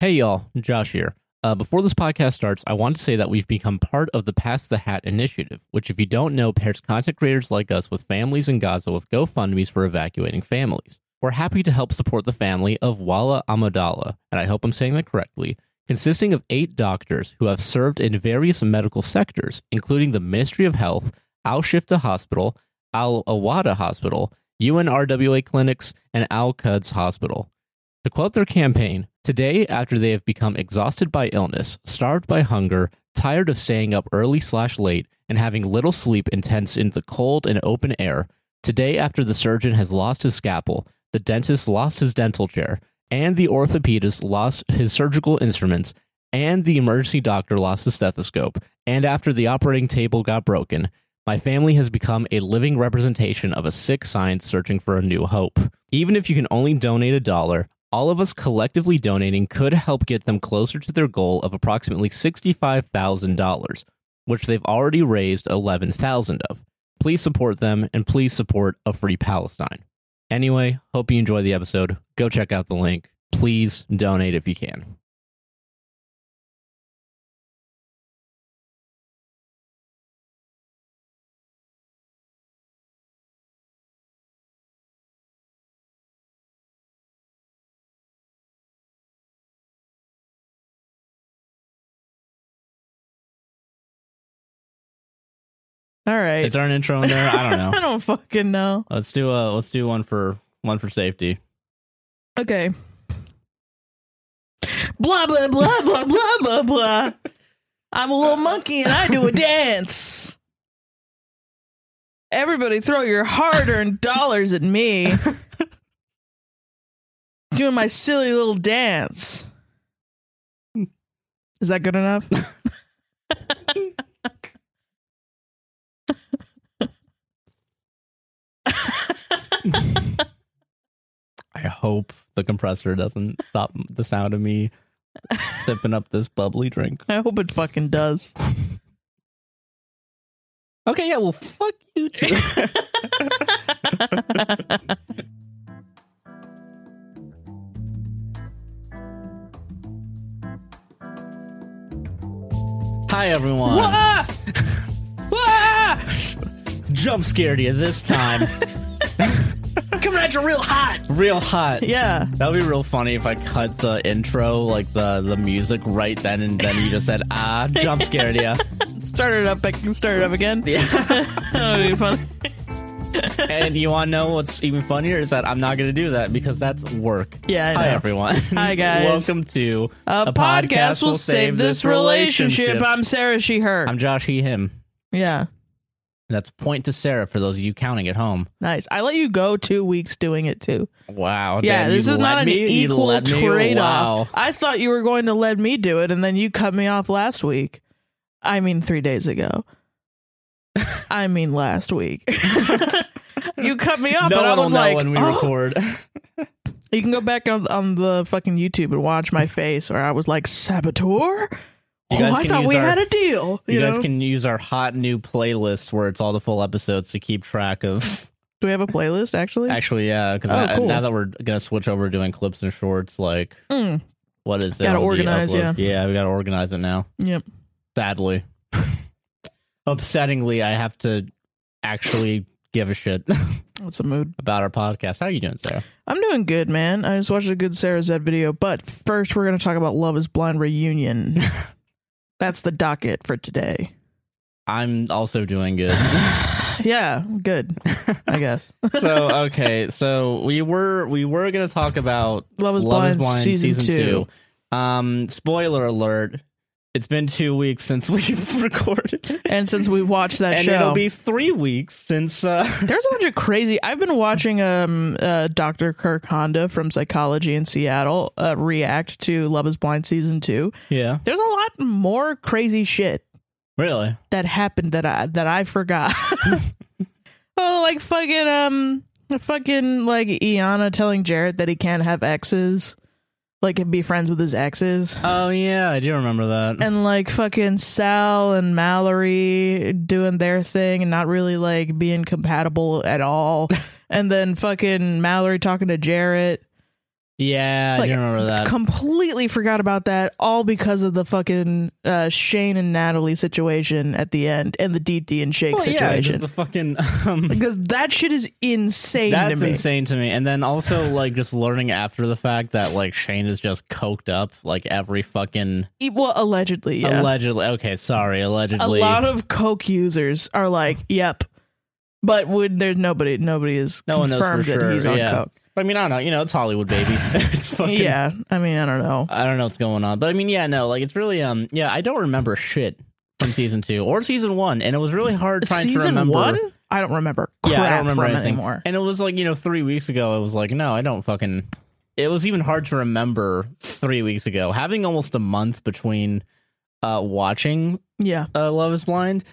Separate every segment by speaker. Speaker 1: Hey, y'all, Josh here. Uh, before this podcast starts, I want to say that we've become part of the Pass the Hat initiative, which, if you don't know, pairs content creators like us with families in Gaza with GoFundMe's for evacuating families. We're happy to help support the family of Wala Amadallah, and I hope I'm saying that correctly, consisting of eight doctors who have served in various medical sectors, including the Ministry of Health, Al Shifta Hospital, Al Awada Hospital, UNRWA Clinics, and Al Quds Hospital. To quote their campaign, today, after they have become exhausted by illness, starved by hunger, tired of staying up early slash late, and having little sleep intense in the cold and open air, today, after the surgeon has lost his scalpel, the dentist lost his dental chair, and the orthopedist lost his surgical instruments, and the emergency doctor lost his stethoscope, and after the operating table got broken, my family has become a living representation of a sick science searching for a new hope. Even if you can only donate a dollar, all of us collectively donating could help get them closer to their goal of approximately $65,000, which they've already raised 11,000 of. Please support them and please support a free Palestine. Anyway, hope you enjoy the episode. Go check out the link. Please donate if you can.
Speaker 2: All right.
Speaker 1: Is there an intro in there? I don't
Speaker 2: I
Speaker 1: know.
Speaker 2: don't fucking know.
Speaker 1: Let's do a let's do one for one for safety.
Speaker 2: Okay. Blah blah blah blah blah blah blah. I'm a little monkey and I do a dance. Everybody throw your hard-earned dollars at me. Doing my silly little dance. Is that good enough?
Speaker 1: I hope the compressor doesn't stop the sound of me sipping up this bubbly drink.
Speaker 2: I hope it fucking does.
Speaker 1: Okay, yeah, well, fuck you too. Hi, everyone.
Speaker 2: Wah! Wah!
Speaker 1: Jump scared you this time.
Speaker 2: Coming at you real hot.
Speaker 1: real hot.
Speaker 2: Yeah.
Speaker 1: That would be real funny if I cut the intro, like the, the music, right then, and then you just said, ah, jump scared you.
Speaker 2: Start it up. back- Start it up again. that would be funny.
Speaker 1: and you want to know what's even funnier is that I'm not going to do that because that's work.
Speaker 2: Yeah, I
Speaker 1: Hi,
Speaker 2: know.
Speaker 1: everyone.
Speaker 2: Hi, guys.
Speaker 1: Welcome to
Speaker 2: A, podcast, will save this relationship. I'm Sarah. She. Her.
Speaker 1: I'm Josh, he, him.
Speaker 2: yeah.
Speaker 1: That's point to Sarah for those of you counting at home.
Speaker 2: Nice. I let you go two weeks doing it too.
Speaker 1: Wow.
Speaker 2: Yeah,
Speaker 1: damn,
Speaker 2: this
Speaker 1: you
Speaker 2: is not
Speaker 1: let
Speaker 2: an
Speaker 1: me, you
Speaker 2: equal
Speaker 1: let me,
Speaker 2: trade off.
Speaker 1: wow.
Speaker 2: I thought you were going to let me do it, and then you cut me off last week. I mean, three days ago. I mean, last week. you cut me off,
Speaker 1: No
Speaker 2: and I
Speaker 1: one will
Speaker 2: was like,
Speaker 1: know when we
Speaker 2: "Oh."
Speaker 1: record.
Speaker 2: You can go back on, on the fucking YouTube and watch my face, where I was like, Saboteur?
Speaker 1: You
Speaker 2: Oh,
Speaker 1: guys
Speaker 2: I
Speaker 1: can
Speaker 2: thought
Speaker 1: use
Speaker 2: we
Speaker 1: our-
Speaker 2: had a deal. You,
Speaker 1: You guys
Speaker 2: know?
Speaker 1: can use our hot new playlist where it's all the full episodes to keep track of.
Speaker 2: Do we have a playlist, actually?
Speaker 1: Actually, yeah, because
Speaker 2: Oh, cool.
Speaker 1: now that we're gonna switch over to doing clips and shorts, like
Speaker 2: Mm,
Speaker 1: what is it?
Speaker 2: Gotta
Speaker 1: on the
Speaker 2: organize,
Speaker 1: upload? Yeah, we gotta organize it now.
Speaker 2: yep.
Speaker 1: Sadly, upsettingly, I have to actually give a shit
Speaker 2: What's a mood?
Speaker 1: about our podcast. How are you doing, Sarah?
Speaker 2: I'm doing good, man. I just watched a good Sarah Z video, but first we're going to talk about Love is Blind Reunion. That's the docket for today.
Speaker 1: I'm also doing good.
Speaker 2: Yeah, good, I guess.
Speaker 1: so okay, so we were we were gonna talk about
Speaker 2: Love is
Speaker 1: Love is
Speaker 2: Blind,
Speaker 1: Blind
Speaker 2: season, two.
Speaker 1: Um, spoiler alert. It's been two weeks since we've recorded,
Speaker 2: And since we watched that
Speaker 1: and
Speaker 2: show.
Speaker 1: it'll be three weeks since. Uh,
Speaker 2: There's a bunch of crazy. I've been watching um uh, Dr. Kirk Honda from Psychology in Seattle uh, react to Love Is Blind season two.
Speaker 1: yeah,
Speaker 2: There's a lot more crazy shit
Speaker 1: really.
Speaker 2: that happened that I that I forgot. oh, like fucking um, fucking like Iana telling Jared that he can't have exes, like be friends with his exes.
Speaker 1: Oh yeah, I do remember that.
Speaker 2: And like fucking Sal and Mallory doing their thing and not really like being compatible at all. and then fucking Mallory talking to Jarrett
Speaker 1: Yeah,
Speaker 2: Like,
Speaker 1: I do remember that.
Speaker 2: Completely forgot about that, all because of the fucking uh, Shane and Natalie situation at the end and the DD and Shake
Speaker 1: Well, yeah, just
Speaker 2: situation.
Speaker 1: the fucking. Um,
Speaker 2: because that shit is insane
Speaker 1: that's
Speaker 2: to me.
Speaker 1: insane to me. And then also like just learning after the fact that like Shane is just coked up like every fucking
Speaker 2: E- Well, allegedly, yeah.
Speaker 1: allegedly. Okay, sorry,
Speaker 2: a
Speaker 1: allegedly.
Speaker 2: lot of coke users are like, "Yep," but would there's nobody, nobody is
Speaker 1: No one knows for
Speaker 2: confirmed that
Speaker 1: sure,
Speaker 2: he's on
Speaker 1: yeah.
Speaker 2: coke.
Speaker 1: I mean, I don't know. You know, it's Hollywood, baby. it's fucking.
Speaker 2: yeah, I mean, I don't know.
Speaker 1: I don't know what's going on, but I mean, yeah, no, like it's really um, yeah, I don't remember shit from season two or season one, and it was really hard trying to
Speaker 2: Season
Speaker 1: remember.
Speaker 2: one, I don't remember. Crap
Speaker 1: Uh, yeah, I don't remember
Speaker 2: from
Speaker 1: anything
Speaker 2: anymore.
Speaker 1: And it was like you know three weeks ago. It was like no, I don't fucking. It was even hard to remember three weeks ago. Having almost a month between uh watching
Speaker 2: Yeah,
Speaker 1: uh, Love Is Blind.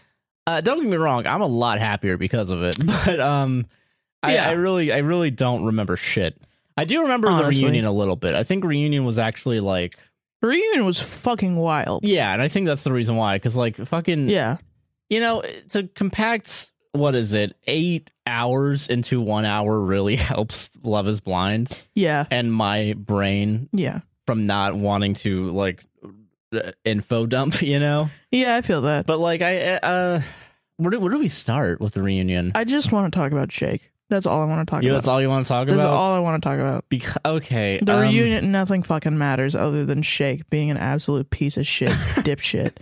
Speaker 1: Uh, don't get me wrong, I'm a lot happier because of it, but um, I,
Speaker 2: Yeah.
Speaker 1: I really, I really don't remember shit. I do remember the
Speaker 2: Honestly.
Speaker 1: reunion a little bit. I think reunion was actually like
Speaker 2: reunion was fucking wild.
Speaker 1: yeah, and I think that's the reason why because like fucking
Speaker 2: Yeah,
Speaker 1: you know to compact what is it eight hours into one hour really helps Love Is Blind
Speaker 2: yeah,
Speaker 1: and my brain
Speaker 2: yeah,
Speaker 1: from not wanting to like uh, info dump you know
Speaker 2: yeah. I feel that.
Speaker 1: but like I uh where do, where do we start with the reunion
Speaker 2: I just want to talk about Shake. That's all I want to talk
Speaker 1: Yeah,
Speaker 2: about.
Speaker 1: that's all you want to talk
Speaker 2: That's
Speaker 1: about.
Speaker 2: all I want to talk about.
Speaker 1: Beca- okay,
Speaker 2: The
Speaker 1: um,
Speaker 2: reunion, nothing fucking matters other than Shake being an absolute piece of shit, dipshit.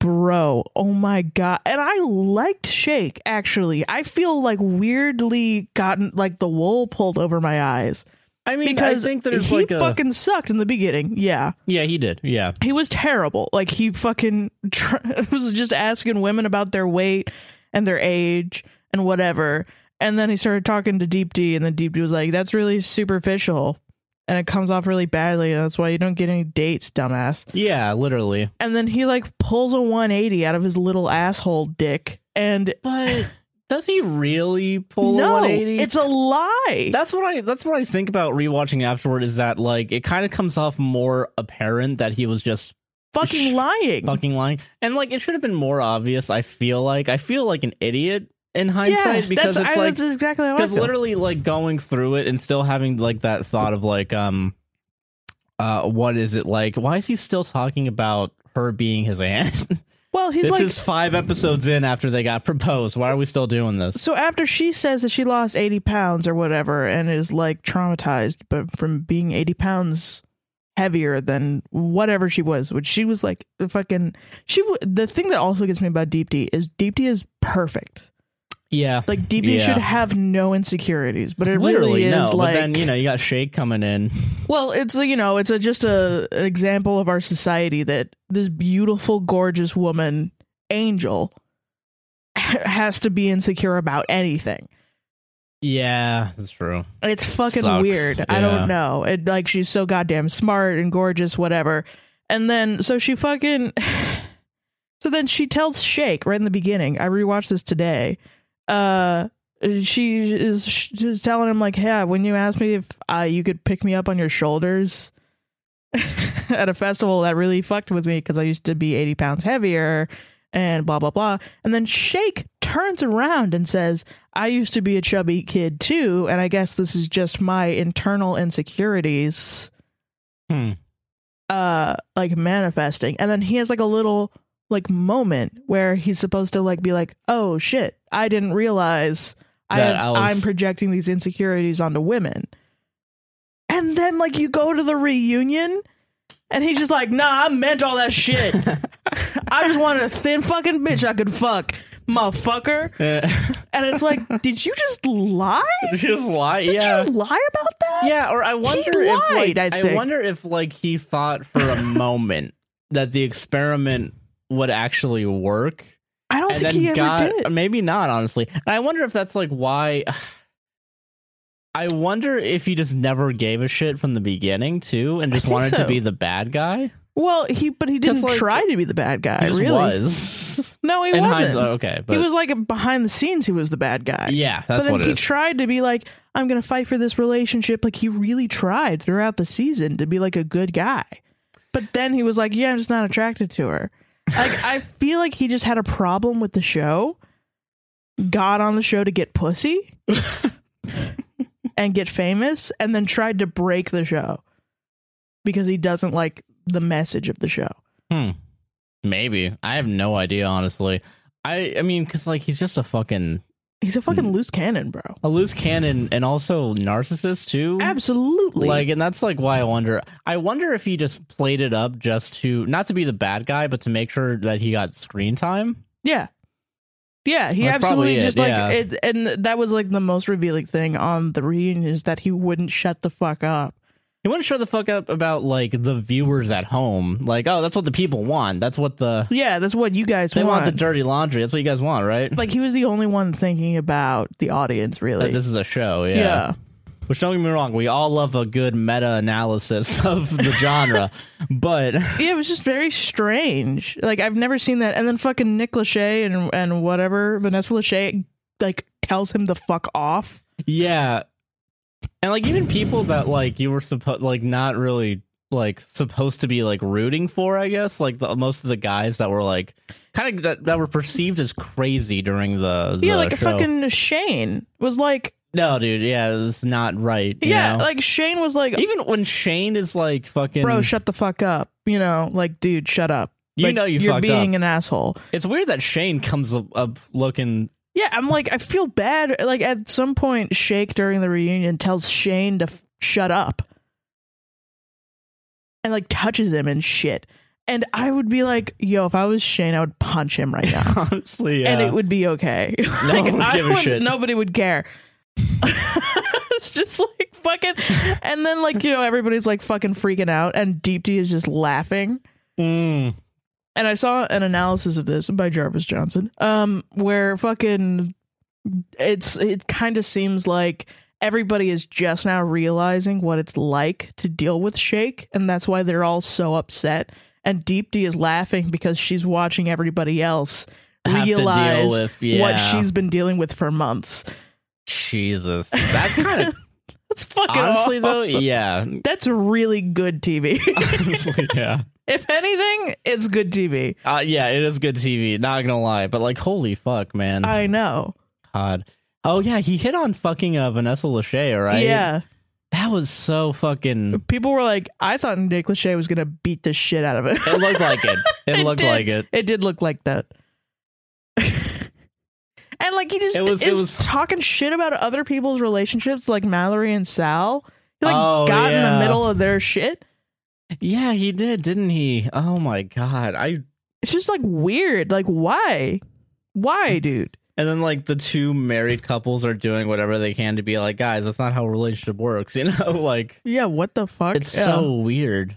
Speaker 2: Bro, oh my god. And I liked Shake, actually. I feel like weirdly gotten like the wool pulled over my eyes.
Speaker 1: I mean,
Speaker 2: Because
Speaker 1: I think there's
Speaker 2: he
Speaker 1: like a
Speaker 2: fucking sucked in the beginning. Yeah.
Speaker 1: yeah, he did. Yeah,
Speaker 2: He was terrible. Like he fucking tr- was just asking women about their weight and their age and whatever. And then he started talking to Deep D, and then Deep D was like, "That's really superficial, and it comes off really badly. And that's why you don't get any dates, dumbass."
Speaker 1: yeah, literally.
Speaker 2: And then he like pulls a 180 out of his little asshole dick, and
Speaker 1: But does he really pull a
Speaker 2: no,
Speaker 1: 180?
Speaker 2: it's a lie.
Speaker 1: that's what I that's what I think about rewatching afterward is that like it kind of comes off more apparent that he was just
Speaker 2: fucking
Speaker 1: sh-
Speaker 2: lying.
Speaker 1: fucking lying, and like it should have been more obvious. I feel like I feel like an idiot in hindsight because
Speaker 2: that's,
Speaker 1: it's
Speaker 2: I,
Speaker 1: like
Speaker 2: that's exactly how I
Speaker 1: because
Speaker 2: feel.
Speaker 1: literally like going through it and still having like that thought of like um uh what is it like why is he still talking about her being his aunt
Speaker 2: Well, he's
Speaker 1: this
Speaker 2: like
Speaker 1: is five episodes in after they got proposed why are we still doing this
Speaker 2: So after she says that she lost 80 pounds or whatever and is like traumatized but from being 80 pounds heavier than whatever she was, which she was like the fucking she w- the thing that also gets me about Deep D is Deep D is perfect.
Speaker 1: yeah
Speaker 2: Like Deep D
Speaker 1: Yeah.
Speaker 2: should have no insecurities, but it
Speaker 1: literally
Speaker 2: really is
Speaker 1: no
Speaker 2: like
Speaker 1: but then you know you got shake coming in
Speaker 2: well, it's you know, it's a, just a an example of our society that this beautiful, gorgeous woman, angel, ha- has to be insecure about anything.
Speaker 1: yeah that's true
Speaker 2: It's fucking
Speaker 1: Sucks.
Speaker 2: weird. I
Speaker 1: Yeah.
Speaker 2: don't know. It like she's so goddamn smart and gorgeous, whatever. And then so she fucking So then she tells Shake right in the beginning. I rewatched this today. Uh she is she's telling him like, "Yeah, when you asked me if uh, you could pick me up on your shoulders at a festival, that really fucked with me because I used to be eighty pounds heavier." and blah blah blah. And then Shake turns around and says, "I used to be a chubby kid too, and I guess this is just my internal insecurities,
Speaker 1: Hmm.
Speaker 2: uh, like manifesting." And then he has like a little like moment where he's supposed to like be like, "Oh shit, I didn't realize I,
Speaker 1: That I was-
Speaker 2: I'm projecting these insecurities onto women." And then like you go to the reunion. And he's just like, nah, I meant all that shit. I just wanted a thin fucking bitch I could fuck, motherfucker. And it's like, did you just lie?
Speaker 1: just lie
Speaker 2: Did
Speaker 1: yeah
Speaker 2: you lie about that?
Speaker 1: Yeah, or I wonder if like,
Speaker 2: lied, I
Speaker 1: I,
Speaker 2: think.
Speaker 1: wonder if like he thought for a moment that the experiment would actually work,
Speaker 2: I don't
Speaker 1: and
Speaker 2: think
Speaker 1: then
Speaker 2: he ever
Speaker 1: got
Speaker 2: did.
Speaker 1: maybe not honestly. And I wonder if that's like why. I wonder if he just never gave a shit from the beginning too, and just
Speaker 2: think
Speaker 1: wanted
Speaker 2: so.
Speaker 1: to be the bad guy.
Speaker 2: Well, he but he didn't
Speaker 1: Just, like,
Speaker 2: try to be the bad guy.
Speaker 1: He just
Speaker 2: really?
Speaker 1: was.
Speaker 2: No, he
Speaker 1: In
Speaker 2: wasn't.
Speaker 1: hindsight- okay, but
Speaker 2: he was like behind the scenes. He was the bad guy.
Speaker 1: yeah,
Speaker 2: but
Speaker 1: that's
Speaker 2: then
Speaker 1: what it
Speaker 2: he
Speaker 1: is.
Speaker 2: tried to be like, I'm gonna fight for this relationship. Like he really tried throughout the season to be like a good guy. But then he was like, Yeah, I'm just not attracted to her. Like I feel like he just had a problem with the show, got on the show to get pussy. and get famous and then tried to break the show because he doesn't like the message of the show.
Speaker 1: Maybe. I have no idea, honestly. I I mean, because like he's just a fucking
Speaker 2: He's a
Speaker 1: Hmm.
Speaker 2: fucking loose cannon, bro.
Speaker 1: a loose cannon and also narcissist too.
Speaker 2: Absolutely.
Speaker 1: Like, and that's like why I wonder. I wonder if he just played it up just to not to be the bad guy, but to make sure that he got screen time.
Speaker 2: yeah. Yeah, he
Speaker 1: That's probably
Speaker 2: absolutely
Speaker 1: it,
Speaker 2: just
Speaker 1: yeah.
Speaker 2: like it, and that was like the most revealing thing on the reunion is that he wouldn't shut the fuck up.
Speaker 1: He wouldn't show the fuck up about like the viewers at home. Like, oh, that's what the people want. That's what the
Speaker 2: Yeah, that's what you guys
Speaker 1: they want,
Speaker 2: want.
Speaker 1: the dirty laundry. That's what you guys want, right?
Speaker 2: like he was the only one thinking about the audience, really.
Speaker 1: That this is a show, yeah.
Speaker 2: yeah.
Speaker 1: Which don't get me wrong, we all love a good meta analysis of the genre, but
Speaker 2: Yeah, it was just very strange. Like I've never seen that. And then fucking Nick Lachey and and whatever Vanessa Lachey like tells him the fuck off.
Speaker 1: Yeah. And like even people that like you were supposed like not really like supposed to be like rooting for, I guess, like the, most of the guys that were like kind of that, that were perceived as crazy during the, the
Speaker 2: yeah, like
Speaker 1: show.
Speaker 2: fucking Shane was like,
Speaker 1: No, dude, yeah, it's not right. you
Speaker 2: yeah,
Speaker 1: know?
Speaker 2: like Shane was like,
Speaker 1: even when Shane is like fucking
Speaker 2: bro, shut the fuck up. You know, like dude, shut up.
Speaker 1: You
Speaker 2: Like,
Speaker 1: know you
Speaker 2: you're
Speaker 1: fucked
Speaker 2: being an asshole.
Speaker 1: It's weird that Shane comes up, up looking
Speaker 2: Yeah, I'm like, I feel bad. Like at some point, Shake during the reunion tells Shane to f- shut up, and like touches him and shit. And I would be like, yo, if I was Shane, I would punch him right now,
Speaker 1: honestly, yeah.
Speaker 2: and it would be okay. like,
Speaker 1: one would
Speaker 2: I
Speaker 1: give a
Speaker 2: wouldn't-
Speaker 1: shit.
Speaker 2: Nobody would care. it's just like fucking, and then like you know everybody's like fucking freaking out, and Deep D is just laughing
Speaker 1: Mm.
Speaker 2: and I saw an analysis of this by Jarvis Johnson, um, where fucking it's it kind of seems like everybody is just now realizing what it's like to deal with Shake, and that's why they're all so upset. And Deep D is laughing because she's watching everybody else
Speaker 1: Have to deal
Speaker 2: realize
Speaker 1: with- yeah.
Speaker 2: what she's been dealing with for months.
Speaker 1: Jesus. That's kind of
Speaker 2: That's fucking
Speaker 1: honestly though,
Speaker 2: awesome.
Speaker 1: yeah.
Speaker 2: That's really good TV.
Speaker 1: honestly, yeah.
Speaker 2: if anything, it's good TV.
Speaker 1: Uh, yeah, it is good TV. Not gonna lie, but like, holy fuck, man,
Speaker 2: I know.
Speaker 1: God. Oh yeah, he hit on fucking uh, Vanessa Lachey, right?
Speaker 2: Yeah.
Speaker 1: that was so fucking.
Speaker 2: people were like, I thought Nick Lachey was gonna beat the shit out of it.
Speaker 1: It looked like it. It, looked
Speaker 2: did.
Speaker 1: like it.
Speaker 2: It did look like that. and like he just
Speaker 1: It was-
Speaker 2: is
Speaker 1: it was-
Speaker 2: talking shit about other people's relationships, like Mallory and Sal. He like
Speaker 1: Oh,
Speaker 2: got in
Speaker 1: yeah.
Speaker 2: the middle of their shit.
Speaker 1: Yeah, he did, didn't he? Oh my god, I.
Speaker 2: It's just like weird. Like why? Why, dude?
Speaker 1: And then like the two married couples are doing whatever they can to be like, guys, that's not how a relationship works, you know? Like,
Speaker 2: Yeah, what the fuck?
Speaker 1: it's
Speaker 2: yeah.
Speaker 1: so weird.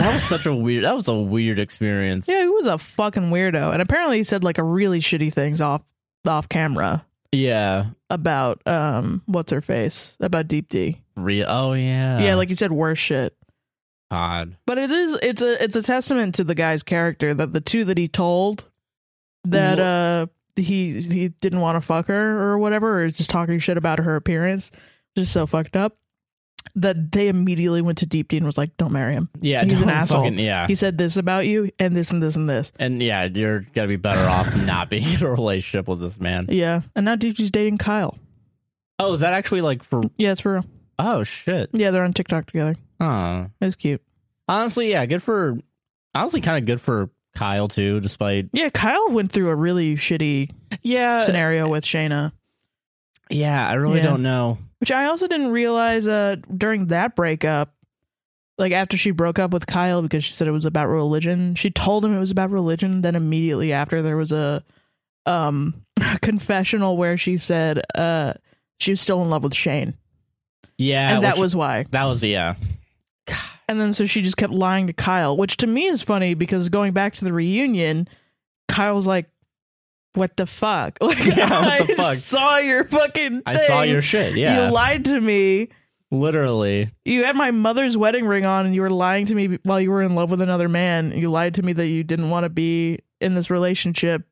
Speaker 1: That was such a weird. That was a weird experience.
Speaker 2: Yeah, he was a fucking weirdo. And apparently he said like a really shitty things off off camera
Speaker 1: Yeah.
Speaker 2: about um what's her face? About Deep D.
Speaker 1: Real. Oh yeah.
Speaker 2: yeah, like he said worse shit.
Speaker 1: God.
Speaker 2: But it is it's a it's a testament to the guy's character that the two that he told that
Speaker 1: Wha-
Speaker 2: uh he he didn't want to fuck her or whatever or is just talking shit about her appearance just so fucked up that they immediately went to Deep D and was like don't marry him.
Speaker 1: Yeah,
Speaker 2: He's an
Speaker 1: don't
Speaker 2: asshole.
Speaker 1: Fucking, yeah,
Speaker 2: He said this about you and this and this and this.
Speaker 1: And yeah, you're gonna be better off not being in a relationship with this man.
Speaker 2: Yeah. And now Deep D's dating Kyle.
Speaker 1: Oh, is that actually like for?
Speaker 2: Yeah, it's for real.
Speaker 1: Oh shit.
Speaker 2: Yeah, they're on TikTok together.
Speaker 1: Huh.
Speaker 2: It's cute.
Speaker 1: Honestly, yeah, good for. Honestly, kind of good for Kyle too. Despite
Speaker 2: Yeah, Kyle went through a really shitty
Speaker 1: yeah,
Speaker 2: scenario with Shayna.
Speaker 1: yeah, I really
Speaker 2: Yeah.
Speaker 1: don't know.
Speaker 2: which I also didn't realize uh, during that breakup, like after she broke up with Kyle because she said it was about religion. She told him it was about religion. Then immediately after, there was a um confessional where she said uh, she was still in love with Shane,
Speaker 1: Yeah,
Speaker 2: and that
Speaker 1: which-
Speaker 2: was why.
Speaker 1: that was yeah.
Speaker 2: And then so she just kept lying to Kyle, which to me is funny because going back to the reunion, Kyle's like. What the fuck? Like,
Speaker 1: Yeah, what the
Speaker 2: I
Speaker 1: fuck?
Speaker 2: saw your fucking. Thing.
Speaker 1: I saw your shit. Yeah,
Speaker 2: You lied to me.
Speaker 1: literally.
Speaker 2: you had my mother's wedding ring on and you were lying to me while you were in love with another man. You lied to me that you didn't want to be in this relationship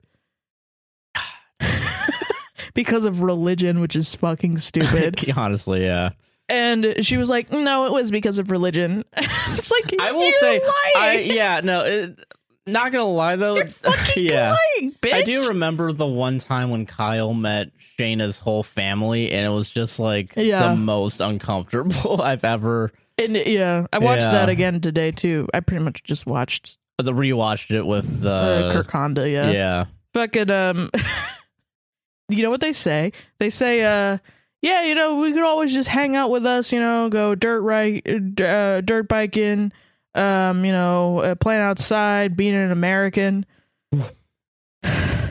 Speaker 2: because of religion, which is fucking stupid.
Speaker 1: Honestly, yeah.
Speaker 2: and she was like, "No, it was because of religion." it's like
Speaker 1: I will
Speaker 2: "You're
Speaker 1: say,
Speaker 2: lying.
Speaker 1: I, yeah, no, it, Not gonna lie though,
Speaker 2: You're fucking
Speaker 1: yeah,
Speaker 2: lying, bitch.
Speaker 1: I do remember the one time when Kyle met Shayna's whole family, and it was just like
Speaker 2: Yeah.
Speaker 1: the most uncomfortable I've ever.
Speaker 2: And, yeah, I watched
Speaker 1: Yeah.
Speaker 2: that again today too. I pretty much just watched
Speaker 1: The rewatched it with the
Speaker 2: uh, Kirk Honda. Yeah.
Speaker 1: yeah.
Speaker 2: fucking um. you know what they say? They say uh. Yeah, you know, we could always just hang out with us, you know, go dirt right, uh, dirt biking, um, you know, uh, playing outside, being an American. and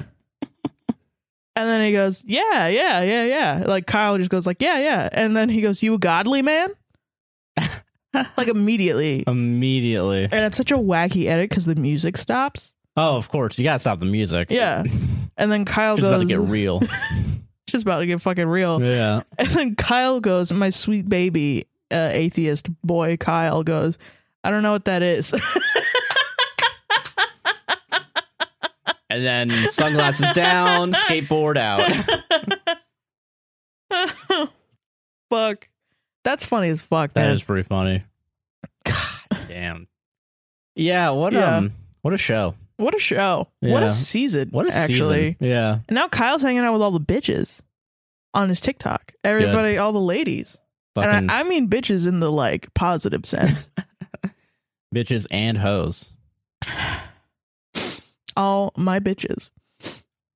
Speaker 2: then he goes, "Yeah, yeah, yeah, yeah." Like Kyle just goes like, "Yeah, yeah." And then he goes, "You a godly man?" like immediately.
Speaker 1: Um, Immediately.
Speaker 2: And it's such a wacky edit because the music stops.
Speaker 1: Oh, of course. You gotta stop the music.
Speaker 2: Yeah. And then Kyle
Speaker 1: Just
Speaker 2: goes,
Speaker 1: about to get real.
Speaker 2: just about to get fucking real.
Speaker 1: yeah.
Speaker 2: And then Kyle goes, my sweet baby uh, atheist boy Kyle goes, I don't know what that is.
Speaker 1: And then sunglasses down, skateboard out.
Speaker 2: fuck. That's funny as fuck.
Speaker 1: That
Speaker 2: man.
Speaker 1: is pretty funny. God damn. Yeah, what
Speaker 2: Yeah.
Speaker 1: um what a show.
Speaker 2: what a show. What
Speaker 1: Yeah.
Speaker 2: a season.
Speaker 1: What a season.
Speaker 2: actually.
Speaker 1: Yeah.
Speaker 2: And now Kyle's hanging out with all the bitches on his TikTok. Everybody, all the ladies.
Speaker 1: Fucking
Speaker 2: And I, I mean bitches in the like positive sense.
Speaker 1: bitches and hoes.
Speaker 2: all my bitches.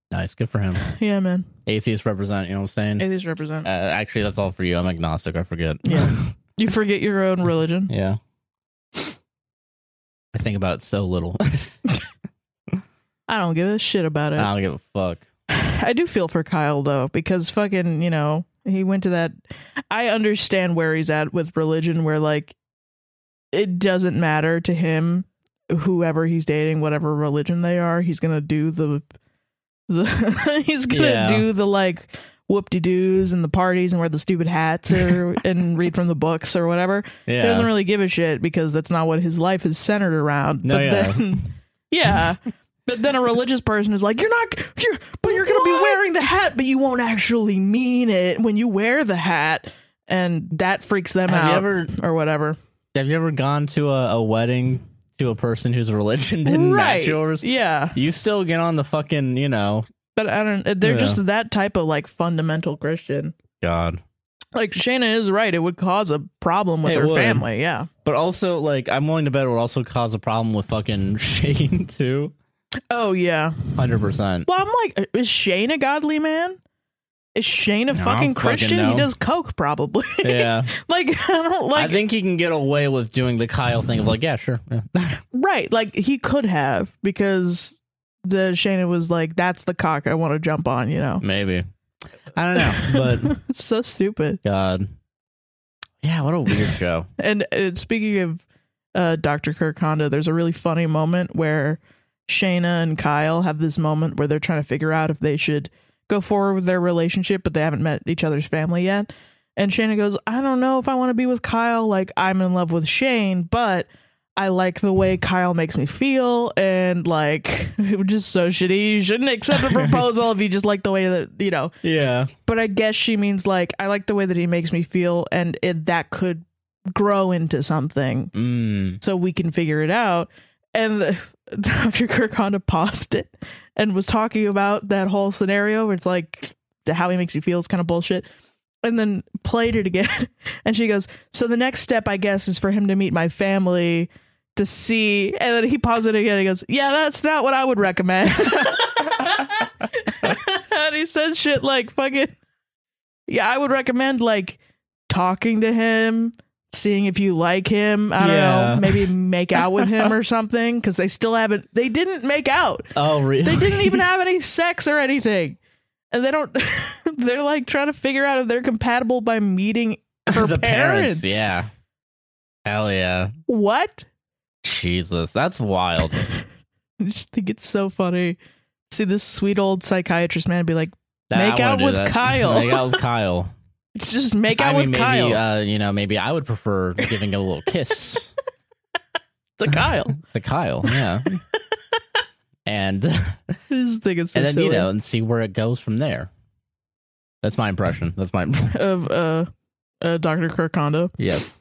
Speaker 1: Nice, good for him.
Speaker 2: Yeah, man.
Speaker 1: Atheists represent, you know what I'm saying?
Speaker 2: Atheists represent.
Speaker 1: Uh, actually that's all for you. I'm agnostic, I forget.
Speaker 2: Yeah. You forget your own religion.
Speaker 1: yeah. I think about it so little.
Speaker 2: I don't give a shit about it.
Speaker 1: I don't give a fuck.
Speaker 2: I do feel for Kyle though, because fucking, you know, he went to that. I understand where he's at with religion, where like it doesn't matter to him whoever he's dating, whatever religion they are. He's gonna do the, the he's gonna
Speaker 1: Yeah.
Speaker 2: do the like whoop de doos and the parties and wear the stupid hats or and read from the books or whatever. He
Speaker 1: Yeah.
Speaker 2: doesn't really give a shit because that's not what his life is centered around.
Speaker 1: No,
Speaker 2: but
Speaker 1: yeah.
Speaker 2: then Yeah. but then a religious person is like, You're not you're but you're gonna be wearing the hat, but you won't actually mean it when you wear the hat and that freaks them
Speaker 1: Have
Speaker 2: out
Speaker 1: you ever
Speaker 2: or whatever.
Speaker 1: Have you ever gone to a, a wedding to a person whose religion didn't match yours?
Speaker 2: Yeah.
Speaker 1: You still get on the fucking, you know.
Speaker 2: But I don't they're
Speaker 1: Yeah.
Speaker 2: just that type of like fundamental Christian.
Speaker 1: God.
Speaker 2: Like Shayna is right, it would cause a problem with
Speaker 1: It
Speaker 2: her
Speaker 1: would.
Speaker 2: family, yeah.
Speaker 1: But also, like, I'm willing to bet it would also cause a problem with fucking Shane, too.
Speaker 2: Oh yeah.
Speaker 1: 100%.
Speaker 2: Well, I'm like, uh, is Shane a godly man? Is Shane a
Speaker 1: No, I don't fucking
Speaker 2: fucking Christian?
Speaker 1: know.
Speaker 2: he does coke, probably.
Speaker 1: Yeah.
Speaker 2: like I don't like
Speaker 1: I think he can get away with doing the Kyle thing of, like, yeah, sure. yeah.
Speaker 2: right. Like he could have because the Shayna was like, "That's the cock I want to jump on," you know.
Speaker 1: Maybe. I don't know. But,
Speaker 2: it's so stupid.
Speaker 1: God. Yeah, what a weird show.
Speaker 2: And uh, speaking of uh, Dr. Kirk Honda, there's a really funny moment where Shayna and Kyle have this moment where they're trying to figure out if they should go forward with their relationship, but they haven't met each other's family yet. And Shayna goes, I don't know if I want to be with Kyle. Like, I'm in love with Shane, but I like the way Kyle makes me feel. And, like, it was just so shitty. You shouldn't accept a proposal if you just like the way that, you know,
Speaker 1: Yeah.
Speaker 2: but I guess she means like I like the way that he makes me feel, and it, that could grow into something,
Speaker 1: Mm.
Speaker 2: so we can figure it out. And the, Dr. Kirk Honda paused it and was talking about that whole scenario where it's like the- how he makes you feel is kind of bullshit. And then played it again, and she goes, "So the next step, I guess, is for him to meet my family." To see, and then he paused it again. And he goes, "Yeah, that's not what I would recommend." and he says shit like fucking yeah i would recommend like talking to him seeing if you like him i don't
Speaker 1: Yeah.
Speaker 2: know maybe make out with him or something because they still haven't they didn't make out
Speaker 1: Oh, really?
Speaker 2: they didn't even have any sex or anything and they don't they're like trying to figure out if they're compatible by meeting her
Speaker 1: the
Speaker 2: parents.
Speaker 1: parents. Yeah. Hell yeah.
Speaker 2: what
Speaker 1: Jesus, that's wild.
Speaker 2: i just think it's so funny see this sweet old psychiatrist man be like
Speaker 1: That-
Speaker 2: Make
Speaker 1: I wanna
Speaker 2: out
Speaker 1: do
Speaker 2: with
Speaker 1: that.
Speaker 2: Kyle.
Speaker 1: Make out with Kyle.
Speaker 2: it's just make out
Speaker 1: I mean,
Speaker 2: with
Speaker 1: maybe
Speaker 2: kyle
Speaker 1: Uh, you know, maybe I would prefer giving a little kiss
Speaker 2: to kyle
Speaker 1: to Kyle. Yeah, and
Speaker 2: i just think it's so
Speaker 1: and then
Speaker 2: silly.
Speaker 1: you know, and see where it goes from there. That's my impression. That's my
Speaker 2: of uh, uh Dr. Kirk Kondo.
Speaker 1: yes.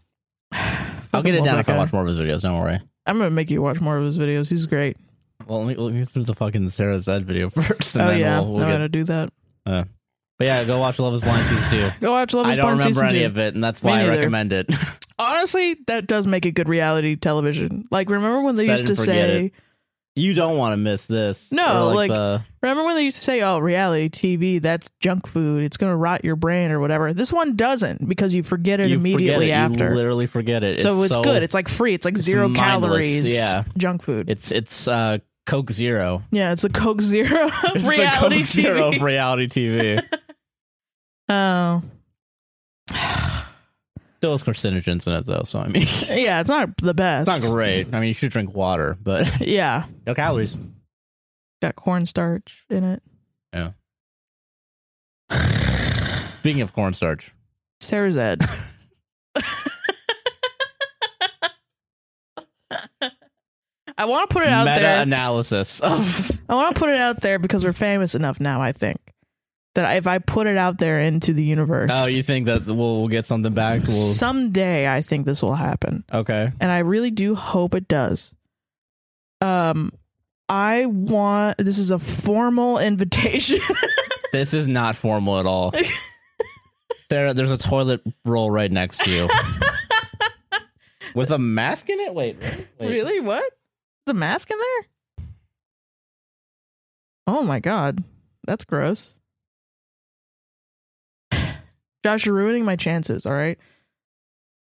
Speaker 1: I'll get it down if I watch more of his videos. Don't worry.
Speaker 2: I'm gonna make you watch more of his videos. He's great.
Speaker 1: Well, let me, let me get through the fucking Sarah Zed video first. And
Speaker 2: oh
Speaker 1: then
Speaker 2: yeah,
Speaker 1: We'll, we'll
Speaker 2: I'm
Speaker 1: get,
Speaker 2: gonna do that.
Speaker 1: but yeah, go watch Love is Blind Season 2.
Speaker 2: Go watch Love
Speaker 1: I
Speaker 2: Is
Speaker 1: don't
Speaker 2: Blind
Speaker 1: remember
Speaker 2: season
Speaker 1: any
Speaker 2: two.
Speaker 1: of it, and that's
Speaker 2: Me
Speaker 1: why I
Speaker 2: neither.
Speaker 1: recommend it.
Speaker 2: Honestly, that does make a good reality television. Like, remember when they
Speaker 1: Set
Speaker 2: used
Speaker 1: and
Speaker 2: to
Speaker 1: forget
Speaker 2: say,
Speaker 1: you don't want to miss this.
Speaker 2: No,
Speaker 1: Or,
Speaker 2: like-
Speaker 1: the,
Speaker 2: remember when they used to say, "Oh, reality TV, that's junk food. It's gonna rot your brain or whatever." This one doesn't because you forget it
Speaker 1: you
Speaker 2: immediately
Speaker 1: forget it.
Speaker 2: after.
Speaker 1: You literally forget it.
Speaker 2: so it's good. It's like free. It's like
Speaker 1: it's
Speaker 2: zero
Speaker 1: mindless,
Speaker 2: calories.
Speaker 1: yeah.
Speaker 2: junk food.
Speaker 1: It's it's uh, Coke Zero.
Speaker 2: yeah, it's a Coke Zero of
Speaker 1: It's the
Speaker 2: reality
Speaker 1: Coke Zero
Speaker 2: TV.
Speaker 1: of reality TV.
Speaker 2: oh,
Speaker 1: Still has carcinogens in it though, so I mean, it's
Speaker 2: yeah, it's not the best.
Speaker 1: not great. I mean, you should drink water, but
Speaker 2: Yeah,
Speaker 1: no calories.
Speaker 2: got cornstarch in it.
Speaker 1: Speaking of cornstarch,
Speaker 2: Sarah's Ed. I want to put it out there.
Speaker 1: meta-analysis of
Speaker 2: I want to put it out there because we're famous enough now. I think that if I put it out there into the universe,
Speaker 1: Oh, you think that we'll, we'll get something back? We'll,
Speaker 2: someday I think this will happen,
Speaker 1: okay.
Speaker 2: and I really do hope it does. Um, I want this is a formal invitation.
Speaker 1: This is not formal at all. Sarah, there's a toilet roll right next to you. With a mask in it? Wait, really? Wait.
Speaker 2: Really? What? There's a mask in there? Oh my god. That's gross. Josh, you're ruining my chances, all right?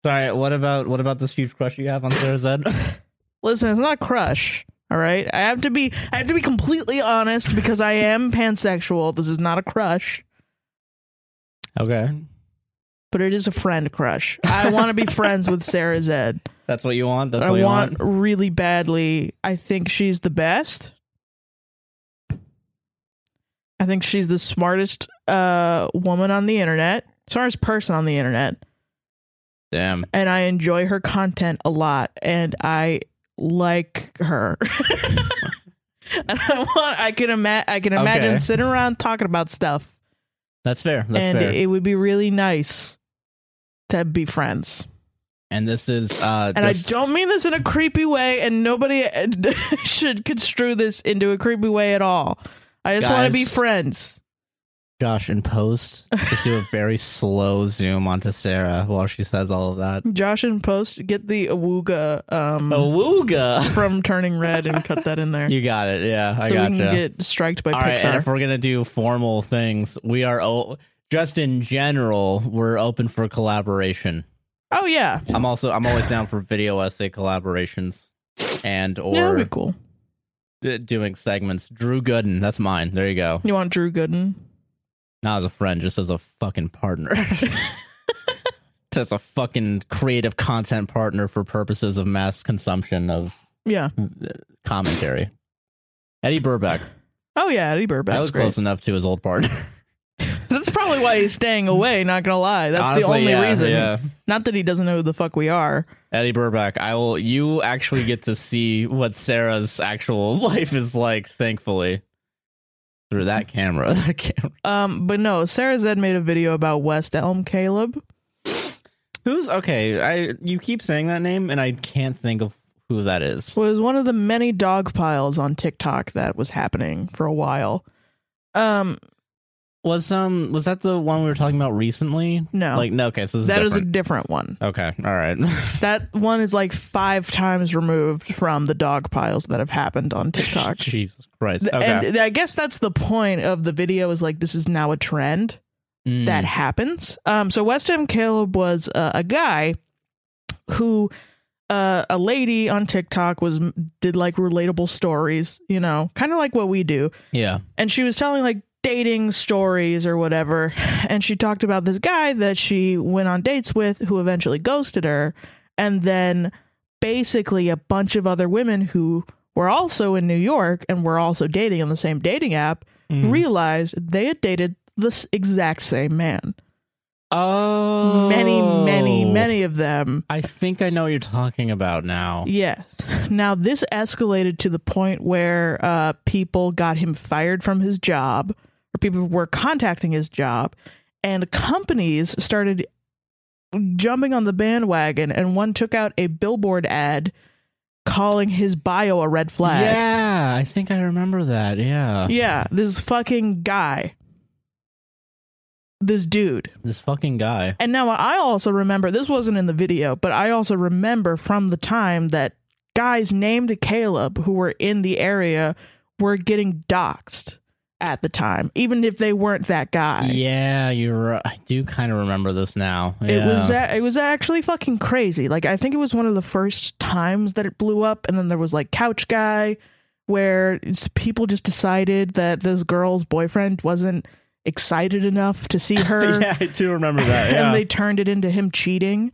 Speaker 1: Sorry, what about what about this huge crush you have on Sarah's head?
Speaker 2: Listen, it's not a crush, all right? I have to be I have to be completely honest because I am pansexual. This is not a crush,
Speaker 1: okay.
Speaker 2: but it is a friend crush. I want to be friends with Sarah Zed.
Speaker 1: That's what you want? That's
Speaker 2: I
Speaker 1: what you want?
Speaker 2: want really badly. I think she's the best. I think she's the smartest uh, woman on the internet, smartest person on the internet,
Speaker 1: Damn.
Speaker 2: and I enjoy her content a lot, and I like her. and I want. I can imagine. I can imagine
Speaker 1: Okay.
Speaker 2: sitting around talking about stuff,
Speaker 1: That's fair. That's
Speaker 2: and
Speaker 1: fair.
Speaker 2: it would be really nice to be friends.
Speaker 1: and this is uh
Speaker 2: And
Speaker 1: this,
Speaker 2: I don't mean this in a creepy way, and nobody should construe this into a creepy way at all. I just want to be
Speaker 1: Guys.
Speaker 2: friends.
Speaker 1: Josh in post just do a very slow zoom onto Sarah while she says all of that.
Speaker 2: Josh and Post, get the awooga um,
Speaker 1: Awooga.
Speaker 2: from Turning Red and cut that in there.
Speaker 1: You got it. Yeah, I
Speaker 2: so
Speaker 1: got
Speaker 2: we
Speaker 1: gotcha.
Speaker 2: can get striked by
Speaker 1: All right,
Speaker 2: Pixar.
Speaker 1: and if we're gonna do formal things, we are o- just in general. We're open for collaboration.
Speaker 2: oh, yeah.
Speaker 1: I'm also I'm always down for video essay collaborations and
Speaker 2: yeah, that'd
Speaker 1: or
Speaker 2: be cool.
Speaker 1: uh, doing segments. Drew Gooden, that's mine. There you go.
Speaker 2: You want Drew Gooden?
Speaker 1: Not as a friend, just as a fucking partner. Just a fucking creative content partner for purposes of mass consumption of
Speaker 2: Yeah.
Speaker 1: uh, commentary. Eddie Burbeck.
Speaker 2: Oh, yeah, Eddie Burback's
Speaker 1: that was
Speaker 2: great.
Speaker 1: close enough to his old partner.
Speaker 2: That's probably why he's staying away, not going to lie. That's the
Speaker 1: Honestly,
Speaker 2: only
Speaker 1: yeah,
Speaker 2: reason.
Speaker 1: Yeah.
Speaker 2: Not that he doesn't know who the fuck we are.
Speaker 1: Eddie Burback, I will. You actually get to see what Sarah's actual life is like, thankfully, through that camera. That camera.
Speaker 2: Um, But no, Sarah Zed made a video about West Elm Caleb.
Speaker 1: Who's okay? I you keep saying that name, and I can't think of who that is.
Speaker 2: was one of the many dog piles on TikTok that was happening for a while. Um,
Speaker 1: Was um was that the one we were talking about recently?
Speaker 2: no,
Speaker 1: Like no, okay, so this
Speaker 2: that
Speaker 1: is
Speaker 2: is a
Speaker 1: different.
Speaker 2: different one.
Speaker 1: okay. All right,
Speaker 2: That one is like five times removed from the dog piles that have happened on TikTok.
Speaker 1: Jesus Christ.
Speaker 2: Th-
Speaker 1: Okay,
Speaker 2: And th- I guess that's the point of the video is like this is now a trend
Speaker 1: Mm.
Speaker 2: that happens. Um, so West Ham Caleb was uh, a guy who uh, a lady on TikTok was did like relatable stories, you know, kind of like what we do.
Speaker 1: yeah.
Speaker 2: and she was telling like dating stories or whatever and she talked about this guy that she went on dates with who eventually ghosted her and then basically a bunch of other women who were also in New York and were also dating on the same dating app
Speaker 1: Mm-hmm. Mm.
Speaker 2: realized they had dated this exact same man
Speaker 1: oh,
Speaker 2: many many many of them
Speaker 1: I think I know what you're talking about now.
Speaker 2: Yes. Now this escalated to the point where uh, people got him fired from his job, or people were contacting his job, and companies started jumping on the bandwagon. And one took out a billboard ad calling his bio a red flag.
Speaker 1: Yeah, I think I remember that. Yeah.
Speaker 2: Yeah, this fucking guy. This dude.
Speaker 1: This fucking guy.
Speaker 2: And now I also remember, this wasn't in the video, but I also remember from the time that guys named Caleb who were in the area were getting doxxed at the time, even if they weren't that guy.
Speaker 1: yeah, you're. I do kind of remember this now.
Speaker 2: It
Speaker 1: Yeah.
Speaker 2: was a- it was actually fucking crazy. Like I think it was one of the first times that it blew up, and then there was like Couch Guy, where it's- people just decided that this girl's boyfriend wasn't excited enough to see her,
Speaker 1: yeah, I do remember that. Yeah.
Speaker 2: and they turned it into him cheating,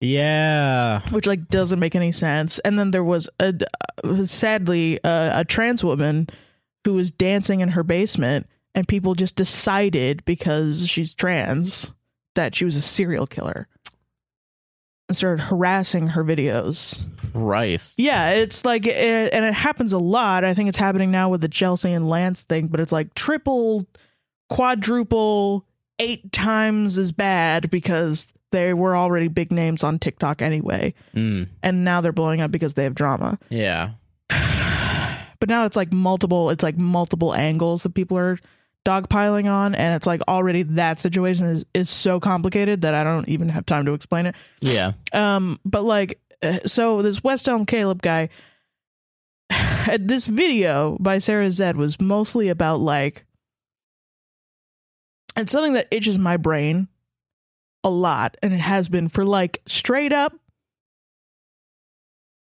Speaker 1: yeah.
Speaker 2: which like doesn't make any sense. And then there was a sadly uh, a trans woman who was dancing in her basement, and people just decided because she's trans that she was a serial killer and started harassing her videos.
Speaker 1: Christ.
Speaker 2: Yeah, it's like, it, and it happens a lot. I think it's happening now with the Chelsea and Lance thing, but it's like triple, quadruple, eight times as bad because they were already big names on TikTok anyway.
Speaker 1: Mm,
Speaker 2: And now they're blowing up because they have drama.
Speaker 1: yeah.
Speaker 2: But now it's like multiple, it's like multiple angles that people are dogpiling on. And it's like already that situation is, is so complicated that I don't even have time to explain it.
Speaker 1: Yeah.
Speaker 2: Um, but like, uh, so this West Elm Caleb guy, this video by Sarah Zed was mostly about like, it's something that itches my brain a lot, and it has been for like straight up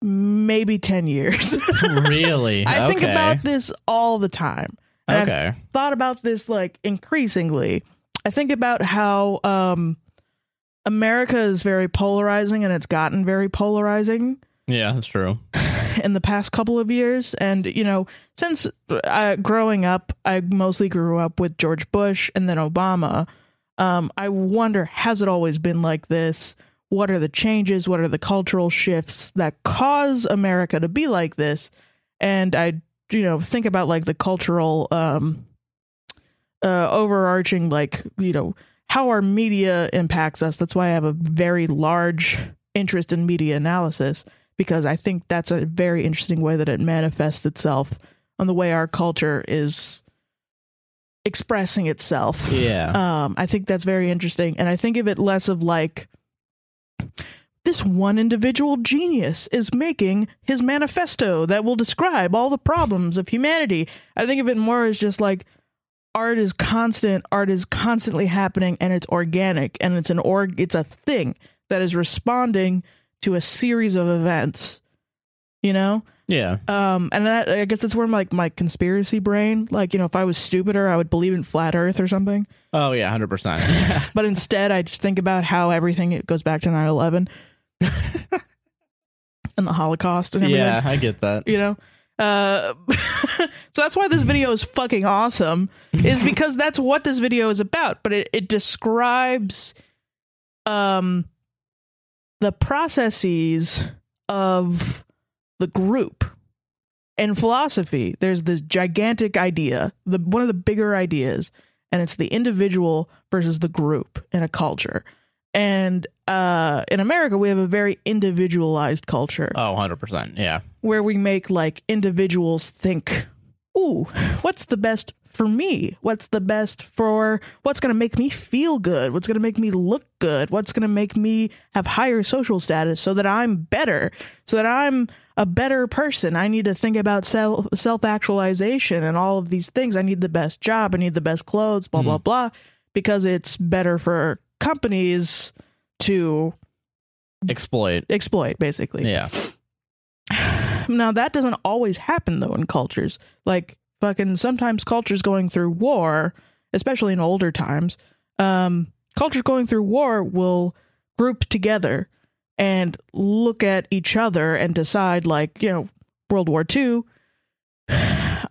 Speaker 2: maybe 10 years.
Speaker 1: really?
Speaker 2: I think
Speaker 1: Okay.
Speaker 2: about this all the time. and I've
Speaker 1: Okay.
Speaker 2: thought about this like increasingly. I think about how um America is very polarizing and it's gotten very polarizing
Speaker 1: Yeah, that's true.
Speaker 2: in the past couple of years and you know since uh, growing up I mostly grew up with George Bush and then Obama um I wonder has it always been like this what are the changes what are the cultural shifts that cause America to be like this and I you know think about like the cultural um uh overarching like you know how our media impacts us that's why I have a very large interest in media analysis because I think that's a very interesting way that it manifests itself on the way our culture is expressing itself
Speaker 1: Yeah.
Speaker 2: um, I think that's very interesting, and I think of it less of like this one individual genius is making his manifesto that will describe all the problems of humanity. I think of it more as just like art is constant, art is constantly happening, and it's organic, and it's an org, it's a thing that is responding to a series of events. You know,
Speaker 1: yeah.
Speaker 2: um and that i guess that's where my like my conspiracy brain like you know if i was stupider i would believe in flat earth or something
Speaker 1: Oh yeah, hundred percent. Yeah.
Speaker 2: but instead i just think about how everything it goes back to 9-11 and the holocaust and everything
Speaker 1: I get that.
Speaker 2: you know uh so that's why this video is fucking awesome is because that's what this video is about but it, it describes um the processes of the group in philosophy there's this gigantic idea the one of the bigger ideas and it's the individual versus the group in a culture and uh in america we have a very individualized culture
Speaker 1: Oh, 100%. Yeah.
Speaker 2: where we make like individuals think, ooh, what's the best for me? What's the best for what's going to make me feel good? What's going to make me look good? What's going to make me have higher social status so that I'm better, so that I'm a better person? I need to think about self self actualization and all of these things. I need the best job. I need the best clothes, blah, blah, blah, because it's better for companies to
Speaker 1: Exploit.
Speaker 2: exploit, basically.
Speaker 1: Yeah.
Speaker 2: Now that doesn't always happen though in cultures. Like fucking sometimes cultures going through war, especially in older times, um, cultures going through war will group together and look at each other and decide like, you know, World War II,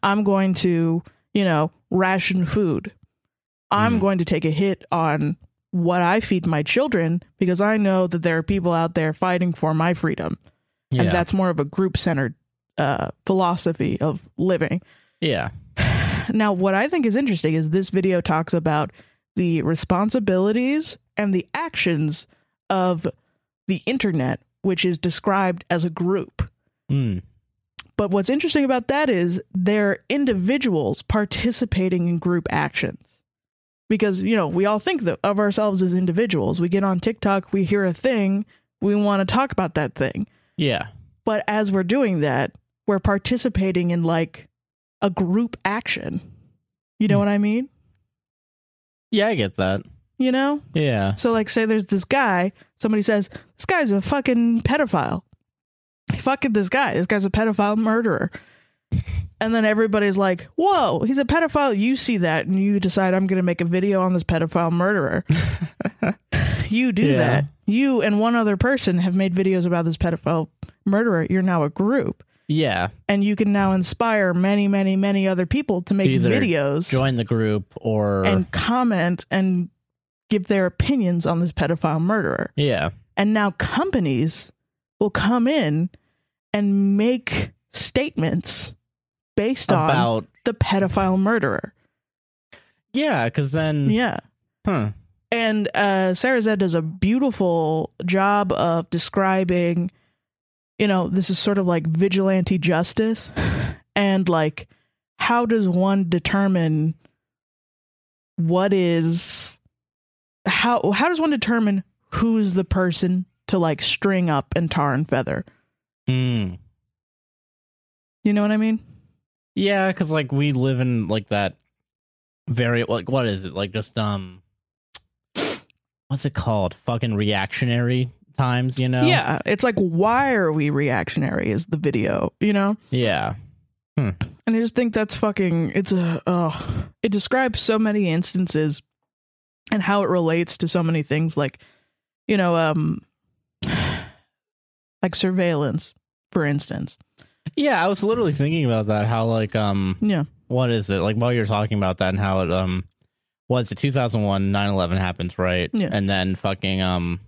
Speaker 2: I'm going to, you know, ration food. I'm
Speaker 1: Mm.
Speaker 2: going to take a hit on what I feed my children because I know that there are people out there fighting for my freedom
Speaker 1: Yeah.
Speaker 2: and that's more of a group centered uh, philosophy of living.
Speaker 1: yeah.
Speaker 2: Now, what I think is interesting is this video talks about the responsibilities and the actions of the internet, which is described as a group.
Speaker 1: Mm.
Speaker 2: But what's interesting about that is they're individuals participating in group actions. Because, you know, we all think tho- of ourselves as individuals. We get on TikTok, we hear a thing, we want to talk about that thing.
Speaker 1: Yeah.
Speaker 2: But as we're doing that, we're participating in like a group action. You know
Speaker 1: Hmm.
Speaker 2: what I mean?
Speaker 1: Yeah, I get that.
Speaker 2: You know?
Speaker 1: Yeah.
Speaker 2: So, like, say there's this guy, somebody says, This guy's a fucking pedophile. Fucking this guy. This guy's a pedophile murderer. And then everybody's like, Whoa, he's a pedophile. You see that, and you decide, I'm going to make a video on this pedophile murderer. you do
Speaker 1: Yeah.
Speaker 2: that. You and one other person have made videos about this pedophile murderer. You're now a group.
Speaker 1: Yeah.
Speaker 2: And you can now inspire many, many, many other people to make
Speaker 1: either
Speaker 2: videos
Speaker 1: Join the group or.
Speaker 2: and comment and give their opinions on this pedophile murderer
Speaker 1: yeah.
Speaker 2: and now companies will come in and make statements based on
Speaker 1: About.
Speaker 2: the pedophile murderer.
Speaker 1: Yeah, because then.
Speaker 2: Yeah.
Speaker 1: Huh.
Speaker 2: And uh, Sarah Zed does a beautiful job of describing, you know, this is sort of like vigilante justice and like how does one determine what is how how does one determine who's the person to like string up and tar and feather?
Speaker 1: Mm.
Speaker 2: You know what I mean?
Speaker 1: Yeah, because like we live in like that very like what is it like just um what's it called fucking reactionary times you know
Speaker 2: Yeah. It's like, why are we reactionary? Is the video, you know?
Speaker 1: yeah
Speaker 2: And I just think that's fucking, it's a, oh, it describes so many instances and how it relates to so many things like, you know, um, like surveillance, for instance.
Speaker 1: yeah I was literally thinking about that how like um
Speaker 2: Yeah.
Speaker 1: what is it like while you're talking about that and how it um was it 2001 9/11 happens right
Speaker 2: Yeah.
Speaker 1: and then fucking um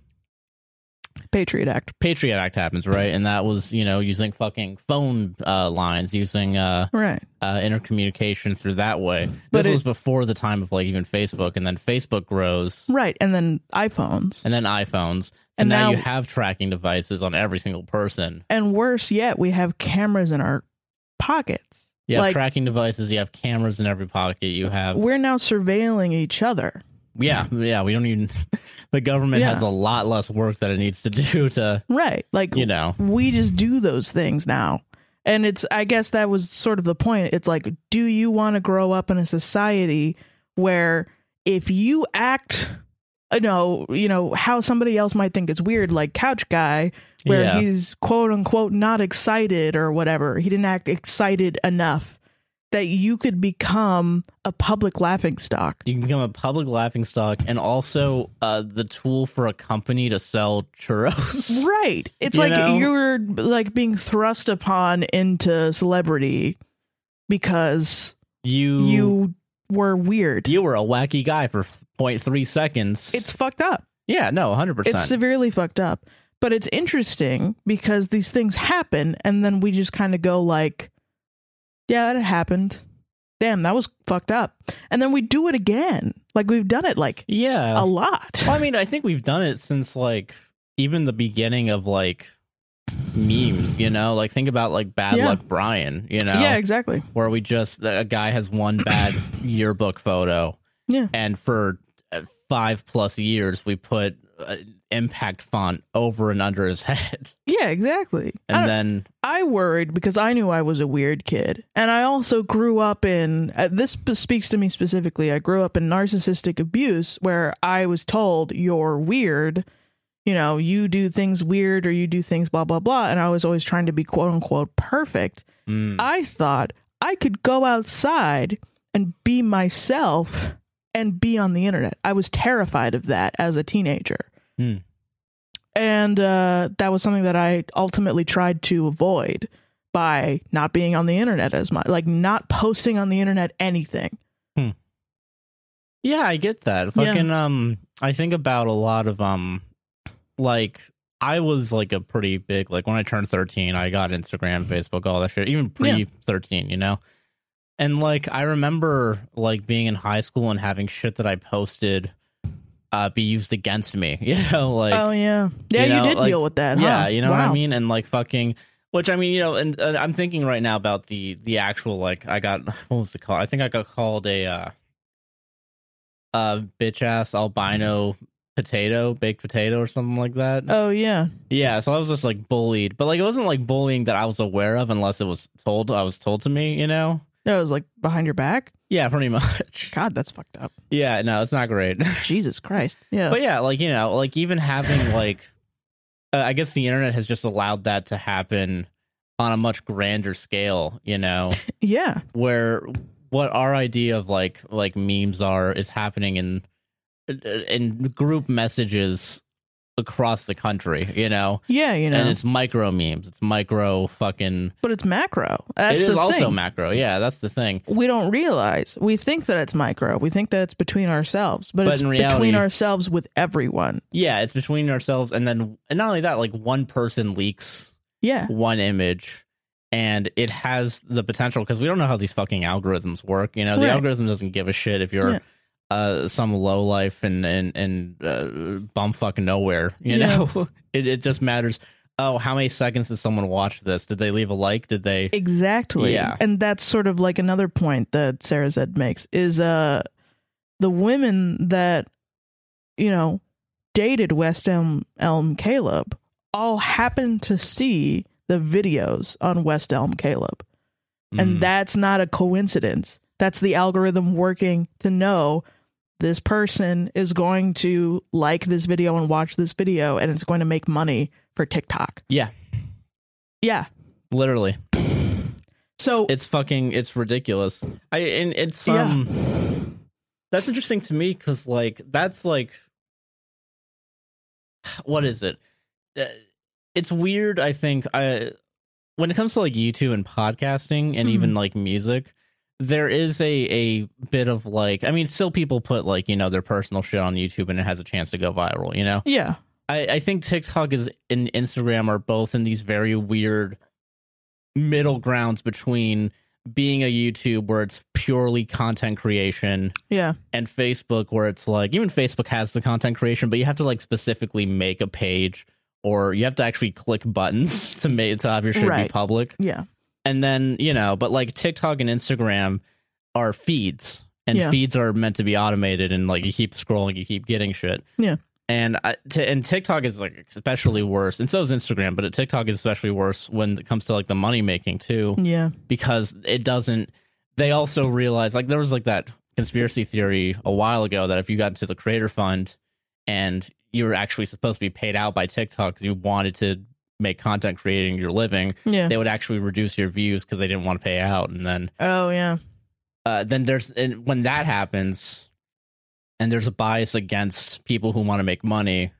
Speaker 2: Patriot Act.
Speaker 1: Patriot Act happens right and that was you know using fucking phone uh lines using uh
Speaker 2: Right.
Speaker 1: uh, intercommunication through that way.
Speaker 2: But
Speaker 1: this
Speaker 2: it-
Speaker 1: was before the time of like even Facebook, and then Facebook grows,
Speaker 2: Right. And then iPhones.
Speaker 1: and then iPhones, and,
Speaker 2: And
Speaker 1: now,
Speaker 2: now-
Speaker 1: you have tracking devices on every single person.
Speaker 2: And worse yet, we have cameras in our pockets.
Speaker 1: You have
Speaker 2: Like-
Speaker 1: tracking devices. You have cameras in every pocket. You have
Speaker 2: We're now surveilling each other.
Speaker 1: yeah, yeah. We don't even. the government
Speaker 2: Yeah.
Speaker 1: has a lot less work that it needs to do to
Speaker 2: Right. Like,
Speaker 1: you know.
Speaker 2: we just do those things now. And it's, I guess that was sort of the point. It's like, do you want to grow up in a society where if you act, you know, you know, how somebody else might think it's weird, like Couch Guy, where
Speaker 1: Yeah.
Speaker 2: he's quote unquote not excited or whatever, he didn't act excited enough that you could become a public laughing stock.
Speaker 1: You can become a public laughing stock and also uh, the tool for a company to sell churros.
Speaker 2: Right. It's
Speaker 1: You
Speaker 2: like
Speaker 1: know?
Speaker 2: you're like being thrust upon into celebrity because
Speaker 1: You you
Speaker 2: you were weird.
Speaker 1: you were a wacky guy for 0.3 seconds.
Speaker 2: It's fucked up.
Speaker 1: Yeah, no, 100%.
Speaker 2: It's severely fucked up. But it's interesting because these things happen and then we just kind of go like, yeah, that happened. Damn, that was fucked up. And then we do it again. Like we've done it like
Speaker 1: yeah.
Speaker 2: a lot.
Speaker 1: Well, I mean, I think we've done it since like even the beginning of like memes, you know? Like think about like Bad
Speaker 2: Yeah.
Speaker 1: Luck Brian, you know?
Speaker 2: Yeah, exactly.
Speaker 1: Where we just a guy has one bad yearbook photo
Speaker 2: Yeah.
Speaker 1: and for uh, 5 plus years we put uh, impact font over and under his head.
Speaker 2: Yeah, exactly. I
Speaker 1: And
Speaker 2: don't-
Speaker 1: then
Speaker 2: I worried because I knew I was a weird kid. And I also grew up in uh, this sp- speaks to me specifically. I grew up in narcissistic abuse where I was told, you're weird. You know, you do things weird or you do things blah, blah, blah. And I was always trying to be quote unquote perfect.
Speaker 1: Mm.
Speaker 2: I thought I could go outside and be myself and be on the internet. I was terrified of that as a teenager.
Speaker 1: Hmm.
Speaker 2: And uh, that was something that I ultimately tried to avoid by not being on the internet as much, like not posting on the internet anything.
Speaker 1: Yeah, I get that. Fucking um I think about a lot of um like I was like a pretty big like when I turned 13, I got Instagram, Facebook, all that shit, even pre 13, you know. And like I remember like being in high school and having shit that I posted uh be used against me, you know, like
Speaker 2: oh, yeah. Yeah,
Speaker 1: you
Speaker 2: you,
Speaker 1: know,
Speaker 2: did
Speaker 1: like-
Speaker 2: deal with that.
Speaker 1: yeah,
Speaker 2: huh?
Speaker 1: you know what I
Speaker 2: Wow.
Speaker 1: mean? And like fucking Which I mean, you know, and uh, I'm thinking right now about the the actual like I got what was the call? I think I got called a uh, uh bitch ass albino potato, baked potato or something like that.
Speaker 2: Oh yeah.
Speaker 1: Yeah, so I was just like bullied, but like it wasn't like bullying that I was aware of unless it was told I was told to me, you know.
Speaker 2: That was like behind your back.
Speaker 1: Yeah, pretty much.
Speaker 2: God, that's fucked up.
Speaker 1: Yeah, no, it's not great.
Speaker 2: Jesus Christ. Yeah.
Speaker 1: but yeah, like you know, like even having like, uh, I guess the internet has just allowed that to happen on a much grander scale. You know,
Speaker 2: yeah.
Speaker 1: where what our idea of like like memes are is happening in uh, in group messages across the country. You know,
Speaker 2: Yeah, you know.
Speaker 1: and it's micro memes. It's micro fucking.
Speaker 2: but it's macro. That's
Speaker 1: it is
Speaker 2: the
Speaker 1: also
Speaker 2: thing.
Speaker 1: macro. Yeah, that's the thing.
Speaker 2: we don't realize. We think that it's micro. We think that it's between ourselves, but,
Speaker 1: But
Speaker 2: it's
Speaker 1: in reality-
Speaker 2: between ourselves with everyone.
Speaker 1: Yeah, it's between ourselves, and then and not only that, like one person leaks
Speaker 2: Yeah.
Speaker 1: one image and it has the potential because we don't know how these fucking algorithms work you know the
Speaker 2: Right.
Speaker 1: algorithm doesn't give a shit if you're
Speaker 2: Yeah.
Speaker 1: uh some low life and and and uh, bum fucking nowhere you
Speaker 2: Yeah.
Speaker 1: know it, it just matters oh how many seconds did someone watch this did they leave a like did they
Speaker 2: Exactly.
Speaker 1: Yeah.
Speaker 2: And that's sort of like another point that Sarah Zed makes is uh the women that you know dated West Elm Elm Caleb all happened to see the videos on West Elm Caleb.
Speaker 1: Mm.
Speaker 2: And that's not a coincidence. That's the algorithm working to know this person is going to like this video and watch this video and it's going to make money for TikTok.
Speaker 1: yeah
Speaker 2: Yeah.
Speaker 1: literally
Speaker 2: So
Speaker 1: it's fucking it's ridiculous i and it's um that's interesting to me because like that's like what is it Uh, it's weird i think i when it comes to like youtube and podcasting and even like music there is a a bit of like i mean still people put like you know their personal shit on youtube and it has a chance to go viral you know
Speaker 2: yeah.
Speaker 1: I, I think TikTok is and Instagram are both in these very weird middle grounds between being a YouTube where it's purely content creation
Speaker 2: Yeah.
Speaker 1: and Facebook where it's like even Facebook has the content creation, but you have to like specifically make a page or you have to actually click buttons to make to have your shit
Speaker 2: Right.
Speaker 1: be public.
Speaker 2: Yeah.
Speaker 1: And then, you know, but like TikTok and Instagram are feeds. And
Speaker 2: Yeah.
Speaker 1: feeds are meant to be automated and like you keep scrolling, you keep getting shit.
Speaker 2: Yeah.
Speaker 1: And I, t- and TikTok is like especially worse, and so is Instagram. But TikTok is especially worse when it comes to like the money making too
Speaker 2: Yeah.
Speaker 1: because it doesn't they also realize like there was like that conspiracy theory a while ago that if you got into the creator fund and you were actually supposed to be paid out by TikTok because you wanted to make content creating your living,
Speaker 2: Yeah.
Speaker 1: they would actually reduce your views because they didn't want to pay out. And then
Speaker 2: oh yeah.
Speaker 1: uh, then there's and when that happens and there's a bias against people who want to make money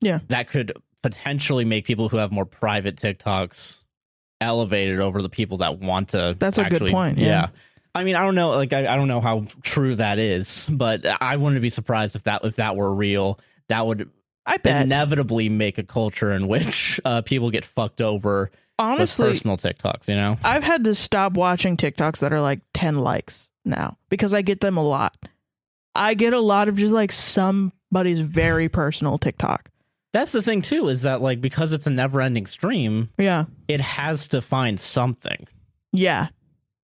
Speaker 2: Yeah.
Speaker 1: that could potentially make people who have more private tiktoks elevated over the people that want to
Speaker 2: That's a good
Speaker 1: actually-
Speaker 2: point, yeah.
Speaker 1: i mean i don't know like I, I don't know how true that is but i wouldn't be surprised if that if that were real that would
Speaker 2: I bet.
Speaker 1: inevitably make a culture in which uh, people get fucked over with
Speaker 2: Honestly,
Speaker 1: personal tiktoks you know
Speaker 2: I've had to stop watching TikToks that are like 10 likes now because I get them a lot. I get a lot of just like somebody's very personal TikTok.
Speaker 1: that's the thing too is that like because it's a never-ending stream
Speaker 2: Yeah.
Speaker 1: it has to find something.
Speaker 2: Yeah.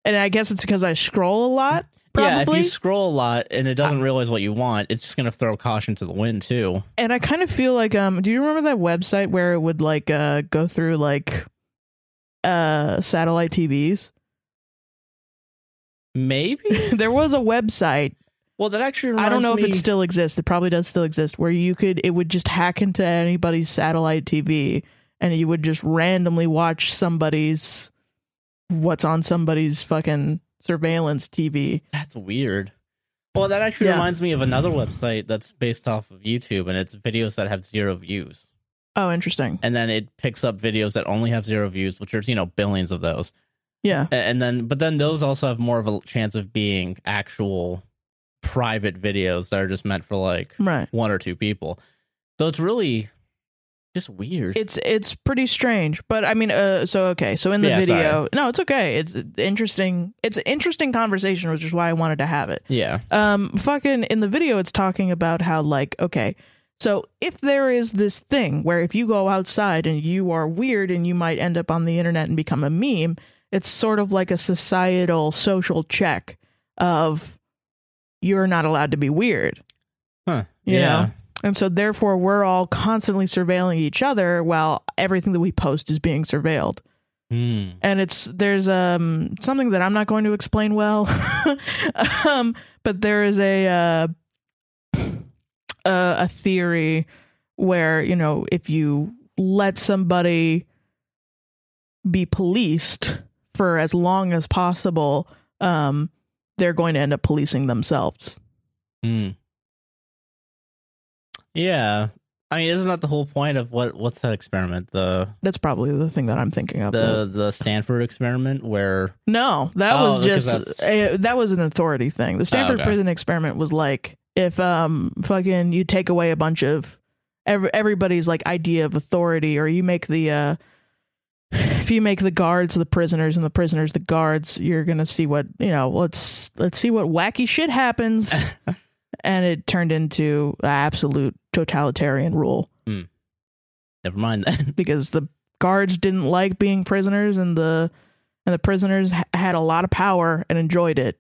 Speaker 2: And I guess it's because I scroll a lot.
Speaker 1: Yeah, if
Speaker 2: Probably.
Speaker 1: you scroll a lot and it doesn't realize what you want, it's just gonna throw caution to the wind too.
Speaker 2: and I kind of feel like um do you remember that website where it would like uh go through like uh satellite TVs?
Speaker 1: Maybe.
Speaker 2: there was a website
Speaker 1: Well, that actually
Speaker 2: I
Speaker 1: reminds
Speaker 2: don't know
Speaker 1: me,
Speaker 2: if it still exists. It probably does still exist, where you could it would just hack into anybody's satellite TV, and you would just randomly watch somebody's what's on somebody's fucking surveillance TV.
Speaker 1: that's weird. Well, that actually
Speaker 2: Yeah.
Speaker 1: reminds me of another website that's based off of YouTube, and it's videos that have zero views,
Speaker 2: Oh, interesting.
Speaker 1: and then it picks up videos that only have zero views, which are you know billions of those,
Speaker 2: Yeah,
Speaker 1: A- and then but then those also have more of a chance of being actual private videos that are just meant for like
Speaker 2: right.
Speaker 1: one or two people. So it's really just weird.
Speaker 2: It's it's pretty strange, but I mean, uh, so okay, so in the
Speaker 1: Yeah,
Speaker 2: video,
Speaker 1: sorry.
Speaker 2: no, it's okay. It's interesting. It's an interesting conversation, which is why I wanted to have it.
Speaker 1: yeah.
Speaker 2: um fucking in the video it's talking about how like okay So if there is this thing where if you go outside and you are weird and you might end up on the internet and become a meme, it's sort of like a societal social check of you're not allowed to be weird.
Speaker 1: Huh.
Speaker 2: You know? And so therefore we're all constantly surveilling each other while everything that we post is being surveilled
Speaker 1: Hmm.
Speaker 2: and it's there's um something that I'm not going to explain well, um, but there is a uh, a, a theory where you know if you let somebody be policed for as long as possible, um, they're going to end up policing themselves.
Speaker 1: Hmm. Yeah. I mean, isn't that the whole point of what? What's that experiment? The
Speaker 2: That's probably the thing that I'm thinking of.
Speaker 1: the the Stanford experiment where
Speaker 2: No, that
Speaker 1: Oh,
Speaker 2: was
Speaker 1: because
Speaker 2: just
Speaker 1: that's-
Speaker 2: uh, that was an authority thing. The Stanford
Speaker 1: okay.
Speaker 2: prison experiment was like if um fucking you take away a bunch of every, everybody's like idea of authority or you make the uh if you make the guards the prisoners and the prisoners the guards, you're going to see what, you know, let's let's see what wacky shit happens. and it turned into a absolute totalitarian rule
Speaker 1: never mind that.
Speaker 2: because the guards didn't like being prisoners and the and the prisoners ha- had a lot of power and enjoyed it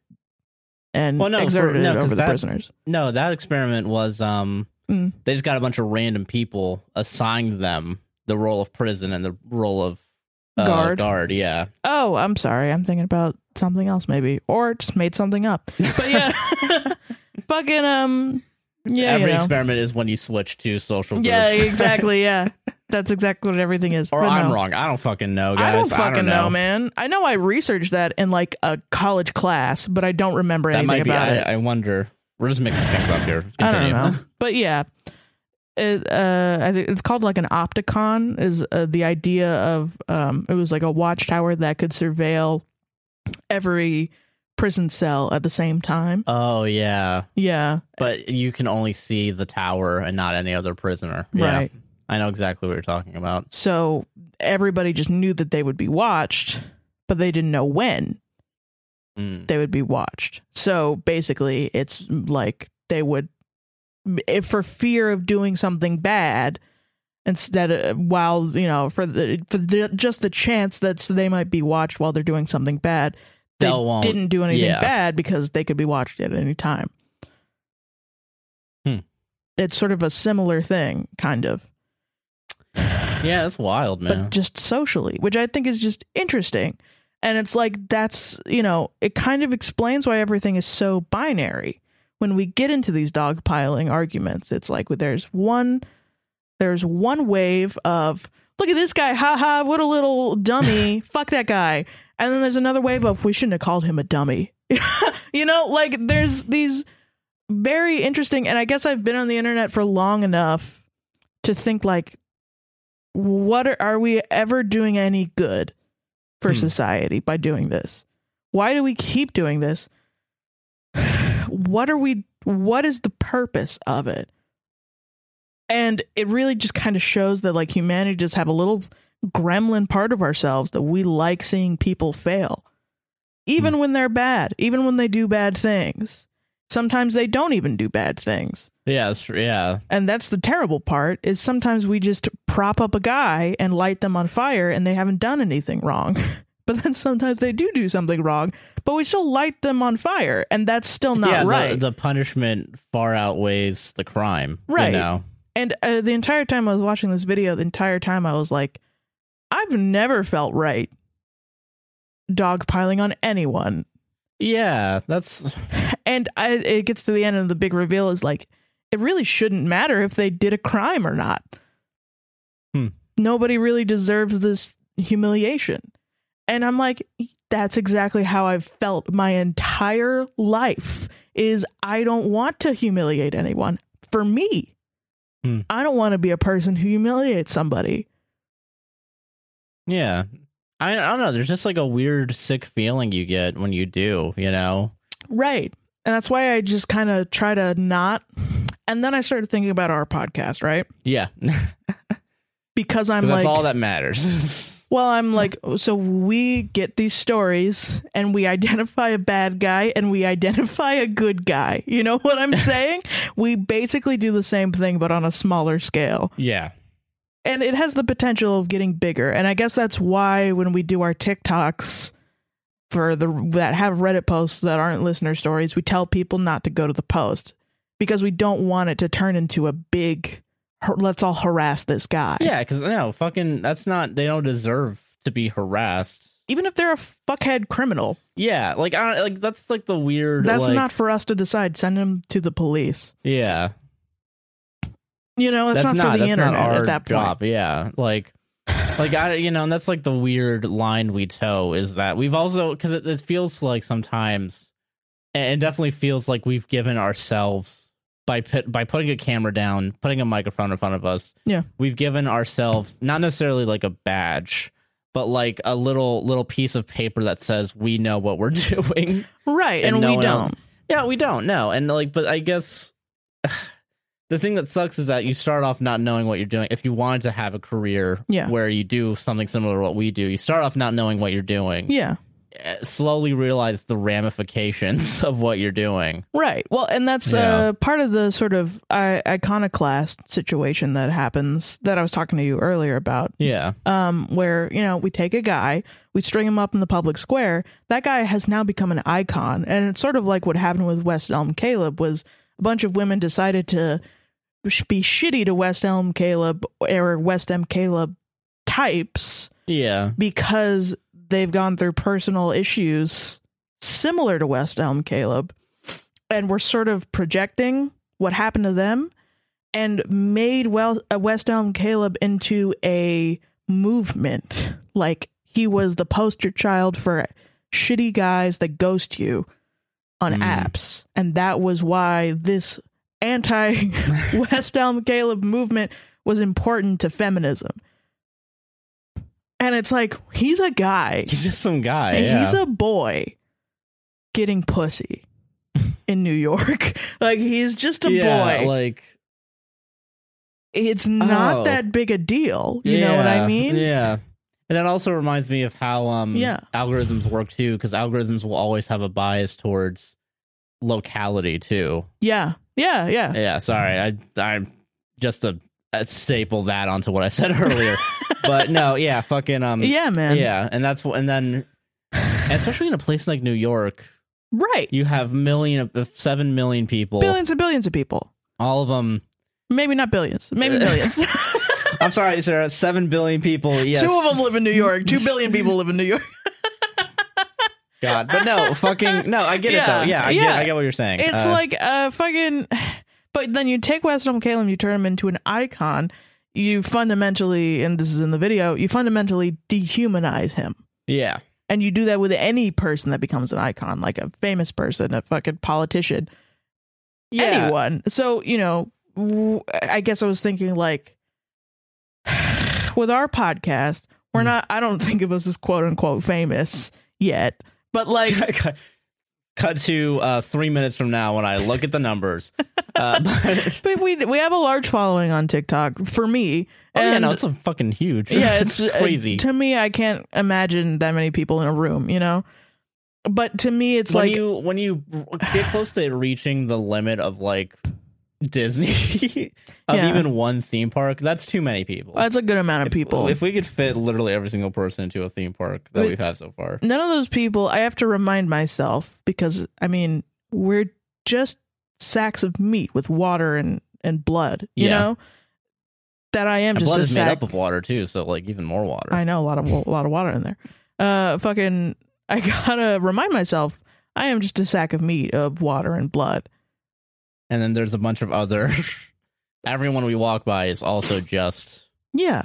Speaker 2: and
Speaker 1: Well, no, for-
Speaker 2: exerted
Speaker 1: no,
Speaker 2: it
Speaker 1: 'cause
Speaker 2: over the
Speaker 1: that-
Speaker 2: prisoners.
Speaker 1: no, that experiment was um
Speaker 2: Mm.
Speaker 1: they just got a bunch of random people assigned them the role of prison and the role of uh,
Speaker 2: Guard.
Speaker 1: Guard, yeah.
Speaker 2: Oh, I'm sorry. I'm thinking about something else maybe or just made something up. But yeah. Fucking um yeah,
Speaker 1: Every
Speaker 2: you know.
Speaker 1: experiment is when you switch to social groups.
Speaker 2: Yeah, exactly. Yeah. That's exactly what everything is.
Speaker 1: or
Speaker 2: But
Speaker 1: I'm
Speaker 2: no.
Speaker 1: wrong. I don't fucking know, guys.
Speaker 2: I don't fucking
Speaker 1: know.
Speaker 2: know. man. I know I researched that in like a college class, but I don't remember
Speaker 1: That
Speaker 2: anything
Speaker 1: might be.
Speaker 2: about it.
Speaker 1: I, I wonder. We're just mixing things up here.
Speaker 2: I
Speaker 1: Continue.
Speaker 2: don't know. But yeah, it, uh, I think it's called like an opticon. Is uh, the idea of um, it was like a watchtower that could surveil every prison cell at the same time.
Speaker 1: Oh yeah,
Speaker 2: Yeah,
Speaker 1: but you can only see the tower and not any other prisoner. Yeah,
Speaker 2: right.
Speaker 1: I know exactly what you're talking about.
Speaker 2: So everybody just knew that they would be watched, but they didn't know when.
Speaker 1: Mm.
Speaker 2: they would be watched. So basically, it's like they would, if for fear of doing something bad, instead of while you know for the for the, just the chance that they might be watched while they're doing something bad, they
Speaker 1: They won't-
Speaker 2: didn't do anything
Speaker 1: yeah.
Speaker 2: bad because they could be watched at any time.
Speaker 1: Hmm.
Speaker 2: It's sort of a similar thing, kind of
Speaker 1: Yeah, that's wild, man.
Speaker 2: but just socially, which I think is just interesting. And it's like that's, you know, it kind of explains why everything is so binary. When we get into these dogpiling arguments, it's like well, there's one there's one wave of look at this guy, haha, what a little dummy, fuck that guy. And then there's another wave of we shouldn't have called him a dummy. you know, like there's these very interesting and I guess I've been on the internet for long enough to think like what are, are we ever doing any good for
Speaker 1: Hmm.
Speaker 2: society by doing this why do we keep doing this what are we what is the purpose of it and it really just kind of shows that like humanity just have a little gremlin part of ourselves that we like seeing people fail even when they're bad even when they do bad things sometimes they don't even do bad things
Speaker 1: yeah, that's, yeah.
Speaker 2: and that's the terrible part is sometimes we just prop up a guy and light them on fire and they haven't done anything wrong. But then sometimes they do do something wrong, but we still light them on fire and that's still not
Speaker 1: yeah, the-
Speaker 2: right.
Speaker 1: The, punishment far outweighs the crime.
Speaker 2: Right.
Speaker 1: You know?
Speaker 2: and uh, the entire time I was watching this video, the entire time I was like, I've never felt right dogpiling on anyone.
Speaker 1: Yeah, that's
Speaker 2: And I, it gets to the end and the big reveal is like, it really shouldn't matter if they did a crime or not.
Speaker 1: Hmm.
Speaker 2: Nobody really deserves this humiliation. And I'm like, that's exactly how I've felt my entire life is I don't want to humiliate anyone for me.
Speaker 1: Hmm.
Speaker 2: I don't want to be a person who humiliates somebody.
Speaker 1: yeah. I, I don't know. There's just like a weird, sick feeling you get when you do. You know.
Speaker 2: Right. And that's why I just kind of try to not. And then I started thinking about our podcast, right?
Speaker 1: Yeah.
Speaker 2: because I'm
Speaker 1: Because that's
Speaker 2: like
Speaker 1: all that matters.
Speaker 2: Well, I'm like, oh, so we get these stories and we identify a bad guy and we identify a good guy. You know what I'm saying? we basically do the same thing, but on a smaller scale.
Speaker 1: yeah.
Speaker 2: And it has the potential of getting bigger. And I guess that's why when we do our TikToks for the that have Reddit posts that aren't listener stories, we tell people not to go to the post because we don't want it to turn into a big, har- let's all harass this guy.
Speaker 1: Yeah, because no, fucking, that's not. They don't deserve to be harassed.
Speaker 2: Even if they're a fuckhead criminal.
Speaker 1: Yeah, like I don't, like that's like the weird.
Speaker 2: That's
Speaker 1: like-
Speaker 2: not for us to decide. Send him to the police.
Speaker 1: Yeah,
Speaker 2: You know, that's, not, for the
Speaker 1: that's
Speaker 2: internet
Speaker 1: not our
Speaker 2: at that
Speaker 1: job.
Speaker 2: point.
Speaker 1: Yeah, like, like I, you know, and that's like the weird line we toe is that we've also because it, it feels like sometimes, and it definitely feels like we've given ourselves by put, by putting a camera down, putting a microphone in front of us.
Speaker 2: Yeah.
Speaker 1: we've given ourselves not necessarily like a badge. But like a little little piece of paper that says we know what we're doing.
Speaker 2: Right, and,
Speaker 1: And no
Speaker 2: we
Speaker 1: one
Speaker 2: don't.
Speaker 1: else- Yeah, we don't know. And like, but I guess the thing that sucks is that you start off not knowing what you're doing. If you wanted to have a career
Speaker 2: Yeah.
Speaker 1: where you do something similar to what we do, you start off not knowing what you're doing.
Speaker 2: Yeah,
Speaker 1: eh, Slowly realize the ramifications of what you're doing.
Speaker 2: right. Well, and that's
Speaker 1: Yeah.
Speaker 2: uh, part of the sort of uh, iconoclast situation that happens that I was talking to you earlier about,
Speaker 1: Yeah.
Speaker 2: um, where, you know, we take a guy, we string him up in the public square. That guy has now become an icon. And it's sort of like what happened with West Elm Caleb was a bunch of women decided to sh- be shitty to West Elm Caleb or West Elm Caleb types
Speaker 1: Yeah.
Speaker 2: because they've gone through personal issues similar to West Elm Caleb and we're sort of projecting what happened to them and made well uh, West Elm Caleb into a movement like he was the poster child for shitty guys that ghost you on
Speaker 1: Mm.
Speaker 2: apps and that was why this anti West Elm Caleb movement was important to feminism and it's like he's a guy
Speaker 1: He's just some guy.
Speaker 2: and
Speaker 1: yeah.
Speaker 2: he's a boy getting pussy in New York. like he's just a
Speaker 1: Yeah,
Speaker 2: boy.
Speaker 1: Like,
Speaker 2: it's not
Speaker 1: Oh.
Speaker 2: that big a deal. You know what I
Speaker 1: yeah,
Speaker 2: mean?
Speaker 1: Yeah. And that also reminds me of how um
Speaker 2: Yeah.
Speaker 1: algorithms work too, because algorithms will always have a bias towards locality too.
Speaker 2: Yeah. Yeah. Yeah.
Speaker 1: Yeah, sorry. I I'm just a, a staple that onto what I said earlier. but no, yeah, fucking um
Speaker 2: Yeah, man.
Speaker 1: yeah, and that's what and then especially in a place like New York,
Speaker 2: Right.
Speaker 1: you have million of 7 million people.
Speaker 2: Billions and billions of people.
Speaker 1: All of them.
Speaker 2: Maybe not billions. Maybe millions.
Speaker 1: I'm sorry, sir, 7 billion people. Yes.
Speaker 2: Two of them live in New York. Two billion people live in New York.
Speaker 1: God. But no, fucking no, I get
Speaker 2: Yeah,
Speaker 1: it though. Yeah, I
Speaker 2: yeah.
Speaker 1: get I get what you're saying.
Speaker 2: It's
Speaker 1: Uh,
Speaker 2: like a fucking. But then you take West Elm Caleb, you turn him into an icon. You fundamentally, and this is in the video, you fundamentally dehumanize him.
Speaker 1: yeah.
Speaker 2: and you do that with any person that becomes an icon, like a famous person, a fucking politician,
Speaker 1: Yeah.
Speaker 2: anyone. So you know, w- I guess I was thinking like, with our podcast, we're
Speaker 1: Hmm.
Speaker 2: not. I don't think of us as quote unquote famous yet, but like,
Speaker 1: cut, cut to uh, three minutes from now when I look at the numbers. Uh, but,
Speaker 2: but we we have a large following on TikTok for me,
Speaker 1: oh, yeah,
Speaker 2: and
Speaker 1: no, it's a fucking huge.
Speaker 2: yeah, it's uh,
Speaker 1: crazy.
Speaker 2: to me, I can't imagine that many people in a room, you know. But to me, it's
Speaker 1: when
Speaker 2: like
Speaker 1: you when you get close to reaching the limit of like Disney of
Speaker 2: Yeah.
Speaker 1: even one theme park, that's too many people.
Speaker 2: that's a good amount of people.
Speaker 1: If we could fit literally every single person into a theme park that
Speaker 2: But-
Speaker 1: we've had so far,
Speaker 2: none of those people i have to remind myself because i mean we're just sacks of meat with water and and blood you
Speaker 1: Yeah.
Speaker 2: know that i am
Speaker 1: and
Speaker 2: just
Speaker 1: blood
Speaker 2: a
Speaker 1: is made
Speaker 2: sack
Speaker 1: up of water too, so like even more water.
Speaker 2: i know a lot of a lot of water in there uh fucking i gotta remind myself i am just a sack of meat of water and blood
Speaker 1: and then there's a bunch of other. everyone we walk by is also just
Speaker 2: yeah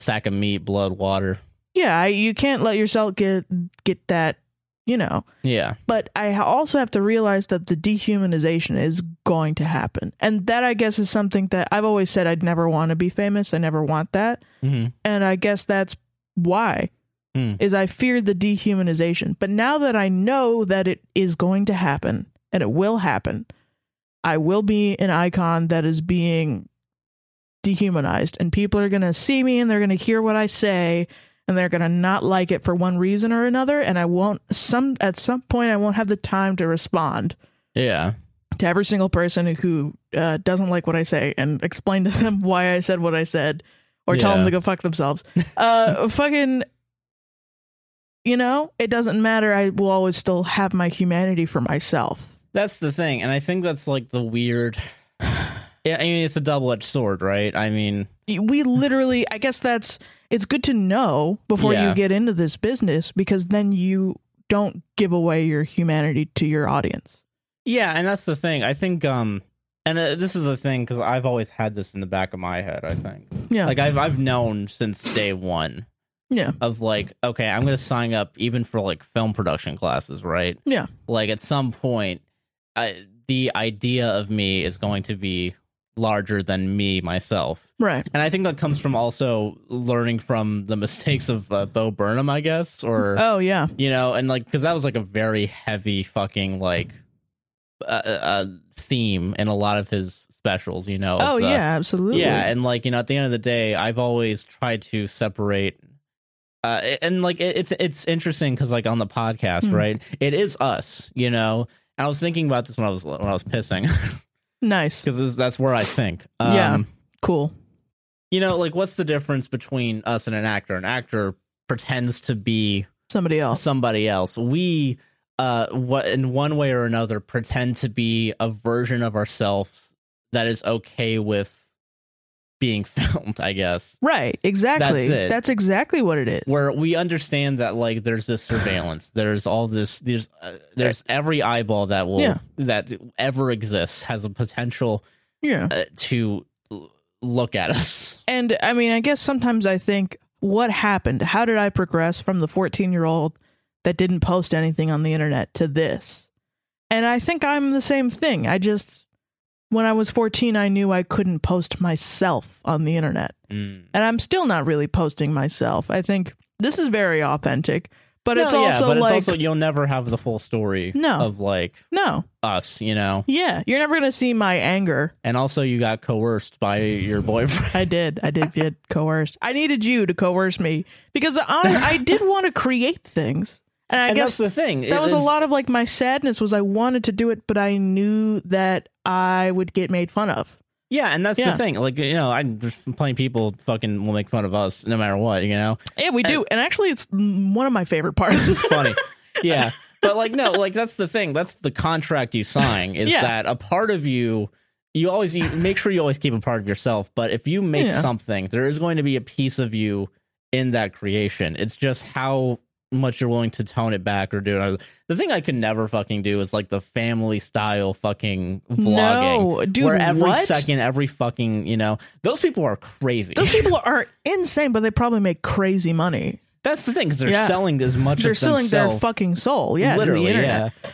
Speaker 1: sack of meat, blood, water.
Speaker 2: yeah I, you can't let yourself get get that you know
Speaker 1: Yeah.
Speaker 2: but I ha- also have to realize that the dehumanization is going to happen. And that, I guess, is something that I've always said I'd never want to be famous. I never want that.
Speaker 1: Mm-hmm.
Speaker 2: And I guess that's why
Speaker 1: Hmm.
Speaker 2: is I feared the dehumanization. But now that I know that it is going to happen and it will happen, I will be an icon that is being dehumanized, and people are gonna see me and they're gonna hear what I say, and they're gonna not like it for one reason or another. And I won't some at some point I won't have the time to respond
Speaker 1: Yeah.
Speaker 2: to every single person who uh, doesn't like what I say and explain to them why I said what I said, or tell them
Speaker 1: Yeah.
Speaker 2: to go fuck themselves. Uh, fucking, you know, it doesn't matter. I will always still have my humanity for myself.
Speaker 1: That's the thing, and I think that's like the weird. Yeah, I mean it's a double edged sword, right? I mean,
Speaker 2: We literally, I guess that's it's good to know before
Speaker 1: Yeah.
Speaker 2: you get into this business because then you don't give away your humanity to your audience.
Speaker 1: yeah, and that's the thing. I think, um, and uh, this is the thing because I've always had this in the back of my head. I think,
Speaker 2: Yeah,
Speaker 1: like I've I've known since day one
Speaker 2: yeah,
Speaker 1: of like, okay, I'm gonna sign up even for like film production classes, right?
Speaker 2: Yeah.
Speaker 1: Like at some point, I, the idea of me is going to be larger than me myself.
Speaker 2: right.
Speaker 1: And I think that comes from also learning from the mistakes of uh, Bo Burnham, I guess, or
Speaker 2: Oh yeah,
Speaker 1: you know, and like because that was like a very heavy fucking like uh, uh, theme in a lot of his specials, you know. of
Speaker 2: oh
Speaker 1: the-
Speaker 2: yeah, absolutely.
Speaker 1: yeah, and like you know, at the end of the day, I've always tried to separate. Uh, and like it, it's it's interesting because like on the podcast,
Speaker 2: Hmm.
Speaker 1: right? It is us, you know. And I was thinking about this when I was when I was pissing
Speaker 2: nice,
Speaker 1: because that's where I think. um,
Speaker 2: Yeah. cool.
Speaker 1: you know, like what's the difference between us and an actor? An actor pretends to be
Speaker 2: Somebody else.
Speaker 1: somebody else. We uh what in one way or another pretend to be a version of ourselves that is okay with being filmed, I guess.
Speaker 2: Right, exactly.
Speaker 1: That's it.
Speaker 2: exactly what it is.
Speaker 1: Where we understand that like there's this surveillance, there's all this, there's uh, there's every eyeball that will
Speaker 2: Yeah.
Speaker 1: that ever exists has a potential
Speaker 2: yeah.
Speaker 1: uh, to l- look at us.
Speaker 2: And I mean, I guess sometimes I think, what happened? How did I progress from the 14 year old that didn't post anything on the internet to this? And I think I'm the same thing. I just, when I was 14, I knew I couldn't post myself on the internet.
Speaker 1: Mm.
Speaker 2: And I'm still not really posting myself. I think this is very authentic, but it's
Speaker 1: No, yeah,
Speaker 2: also
Speaker 1: but
Speaker 2: like,
Speaker 1: it's also you'll never have the full story
Speaker 2: No.
Speaker 1: of like
Speaker 2: no,
Speaker 1: us, you know.
Speaker 2: yeah, you're never going to see my anger
Speaker 1: And also you got coerced by your boyfriend.
Speaker 2: I did. I did get coerced. I needed you to coerce me because I, I did want to create things, and I
Speaker 1: and
Speaker 2: guess
Speaker 1: that's the thing.
Speaker 2: that was a lot of like my sadness was I wanted to do it, but I knew that I would get made fun of.
Speaker 1: Yeah, and that's
Speaker 2: Yeah.
Speaker 1: the thing. Like, you know, I'm just playing people fucking will make fun of us no matter what, you know?
Speaker 2: Yeah, we do, and actually, it's mm, one of my favorite parts.
Speaker 1: It's funny. yeah. But like no, like that's the thing. That's the contract you sign is
Speaker 2: Yeah.
Speaker 1: that a part of you you always you make sure you always keep a part of yourself, but if you make
Speaker 2: Yeah.
Speaker 1: something, there is going to be a piece of you in that creation. It's just how much you're willing to tone it back or do it. The thing I could never fucking do is like the family style fucking vlogging.
Speaker 2: no, dude,
Speaker 1: where every
Speaker 2: what?
Speaker 1: second, every fucking, you know, those people are crazy.
Speaker 2: Those people are insane, but they probably make crazy money.
Speaker 1: That's the thing because they're
Speaker 2: Yeah.
Speaker 1: selling as much.
Speaker 2: They're
Speaker 1: of
Speaker 2: selling their
Speaker 1: themselves,
Speaker 2: fucking soul. Yeah, to the
Speaker 1: literally,
Speaker 2: internet.
Speaker 1: yeah.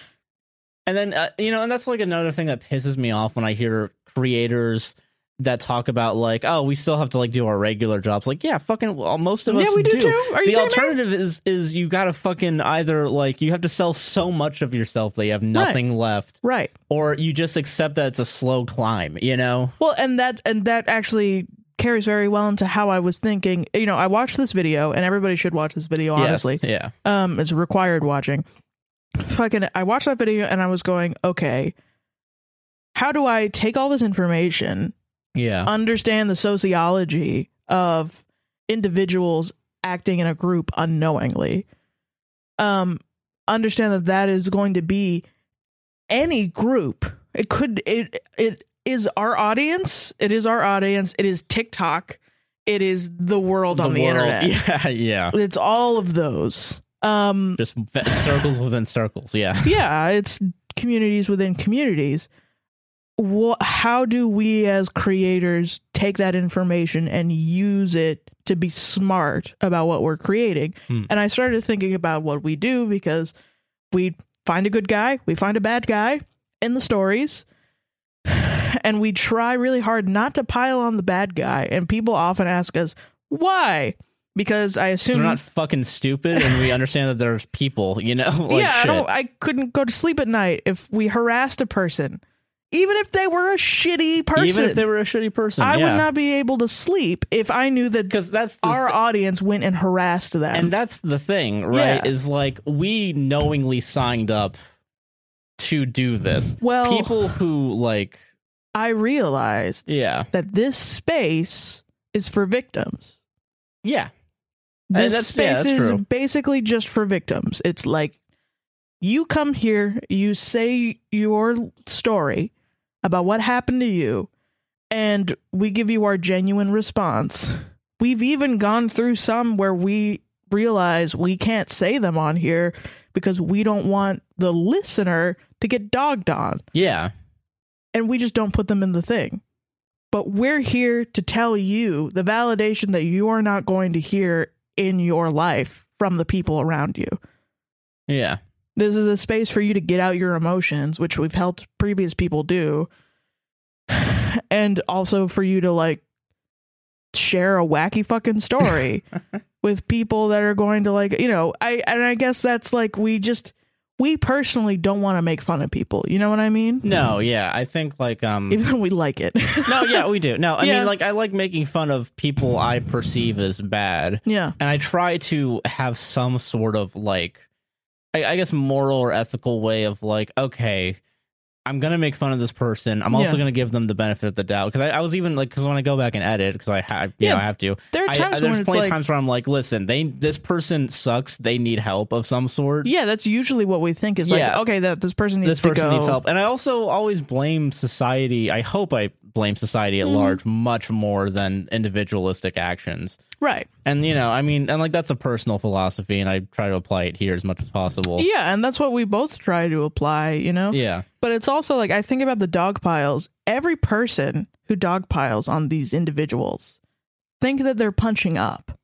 Speaker 1: And then uh, you know, and that's like another thing that pisses me off when I hear creators that talk about like, oh, we still have to like do our regular jobs. Like, yeah, fucking, well, most of
Speaker 2: Yeah,
Speaker 1: us
Speaker 2: we do, too. Are you
Speaker 1: the
Speaker 2: kidding me?
Speaker 1: alternative is is you gotta fucking either like you have to sell so much of yourself that you have nothing left,
Speaker 2: Right.
Speaker 1: or you just accept that it's a slow climb. You know?
Speaker 2: Well, and that and that actually carries very well into how I was thinking. You know, I watched this video, and everybody should watch this video.
Speaker 1: Yes,
Speaker 2: Honestly,
Speaker 1: yeah.
Speaker 2: um, it's required watching. Fucking, I watched that video, and I was going, okay, how do I take all this information,
Speaker 1: Yeah.
Speaker 2: understand the sociology of individuals acting in a group unknowingly, um, understand that that is going to be any group. It could it it is our audience. It is our audience. It is TikTok. It is the world on the
Speaker 1: world.
Speaker 2: internet.
Speaker 1: Yeah, yeah.
Speaker 2: It's all of those. Um,
Speaker 1: Just v- circles within circles. Yeah.
Speaker 2: yeah, it's communities within communities. Wha how do we as creators take that information and use it to be smart about what we're creating?
Speaker 1: Hmm.
Speaker 2: And I started thinking about what we do because we find a good guy, we find a bad guy in the stories, and we try really hard not to pile on the bad guy. And people often ask us, why? Because I assume
Speaker 1: They're not fucking stupid, and we understand that there's people, you know? Like
Speaker 2: yeah, I
Speaker 1: shit.
Speaker 2: don't. I couldn't go to sleep at night if we harassed a person. Even if they were a shitty person,
Speaker 1: Even if they were a shitty person,
Speaker 2: I
Speaker 1: yeah.
Speaker 2: would not be able to sleep if I knew that
Speaker 1: because that's the
Speaker 2: our audience went and harassed them.
Speaker 1: and that's the thing, right?
Speaker 2: Yeah.
Speaker 1: Is like we knowingly signed up to do this.
Speaker 2: well,
Speaker 1: People who like,
Speaker 2: I realized
Speaker 1: yeah,
Speaker 2: that this space is for victims.
Speaker 1: yeah, Uh,
Speaker 2: This
Speaker 1: that's- yeah,
Speaker 2: space
Speaker 1: that's
Speaker 2: is
Speaker 1: true.
Speaker 2: basically just for victims. It's like you come here, you say your story about what happened to you, and we give you our genuine response. We've even gone through some where we realize we can't say them on here because we don't want the listener to get dogged on,
Speaker 1: yeah,
Speaker 2: and we just don't put them in the thing. But we're here to tell you the validation that you are not going to hear in your life from the people around you.
Speaker 1: yeah,
Speaker 2: This is a space for you to get out your emotions, which we've helped previous people do. And also for you to like share a wacky fucking story with people that are going to like, you know, I and I guess that's like we just we personally don't want to make fun of people. You know what I mean?
Speaker 1: no, yeah. I think like um,
Speaker 2: Even though we like it.
Speaker 1: no, yeah, we do. No, I
Speaker 2: Yeah.
Speaker 1: mean like I like making fun of people I perceive as bad.
Speaker 2: yeah.
Speaker 1: and I try to have some sort of like, I, I guess, moral or ethical way of like, okay, I'm gonna make fun of this person. I'm also
Speaker 2: Yeah.
Speaker 1: gonna give them the benefit of the doubt because I, I was even like, because when I go back and edit, because I have, you
Speaker 2: Yeah.
Speaker 1: know, I have to.
Speaker 2: There are
Speaker 1: I,
Speaker 2: times
Speaker 1: I-
Speaker 2: when
Speaker 1: there's
Speaker 2: it's
Speaker 1: plenty
Speaker 2: like
Speaker 1: of times where I'm like, listen, they this person sucks. They need help of some sort.
Speaker 2: Yeah, that's usually what we think is like,
Speaker 1: Yeah.
Speaker 2: okay, that this person needs
Speaker 1: This
Speaker 2: to
Speaker 1: person
Speaker 2: go.
Speaker 1: needs help, and I also always blame society. I hope I blame society at
Speaker 2: Mhm.
Speaker 1: large much more than individualistic actions.
Speaker 2: Right.
Speaker 1: And you know, I mean, and like that's a personal philosophy, and I try to apply it here as much as possible.
Speaker 2: Yeah, and that's what we both try to apply, you know?
Speaker 1: Yeah,
Speaker 2: But it's also like I think about the dog piles. Every person who dog piles on these individuals think that they're punching up.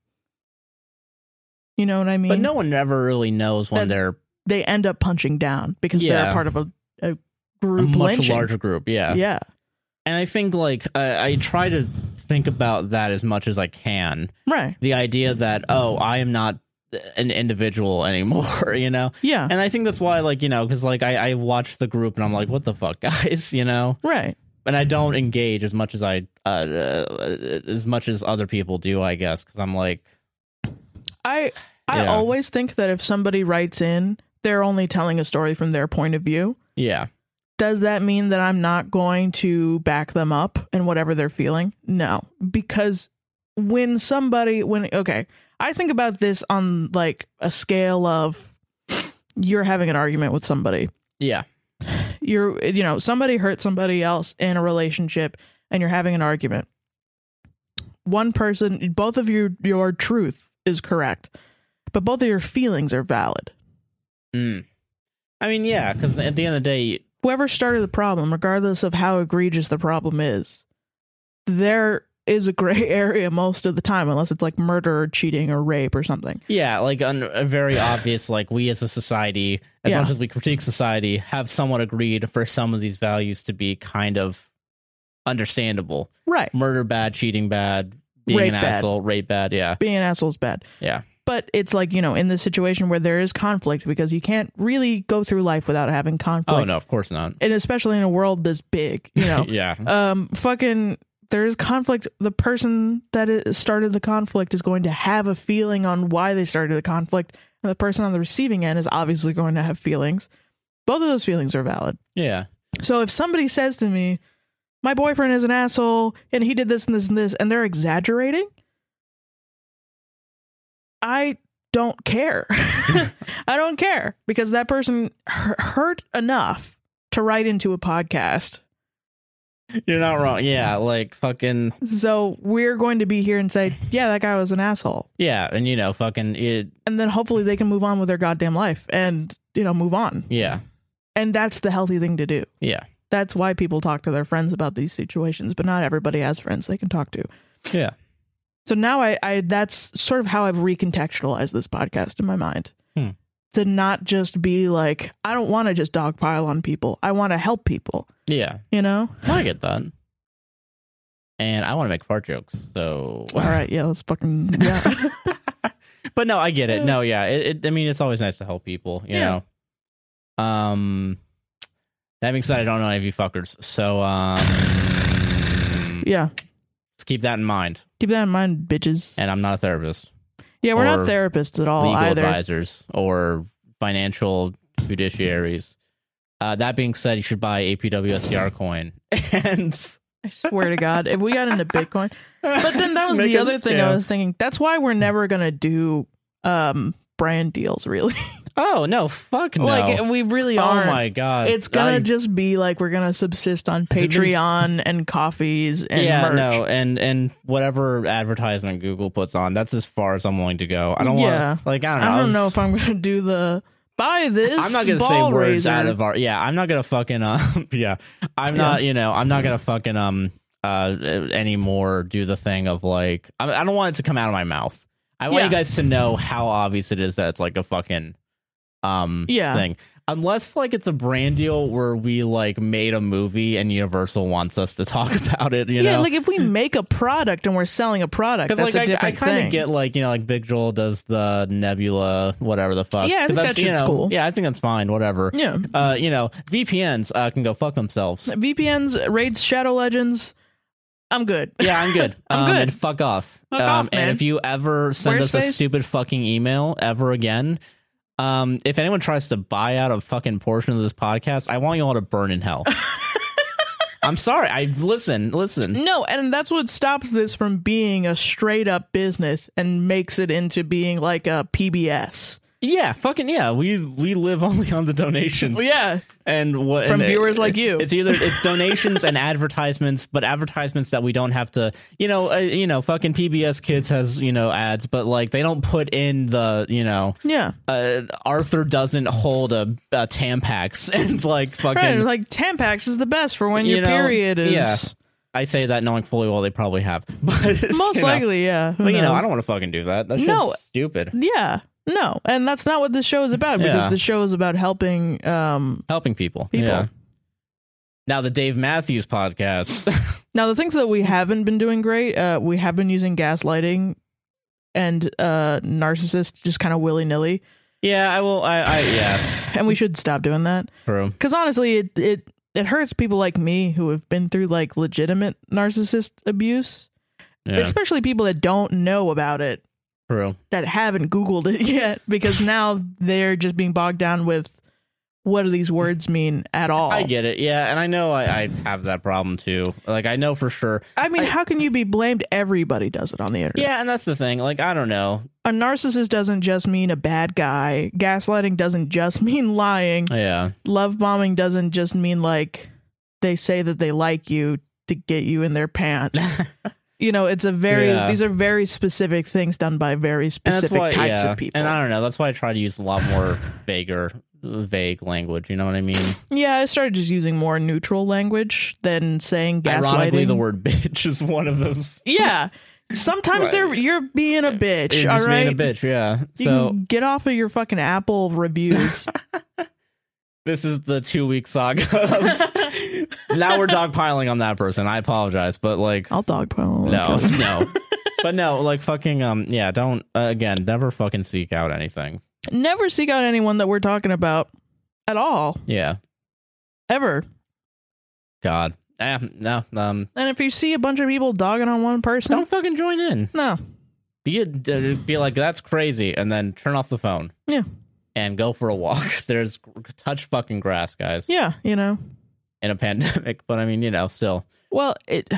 Speaker 2: You know what I mean?
Speaker 1: but no one ever really knows when
Speaker 2: That-
Speaker 1: they're
Speaker 2: they end up punching down because
Speaker 1: Yeah.
Speaker 2: they're a part of a, a
Speaker 1: a
Speaker 2: group
Speaker 1: much
Speaker 2: lynching.
Speaker 1: larger group. Yeah.
Speaker 2: yeah.
Speaker 1: and I think like I, I try to think about that as much as I can.
Speaker 2: Right.
Speaker 1: The idea that oh, I am not an individual anymore, you know.
Speaker 2: Yeah.
Speaker 1: And I think that's why, like you know, because like I, I watch the group and I'm like, what the fuck, guys, you know.
Speaker 2: right.
Speaker 1: And I don't engage as much as I uh, uh, as much as other people do, I guess, because I'm like,
Speaker 2: I I
Speaker 1: Yeah.
Speaker 2: always think that if somebody writes in, they're only telling a story from their point of view.
Speaker 1: yeah,
Speaker 2: does that mean that I'm not going to back them up in whatever they're feeling? No, because when somebody, when, okay, I think about this on like a scale of you're having an argument with somebody.
Speaker 1: yeah,
Speaker 2: You're, you know, somebody hurt somebody else in a relationship and you're having an argument. One person, both of your, your truth is correct, but both of your feelings are valid.
Speaker 1: Mm. I mean, yeah, because at the end of the day,
Speaker 2: whoever started the problem, regardless of how egregious the problem is, there is a gray area most of the time, unless it's like murder or cheating or rape or something.
Speaker 1: yeah, like un- a very obvious, like we as a society, as
Speaker 2: Yeah.
Speaker 1: much as we critique society, have somewhat agreed for some of these values to be kind of understandable.
Speaker 2: Right.
Speaker 1: Murder bad, cheating bad, being
Speaker 2: Rape
Speaker 1: an
Speaker 2: bad.
Speaker 1: asshole, rape bad, yeah,
Speaker 2: Being an asshole is bad.
Speaker 1: yeah,
Speaker 2: But it's like, you know, in this situation where there is conflict because you can't really go through life without having conflict.
Speaker 1: oh no, of course not,
Speaker 2: And especially in a world this big, you know.
Speaker 1: yeah,
Speaker 2: um fucking there is conflict the person that i- started the conflict is going to have a feeling on why they started the conflict and the person on the receiving end is obviously going to have feelings both of those feelings are valid
Speaker 1: yeah,
Speaker 2: so if somebody says to me my boyfriend is an asshole and he did this and this and this and they're exaggerating i don't care i don't care because that person hu- hurt enough to write into a podcast
Speaker 1: you're not wrong, yeah, like fucking,
Speaker 2: So we're going to be here and say, yeah, that guy was an asshole.
Speaker 1: yeah, and you know, fucking, it,
Speaker 2: And then hopefully they can move on with their goddamn life and, you know, move on.
Speaker 1: yeah,
Speaker 2: And that's the healthy thing to do.
Speaker 1: yeah,
Speaker 2: That's why people talk to their friends about these situations, but not everybody has friends they can talk to.
Speaker 1: yeah,
Speaker 2: So now I, I that's sort of how I've recontextualized this podcast in my mind.
Speaker 1: Hmm.
Speaker 2: To not just be like, I don't want to just dogpile on people. I want to help people,
Speaker 1: yeah.
Speaker 2: you know?
Speaker 1: I get that, and I want to make fart jokes, so
Speaker 2: All right, yeah, let's fucking yeah.
Speaker 1: but no, I get it.
Speaker 2: Yeah.
Speaker 1: No, yeah. It, it, I mean, it's always nice to help people, you
Speaker 2: Yeah.
Speaker 1: know. Um, That being said, I don't know any of you fuckers, so um, just
Speaker 2: Yeah.
Speaker 1: keep that in mind.
Speaker 2: Keep that in mind, bitches.
Speaker 1: And I'm not a therapist,
Speaker 2: Yeah, we're
Speaker 1: or
Speaker 2: not therapists at all
Speaker 1: legal
Speaker 2: Oh, either.
Speaker 1: advisors, or financial judiciaries. Uh, that being said, you should buy APWSDR coin. and
Speaker 2: I swear to God, if we got into Bitcoin, but then that was the other thing I was thinking. That's why
Speaker 1: Hmm.
Speaker 2: we're never gonna do um brand deals, really.
Speaker 1: Oh no! Fuck no!
Speaker 2: Like we really
Speaker 1: oh
Speaker 2: aren't.
Speaker 1: my god!
Speaker 2: It's gonna
Speaker 1: I-
Speaker 2: just be like we're gonna subsist on
Speaker 1: Has it been-
Speaker 2: Patreon and coffees and
Speaker 1: yeah,
Speaker 2: merch.
Speaker 1: no, and and whatever advertisement Google puts on, that's as far as I'm willing to go. I don't
Speaker 2: Yeah.
Speaker 1: want to like I don't know.
Speaker 2: I don't
Speaker 1: was-
Speaker 2: know if I'm gonna do the buy this.
Speaker 1: I'm not gonna say
Speaker 2: ball
Speaker 1: words
Speaker 2: raiser.
Speaker 1: out of our. Yeah, I'm not gonna fucking. Uh, yeah, I'm
Speaker 2: Yeah.
Speaker 1: not. You know, I'm not gonna fucking um uh anymore. Do the thing of like I, I don't want it to come out of my mouth. I want
Speaker 2: Yeah.
Speaker 1: you guys to know how obvious it is that it's like a fucking um
Speaker 2: Yeah.
Speaker 1: thing. Unless like it's a brand deal where we like made a movie and Universal wants us to talk about it. You
Speaker 2: yeah,
Speaker 1: know,
Speaker 2: like if we make a product and we're selling a product, that's
Speaker 1: because
Speaker 2: a
Speaker 1: like I, I
Speaker 2: different
Speaker 1: kind
Speaker 2: thing.
Speaker 1: of get like you know like Big Joel does the Nebula whatever the fuck.
Speaker 2: Yeah,
Speaker 1: 'Cause
Speaker 2: I think
Speaker 1: that's
Speaker 2: that
Speaker 1: you
Speaker 2: shit's
Speaker 1: know,
Speaker 2: cool.
Speaker 1: Yeah, I think that's fine. Whatever.
Speaker 2: yeah.
Speaker 1: Uh, you know VPNs uh, can go fuck themselves.
Speaker 2: VPNs, raids, Shadow Legends. I'm good.
Speaker 1: Yeah, I'm good.
Speaker 2: I'm
Speaker 1: um,
Speaker 2: good.
Speaker 1: And fuck off.
Speaker 2: Fuck
Speaker 1: um,
Speaker 2: off, man.
Speaker 1: And if you ever send us a
Speaker 2: Squarespace?
Speaker 1: stupid fucking email ever again, um, if anyone tries to buy out a fucking portion of this podcast, I want you all to burn in hell. I'm sorry. I listen, listen.
Speaker 2: No, and that's what stops this from being a straight up business and makes it into being like a PBS.
Speaker 1: Yeah, fucking yeah. We we live only on the donations.
Speaker 2: Well, yeah,
Speaker 1: and what
Speaker 2: From
Speaker 1: and
Speaker 2: viewers like you.
Speaker 1: It's either it's donations and advertisements, but advertisements that we don't have to, you know, uh, you know, fucking PBS Kids has you know ads, but like they don't put in the you know.
Speaker 2: yeah.
Speaker 1: Uh, Arthur doesn't hold a, a Tampax and like fucking.
Speaker 2: Right, like Tampax is the best for when
Speaker 1: You
Speaker 2: your
Speaker 1: know,
Speaker 2: period is
Speaker 1: yeah. I say that knowing fully well they probably have, but
Speaker 2: most
Speaker 1: you know,
Speaker 2: likely, yeah. Who
Speaker 1: But you know,
Speaker 2: knows?
Speaker 1: I don't want to fucking do that. That's
Speaker 2: No.
Speaker 1: stupid.
Speaker 2: Yeah, no, and that's not what this show is about
Speaker 1: Yeah.
Speaker 2: because the show is about helping. Um,
Speaker 1: Helping people.
Speaker 2: People.
Speaker 1: Yeah. Now the Dave Matthews podcast.
Speaker 2: now the things that we haven't been doing great, uh, we have been using gaslighting and uh, narcissists just kind of willy nilly,
Speaker 1: yeah, I will. I, I yeah,
Speaker 2: and we should stop doing that.
Speaker 1: true.
Speaker 2: because honestly, it it it hurts people like me who have been through like legitimate narcissist abuse,
Speaker 1: Yeah,
Speaker 2: especially people that don't know about it,
Speaker 1: true.
Speaker 2: that haven't Googled it yet, because now they're just being bogged down with what do these words mean at all.
Speaker 1: I get it. Yeah, and I know I, I have that problem too. Like I know for sure.
Speaker 2: I mean,
Speaker 1: I-
Speaker 2: how can you be blamed? Everybody does it on the internet.
Speaker 1: Yeah, and that's the thing. Like I don't know.
Speaker 2: A narcissist doesn't just mean a bad guy. Gaslighting doesn't just mean lying.
Speaker 1: Yeah.
Speaker 2: Love bombing doesn't just mean like they say that they like you to get you in their pants. you know it's a very
Speaker 1: Yeah.
Speaker 2: these are very specific things done by very specific types
Speaker 1: yeah.
Speaker 2: of people
Speaker 1: And I don't know. That's why I try to use a lot more vaguer, vague language. You know what I mean?
Speaker 2: yeah i started just using more neutral language than saying gaslighting
Speaker 1: Ironically, the word "bitch" is one of those.
Speaker 2: yeah sometimes
Speaker 1: Right.
Speaker 2: they're you're being a bitch
Speaker 1: It
Speaker 2: all
Speaker 1: just
Speaker 2: right
Speaker 1: made a bitch. Yeah.
Speaker 2: You
Speaker 1: So
Speaker 2: can get off of your fucking apple reviews
Speaker 1: this is the two-week saga. of- now we're dogpiling on that person. I apologize, but like,
Speaker 2: i'll dogpile
Speaker 1: no, no. But no, like fucking um, yeah. Don't uh, again. Never fucking seek out anything.
Speaker 2: never seek out anyone that we're talking about at all
Speaker 1: Yeah,
Speaker 2: ever
Speaker 1: God. Eh, no, um,
Speaker 2: and if you see a bunch of people dogging on one person
Speaker 1: don't fucking join in.
Speaker 2: no
Speaker 1: Be a, be like that's crazy, and then turn off the phone.
Speaker 2: Yeah.
Speaker 1: and go for a walk. There's touch fucking grass, guys.
Speaker 2: yeah you know
Speaker 1: in a pandemic, but I mean, you know, still.
Speaker 2: Well, it.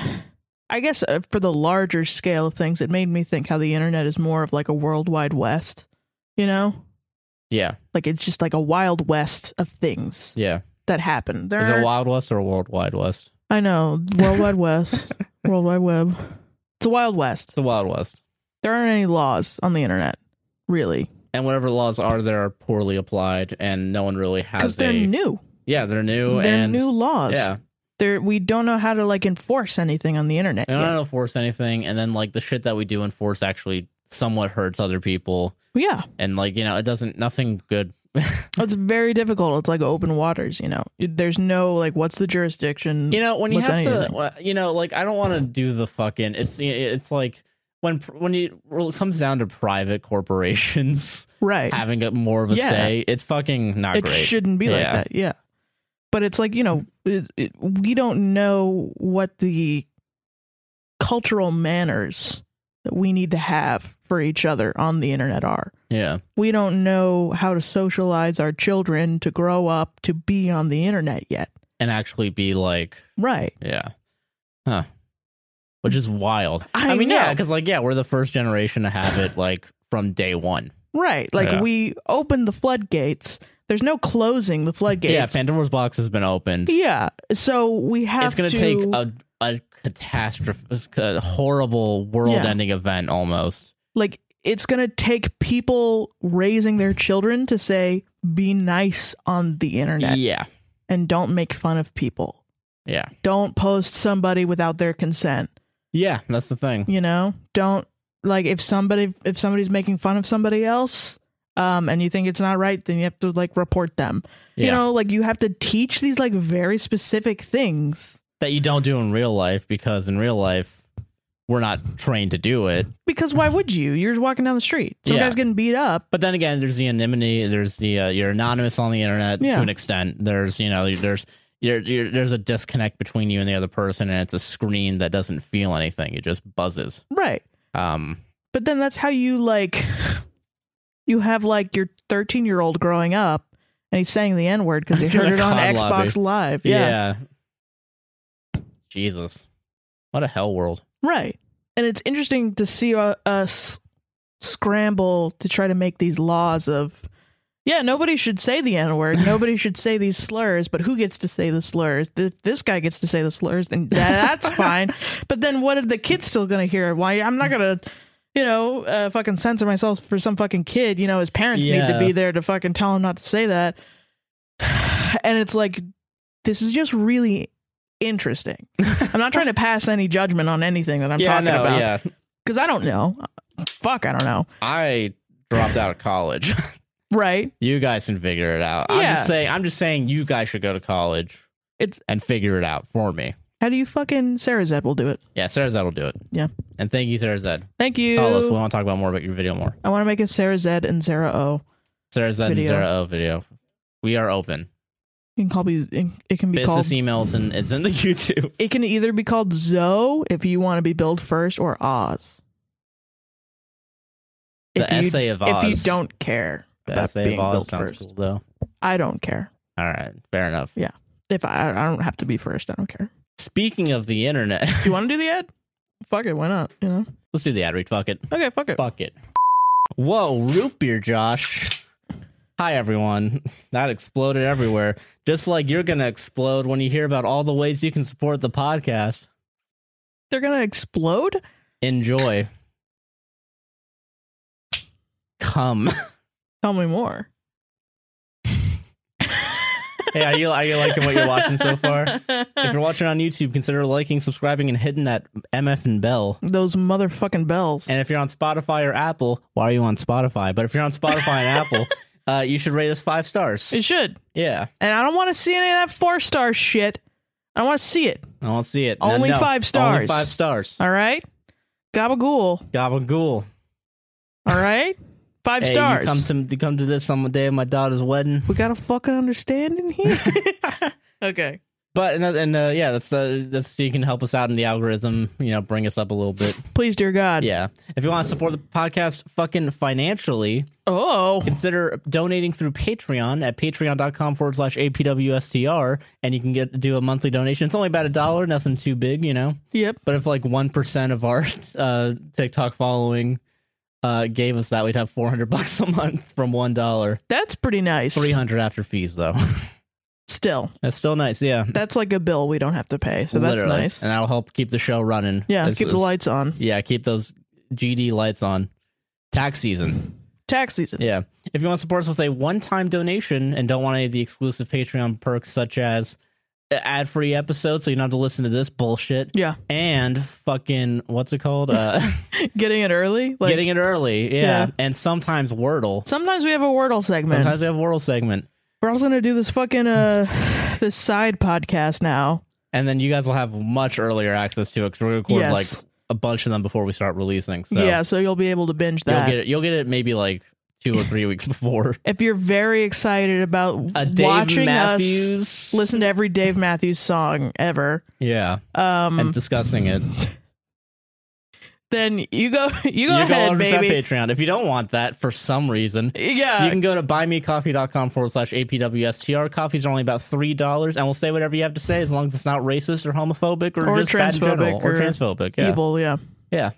Speaker 2: I guess uh, for the larger scale of things, it made me think how the internet is more of like a worldwide west. You know,
Speaker 1: Yeah,
Speaker 2: like it's just like a wild west of things
Speaker 1: yeah.
Speaker 2: that happen. There
Speaker 1: Is it
Speaker 2: are-
Speaker 1: Wild West or World Wide West?
Speaker 2: I know worldwide west, worldwide web. It's a wild
Speaker 1: It's
Speaker 2: west.
Speaker 1: the Wild West,
Speaker 2: There aren't any laws on the internet, really,
Speaker 1: and whatever laws are there are poorly applied, and no one really
Speaker 2: because
Speaker 1: has
Speaker 2: they're
Speaker 1: a.
Speaker 2: new.
Speaker 1: yeah, they're new
Speaker 2: They're
Speaker 1: and
Speaker 2: new laws.
Speaker 1: yeah.
Speaker 2: They're, we don't know how to like enforce anything on the internet.
Speaker 1: They don't
Speaker 2: yet.
Speaker 1: enforce anything, and then like the shit that we do enforce actually somewhat hurts other people,
Speaker 2: Yeah.
Speaker 1: and like you know, it doesn't. Nothing good.
Speaker 2: It's very difficult. It's like open waters, you know. There's no like what's the jurisdiction?
Speaker 1: You know, when you
Speaker 2: What's
Speaker 1: have to,
Speaker 2: anything?
Speaker 1: well, you know, like I don't want to do the fucking. It's it's like when when you when it comes down to private corporations
Speaker 2: right.
Speaker 1: having a, more of a
Speaker 2: Yeah.
Speaker 1: say, it's fucking not
Speaker 2: it
Speaker 1: great.
Speaker 2: shouldn't be like
Speaker 1: Yeah.
Speaker 2: that yeah but it's like you know it, it, we don't know what the cultural manners that we need to have for each other on the internet are
Speaker 1: Yeah.
Speaker 2: we don't know how to socialize our children to grow up to be on the internet yet
Speaker 1: And actually be like,
Speaker 2: right
Speaker 1: yeah. Huh. Which is wild.
Speaker 2: I
Speaker 1: mean, yeah,
Speaker 2: know.
Speaker 1: because like, yeah, we're the first generation to have it like from day one.
Speaker 2: right like
Speaker 1: Yeah.
Speaker 2: we open the floodgates there's no closing the floodgates
Speaker 1: Yeah, Pandora's box has been opened.
Speaker 2: Yeah, so we have
Speaker 1: it's going to
Speaker 2: to
Speaker 1: take a a catastrophe, a horrible world-ending event almost.
Speaker 2: like it's going to take people raising their children to say be nice on the internet
Speaker 1: Yeah,
Speaker 2: and don't make fun of people.
Speaker 1: yeah,
Speaker 2: Don't post somebody without their consent,
Speaker 1: yeah. That's the thing.
Speaker 2: you know? Don't like if somebody if somebody's making fun of somebody else um and you think it's not right, then you have to like report them.
Speaker 1: Yeah.
Speaker 2: You know, like you have to teach these like very specific things
Speaker 1: that you don't do in real life because in real life we're not trained to do it.
Speaker 2: because why would you? You're just walking down the street. Some
Speaker 1: Yeah.
Speaker 2: guy's getting beat up.
Speaker 1: But then again, there's the anonymity. There's the uh, you're anonymous on the internet
Speaker 2: Yeah.
Speaker 1: to an extent. There's you know there's you're, you're, there's a disconnect between you and the other person, and it's a screen that doesn't feel anything. It just buzzes.
Speaker 2: Right.
Speaker 1: Um,
Speaker 2: but then that's how you like you have like your 13 year old growing up and he's saying the n word because he
Speaker 1: In a
Speaker 2: heard it on
Speaker 1: COD
Speaker 2: xbox live yeah,
Speaker 1: yeah. Jesus, what a hell world.
Speaker 2: right and it's interesting to see uh, us scramble to try to make these laws of yeah nobody should say the n word nobody should say these slurs but who gets to say the slurs Th- this guy gets to say the slurs then that, that's fine but then what are the kids still gonna hear why i'm not gonna you know, uh, fucking censor myself for some fucking kid. You know, his parents need
Speaker 1: Yeah.
Speaker 2: to be there to fucking tell him not to say that. And it's like, this is just really interesting. I'm not trying to pass any judgment on anything that I'm talking
Speaker 1: no,
Speaker 2: about
Speaker 1: yeah.
Speaker 2: because I don't know. Fuck, I don't know.
Speaker 1: I dropped out of college.
Speaker 2: Right?
Speaker 1: you guys can figure it out. I'm
Speaker 2: Yeah.
Speaker 1: just saying. I'm just saying. You guys should go to college.
Speaker 2: It's-
Speaker 1: and figure it out for me.
Speaker 2: How do you fucking Sarah Zed will do it?
Speaker 1: Yeah, Sarah Zed will do it.
Speaker 2: Yeah.
Speaker 1: And thank you, Sarah Zed.
Speaker 2: Thank you.
Speaker 1: Call us. We want to talk about more about your video more.
Speaker 2: I want to make it Sarah Zed and Sarah O.
Speaker 1: Sarah Zed and
Speaker 2: Video.
Speaker 1: Sarah O video. We are open.
Speaker 2: You can call me. It can be called.
Speaker 1: Business emails and it's in the YouTube.
Speaker 2: It can either be called Zoe if you want to be billed first, or Oz.
Speaker 1: The
Speaker 2: you-
Speaker 1: essay of Oz.
Speaker 2: If you don't care
Speaker 1: the
Speaker 2: about
Speaker 1: essay
Speaker 2: being
Speaker 1: of Oz
Speaker 2: billed
Speaker 1: sounds
Speaker 2: first,
Speaker 1: cool though.
Speaker 2: I don't care.
Speaker 1: All right, fair enough.
Speaker 2: If I, I don't have to be first, I don't care.
Speaker 1: Speaking of the internet,
Speaker 2: Do you want to do the ad? Fuck it, why not? You know?
Speaker 1: let's do the ad read. Fuck it.
Speaker 2: Okay, fuck it.
Speaker 1: Fuck it. Whoa, root beer, Josh. Hi, everyone. That exploded everywhere. Just like you're going to explode when you hear about all the ways you can support the podcast.
Speaker 2: They're gonna explode.
Speaker 1: Enjoy. Come.
Speaker 2: Tell me more.
Speaker 1: Hey, are you, are you liking what you're watching so far? If you're watching on YouTube, consider liking, subscribing, and hitting that MF and bell.
Speaker 2: Those motherfucking bells.
Speaker 1: And if you're on Spotify or Apple, why are you on Spotify? But if you're on Spotify and Apple, uh, you should rate us five stars.
Speaker 2: It should.
Speaker 1: Yeah,
Speaker 2: And I don't want to see any of that four star shit. I want to see it.
Speaker 1: I don't see it.
Speaker 2: Only five
Speaker 1: Only
Speaker 2: stars.
Speaker 1: five stars.
Speaker 2: All right. Gabagool.
Speaker 1: Gabagool.
Speaker 2: All right. Five
Speaker 1: Hey,
Speaker 2: stars.
Speaker 1: You come to you come to this on the day of my daughter's wedding.
Speaker 2: we got a fucking understanding here. okay.
Speaker 1: But and that- and uh, yeah, that's uh, that's you can help us out in the algorithm. You know, bring us up a little bit.
Speaker 2: Please, dear God.
Speaker 1: Yeah. If you want to support the podcast, fucking financially,
Speaker 2: Oh.
Speaker 1: consider donating through Patreon at patreon.com forward slash apwstr, and you can get do a monthly donation. It's only about a dollar, nothing too big, you know.
Speaker 2: Yep.
Speaker 1: But if like one percent of our uh, TikTok following uh, gave us that, we'd have four hundred bucks a month from one dollar.
Speaker 2: That's pretty nice.
Speaker 1: Three hundred after fees though.
Speaker 2: Still,
Speaker 1: That's still nice, yeah.
Speaker 2: that's like a bill we don't have to pay. So that's
Speaker 1: Literally.
Speaker 2: nice.
Speaker 1: And that'll help keep the show running.
Speaker 2: Yeah.
Speaker 1: It's-
Speaker 2: keep the
Speaker 1: it's-
Speaker 2: lights on.
Speaker 1: Yeah, keep those GD lights on. Tax season.
Speaker 2: Tax season.
Speaker 1: Yeah. If you want to support us with a one time donation and don't want any of the exclusive Patreon perks such as ad free episodes, so you don't have to listen to this bullshit.
Speaker 2: Yeah.
Speaker 1: And fucking what's it called? Uh
Speaker 2: Getting it early. Like
Speaker 1: getting it early. Yeah.
Speaker 2: Yeah.
Speaker 1: And sometimes Wordle.
Speaker 2: sometimes we have a Wordle segment.
Speaker 1: Sometimes we have a Wordle segment.
Speaker 2: We're also gonna do this fucking uh this side podcast now.
Speaker 1: And then you guys will have much earlier access to it because we record
Speaker 2: Yes.
Speaker 1: like a bunch of them before we start releasing. So
Speaker 2: Yeah, so you'll be able to binge
Speaker 1: You'll
Speaker 2: that.
Speaker 1: get it. You'll get it maybe like two or three weeks before.
Speaker 2: If you're very excited about
Speaker 1: A Dave
Speaker 2: watching us
Speaker 1: Matthews.
Speaker 2: listen to every Dave Matthews song ever,
Speaker 1: Yeah,
Speaker 2: um,
Speaker 1: and discussing it.
Speaker 2: then you go you
Speaker 1: you
Speaker 2: go ahead,
Speaker 1: go over
Speaker 2: baby. Uh,
Speaker 1: to that Patreon. If you don't want that for some reason,
Speaker 2: Yeah,
Speaker 1: you can go to buymecoffee.com forward slash APWSTR. Coffees are only about $3, and we'll say whatever you have to say as long as it's not racist or homophobic or,
Speaker 2: Or
Speaker 1: just bad in general
Speaker 2: transphobic
Speaker 1: or
Speaker 2: or
Speaker 1: transphobic. Yeah.
Speaker 2: evil. Yeah,
Speaker 1: Yeah.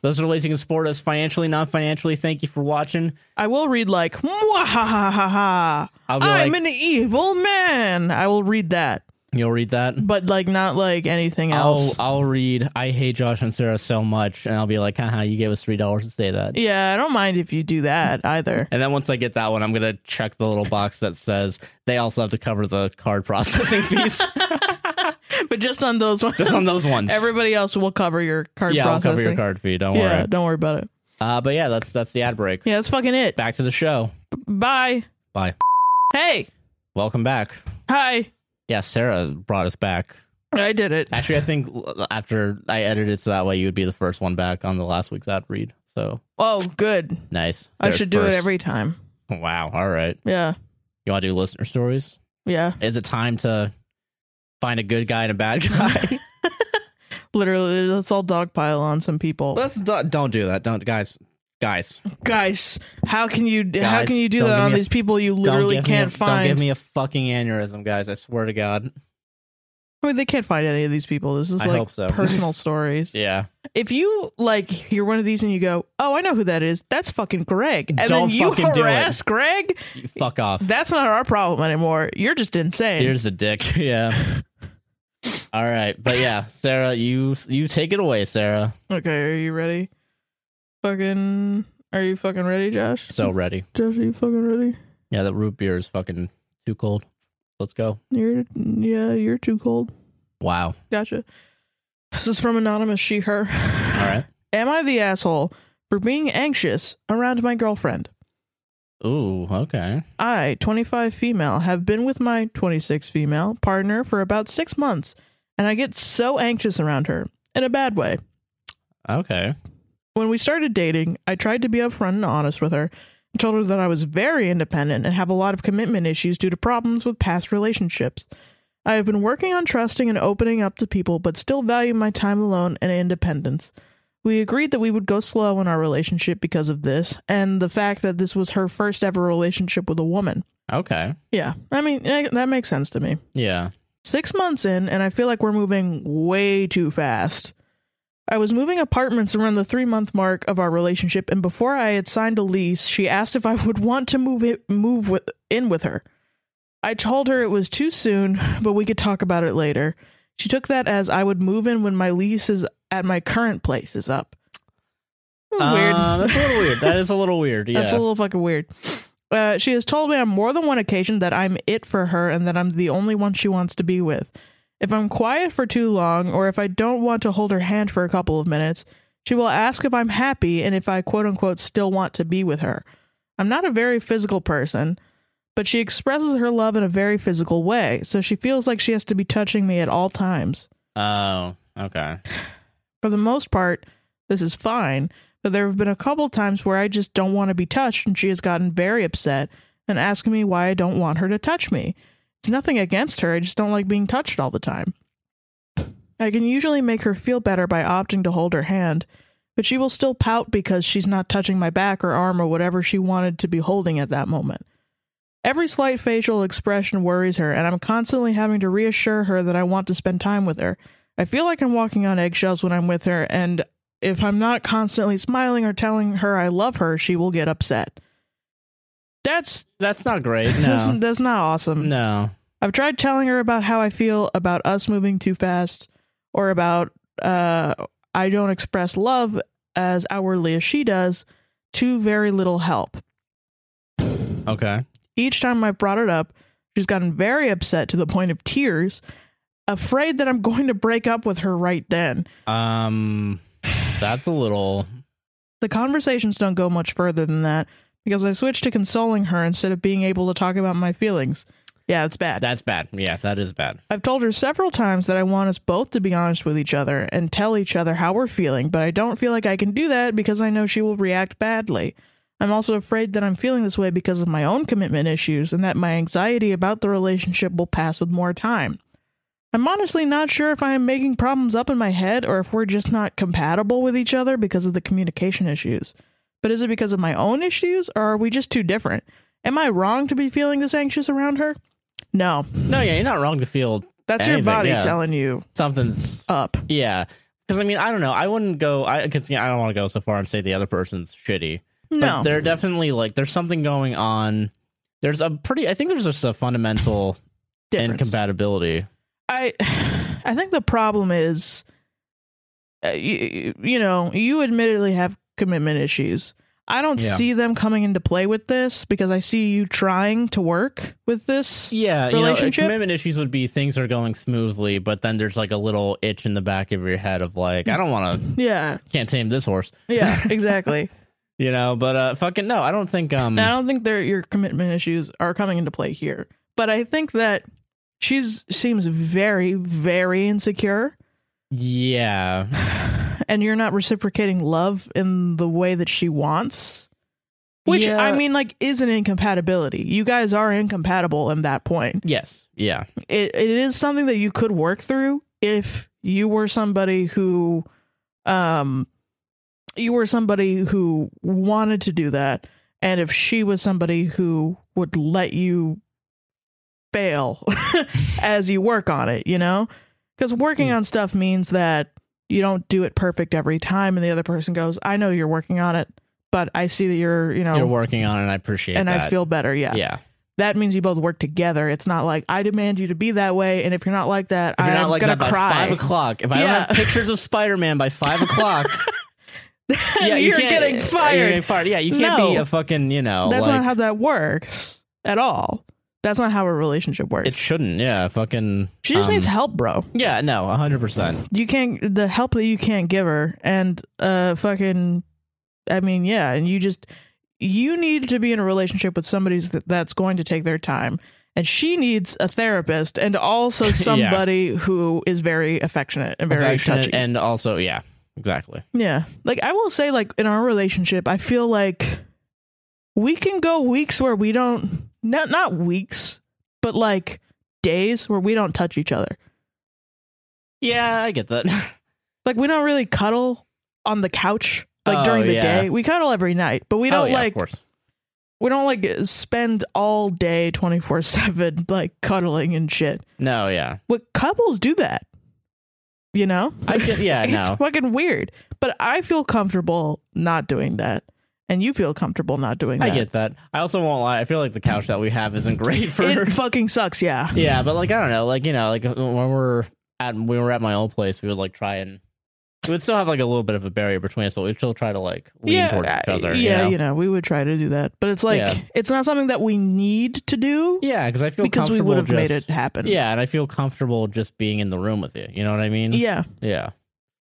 Speaker 1: Those are the ways you can support us financially, non financially. Thank you for watching.
Speaker 2: I will read like "Mwahahahaha,
Speaker 1: I'll be
Speaker 2: I'm
Speaker 1: like,
Speaker 2: an evil man. I will read that,
Speaker 1: you'll read that.
Speaker 2: but like not like anything
Speaker 1: I'll,
Speaker 2: else.
Speaker 1: I'll read, I hate Josh and Sarah so much. And I'll be like, haha, you gave us $3 to say that.
Speaker 2: yeah, I don't mind if you do that either.
Speaker 1: And then once I get that one, I'm going to check the little box that says they also have to cover the card processing fees.
Speaker 2: but just on those ones.
Speaker 1: Just on those ones.
Speaker 2: Everybody else will cover your card
Speaker 1: yeah, I'll
Speaker 2: processing.
Speaker 1: cover your card fee. Don't
Speaker 2: yeah,
Speaker 1: worry.
Speaker 2: don't worry about it.
Speaker 1: Uh, but yeah, that's that's the ad break.
Speaker 2: Yeah, that's fucking it.
Speaker 1: Back to the show.
Speaker 2: Bye.
Speaker 1: Bye.
Speaker 2: Hey.
Speaker 1: Welcome back.
Speaker 2: Hi.
Speaker 1: Yeah, Sarah brought us back.
Speaker 2: I did it.
Speaker 1: Actually, I think l- after I edited it so that way, you would be the first one back on the last week's ad read. So
Speaker 2: Oh, good.
Speaker 1: nice.
Speaker 2: I
Speaker 1: Sarah's
Speaker 2: should do
Speaker 1: first.
Speaker 2: it every time.
Speaker 1: Wow. All right.
Speaker 2: Yeah.
Speaker 1: You want to do listener stories?
Speaker 2: Yeah.
Speaker 1: Is it time to find a good guy and a bad guy?
Speaker 2: Literally, let's all dogpile on some people.
Speaker 1: Let's do- don't do that. Don't guys. Guys,
Speaker 2: Guys, how can you how
Speaker 1: Guys,
Speaker 2: can you do
Speaker 1: don't
Speaker 2: that
Speaker 1: give
Speaker 2: on
Speaker 1: me a-
Speaker 2: these people you literally
Speaker 1: don't give
Speaker 2: can't
Speaker 1: me a, Don't give
Speaker 2: find?
Speaker 1: me a fucking aneurysm, guys. I swear to God.
Speaker 2: I mean, they can't find any of these people. This is
Speaker 1: I
Speaker 2: like
Speaker 1: hope so.
Speaker 2: personal stories.
Speaker 1: Yeah.
Speaker 2: If you like hear one of these and you go, "Oh, I know who that is. That's fucking Greg," and
Speaker 1: Don't
Speaker 2: then you
Speaker 1: fucking do it.
Speaker 2: harass Greg,
Speaker 1: You fuck off.
Speaker 2: that's not our problem anymore. You're just insane.
Speaker 1: Here's a dick. Yeah. All right, but yeah, Sarah, you you take it away, Sarah.
Speaker 2: okay, are you ready? Fucking, are you fucking ready, Josh?
Speaker 1: So ready.
Speaker 2: Josh, are you fucking ready?
Speaker 1: Yeah, that root beer is fucking too cold. Let's go.
Speaker 2: You're yeah, you're too cold.
Speaker 1: Wow.
Speaker 2: Gotcha. This is from anonymous she her.
Speaker 1: All right.
Speaker 2: Am I the asshole for being anxious around my girlfriend?
Speaker 1: Ooh. Okay.
Speaker 2: I, 25 female, have been with my 26 female partner for about six months, and I get so anxious around her in a bad way.
Speaker 1: Okay.
Speaker 2: When we started dating, I tried to be upfront and honest with her and told her that I was very independent and have a lot of commitment issues due to problems with past relationships. I have been working on trusting and opening up to people, but still value my time alone and independence. We agreed that we would go slow in our relationship because of this and the fact that this was her first ever relationship with a woman.
Speaker 1: Okay.
Speaker 2: Yeah, I mean, eh, that makes sense to me
Speaker 1: Yeah.
Speaker 2: six months in, and I feel like we're moving way too fast. I was moving apartments around the three month mark of our relationship, and before I had signed a lease, she asked if I would want to move it, move with, in with her. I told her it was too soon, but we could talk about it later. She took that as I would move in when my lease is at my current place is up. That was weird.
Speaker 1: Uh, that's a little weird. That is a little weird. Yeah.
Speaker 2: That's a little fucking weird. Uh, she has told me on more than one occasion that I'm it for her and that I'm the only one she wants to be with. If I'm quiet for too long or if I don't want to hold her hand for a couple of minutes, she will ask if I'm happy and if I quote unquote still want to be with her. I'm not a very physical person, but she expresses her love in a very physical way, so she feels like she has to be touching me at all times.
Speaker 1: oh. Okay.
Speaker 2: For the most part, this is fine, but there have been a couple times where I just don't want to be touched, and she has gotten very upset and asking me why I don't want her to touch me. It's nothing against her, I just don't like being touched all the time. I can usually make her feel better by opting to hold her hand, but she will still pout because she's not touching my back or arm or whatever she wanted to be holding at that moment. Every slight facial expression worries her, and I'm constantly having to reassure her that I want to spend time with her. I feel like I'm walking on eggshells when I'm with her, and if I'm not constantly smiling or telling her I love her, she will get upset. That's
Speaker 1: That's not great.
Speaker 2: that's,
Speaker 1: No.
Speaker 2: that's not awesome.
Speaker 1: no.
Speaker 2: I've tried telling her about how I feel about us moving too fast or about uh, I don't express love as outwardly as she does to very little help.
Speaker 1: Okay.
Speaker 2: Each time I brought it up, she's gotten very upset to the point of tears, afraid that I'm going to break up with her right then.
Speaker 1: Um. That's a little.
Speaker 2: The conversations don't go much further than that because I switched to consoling her instead of being able to talk about my feelings. Yeah, it's bad.
Speaker 1: That's bad. Yeah. That is bad.
Speaker 2: I've told her several times that I want us both to be honest with each other and tell each other how we're feeling, but I don't feel like I can do that because I know she will react badly. I'm also afraid that I'm feeling this way because of my own commitment issues and that my anxiety about the relationship will pass with more time. I'm honestly not sure if I am making problems up in my head or if we're just not compatible with each other because of the communication issues. But is it because of my own issues or are we just too different? Am I wrong to be feeling this anxious around her? No.
Speaker 1: No, yeah, you're not wrong to feel
Speaker 2: That's
Speaker 1: Anything,
Speaker 2: your body
Speaker 1: yeah.
Speaker 2: telling you
Speaker 1: something's
Speaker 2: up.
Speaker 1: yeah. Because I mean, I don't know. I wouldn't go. I because yeah, I don't want to go so far and say the other person's shitty.
Speaker 2: No.
Speaker 1: But they're definitely like there's something going on. There's a pretty. I think there's just a fundamental
Speaker 2: Difference.
Speaker 1: incompatibility.
Speaker 2: I I think the problem is uh, you, you know, you admittedly have commitment issues. I don't
Speaker 1: Yeah.
Speaker 2: see them coming into play with this because I see you trying to work with this.
Speaker 1: Yeah, you know,
Speaker 2: Relationship?
Speaker 1: commitment issues would be things are going smoothly, but then there's like a little itch in the back of your head of like, I don't want to,
Speaker 2: Yeah.
Speaker 1: can't tame this horse,
Speaker 2: Yeah,
Speaker 1: Mm.
Speaker 2: exactly.
Speaker 1: you know. But uh, fucking no, I don't think um,
Speaker 2: And I don't think their your commitment issues are coming into play here. But I think that she's seems very very insecure
Speaker 1: yeah,
Speaker 2: and you're not reciprocating love in the way that she wants which
Speaker 1: Yeah.
Speaker 2: i mean like is an incompatibility you guys are incompatible in that point
Speaker 1: yes, yeah,
Speaker 2: it, it is something that you could work through if you were somebody who um you were somebody who wanted to do that and if she was somebody who would let you fail as you work on it you know because working
Speaker 1: Hmm.
Speaker 2: on stuff means that you don't do it perfect every time and the other person goes i know you're working on it but i see that you're you know
Speaker 1: you're working on it. and I appreciate
Speaker 2: and
Speaker 1: that.
Speaker 2: i feel better yeah
Speaker 1: yeah.
Speaker 2: that means you both work together. It's not like I demand you to be that way, and if you're not like that,
Speaker 1: If you're
Speaker 2: I'm
Speaker 1: not like
Speaker 2: gonna
Speaker 1: that by
Speaker 2: cry.
Speaker 1: five o'clock, if I don't
Speaker 2: Yeah.
Speaker 1: have pictures of Spider Man by five o'clock, yeah, you
Speaker 2: you're
Speaker 1: can't- uh,
Speaker 2: getting
Speaker 1: you're
Speaker 2: fired.
Speaker 1: getting fired. Yeah, you can't
Speaker 2: No.
Speaker 1: be a fucking you know.
Speaker 2: That's
Speaker 1: like,
Speaker 2: not how that works at all. That's not how a relationship works.
Speaker 1: it shouldn't. Yeah, fucking.
Speaker 2: she just
Speaker 1: um,
Speaker 2: needs help, bro.
Speaker 1: Yeah, no, hundred percent.
Speaker 2: You can't the help that you can't give her, and uh, fucking, I mean, yeah, and you just you need to be in a relationship with somebody th- that's going to take their time. And she needs a therapist and also
Speaker 1: Yeah.
Speaker 2: somebody who is very affectionate and very touchy.
Speaker 1: and also yeah, exactly.
Speaker 2: Yeah. Like I will say like in our relationship, I feel like we can go weeks where we don't not not weeks, but like days where we don't touch each other.
Speaker 1: Yeah, I get that.
Speaker 2: Like we don't really cuddle on the couch like
Speaker 1: Oh,
Speaker 2: during the
Speaker 1: yeah.
Speaker 2: day. We cuddle every night, but we
Speaker 1: oh,
Speaker 2: don't
Speaker 1: yeah,
Speaker 2: like
Speaker 1: Of course.
Speaker 2: we don't like spend all day 24/7 like cuddling and shit.
Speaker 1: No, yeah,
Speaker 2: What couples do that? You know?
Speaker 1: I get. Yeah,
Speaker 2: it's
Speaker 1: no.
Speaker 2: fucking weird. But I feel comfortable not doing that. And you feel comfortable not doing that.
Speaker 1: I get that. I also won't lie. I feel like the couch that we have isn't great for.
Speaker 2: it fucking sucks, yeah.
Speaker 1: yeah, but like I don't know, like you know, like when we're at when we were at my old place, we would like try and we would still have like a little bit of a barrier between us, but we'd still try to like lean
Speaker 2: yeah,
Speaker 1: towards each
Speaker 2: I-
Speaker 1: other.
Speaker 2: yeah,
Speaker 1: you know?
Speaker 2: we would try to do that. But it's like
Speaker 1: Yeah.
Speaker 2: it's not something that we need to do
Speaker 1: Yeah, because I feel
Speaker 2: because we
Speaker 1: comfortable
Speaker 2: would have
Speaker 1: just,
Speaker 2: made it happen.
Speaker 1: Yeah, and I feel comfortable just being in the room with you. You know what I mean?
Speaker 2: Yeah.
Speaker 1: Yeah.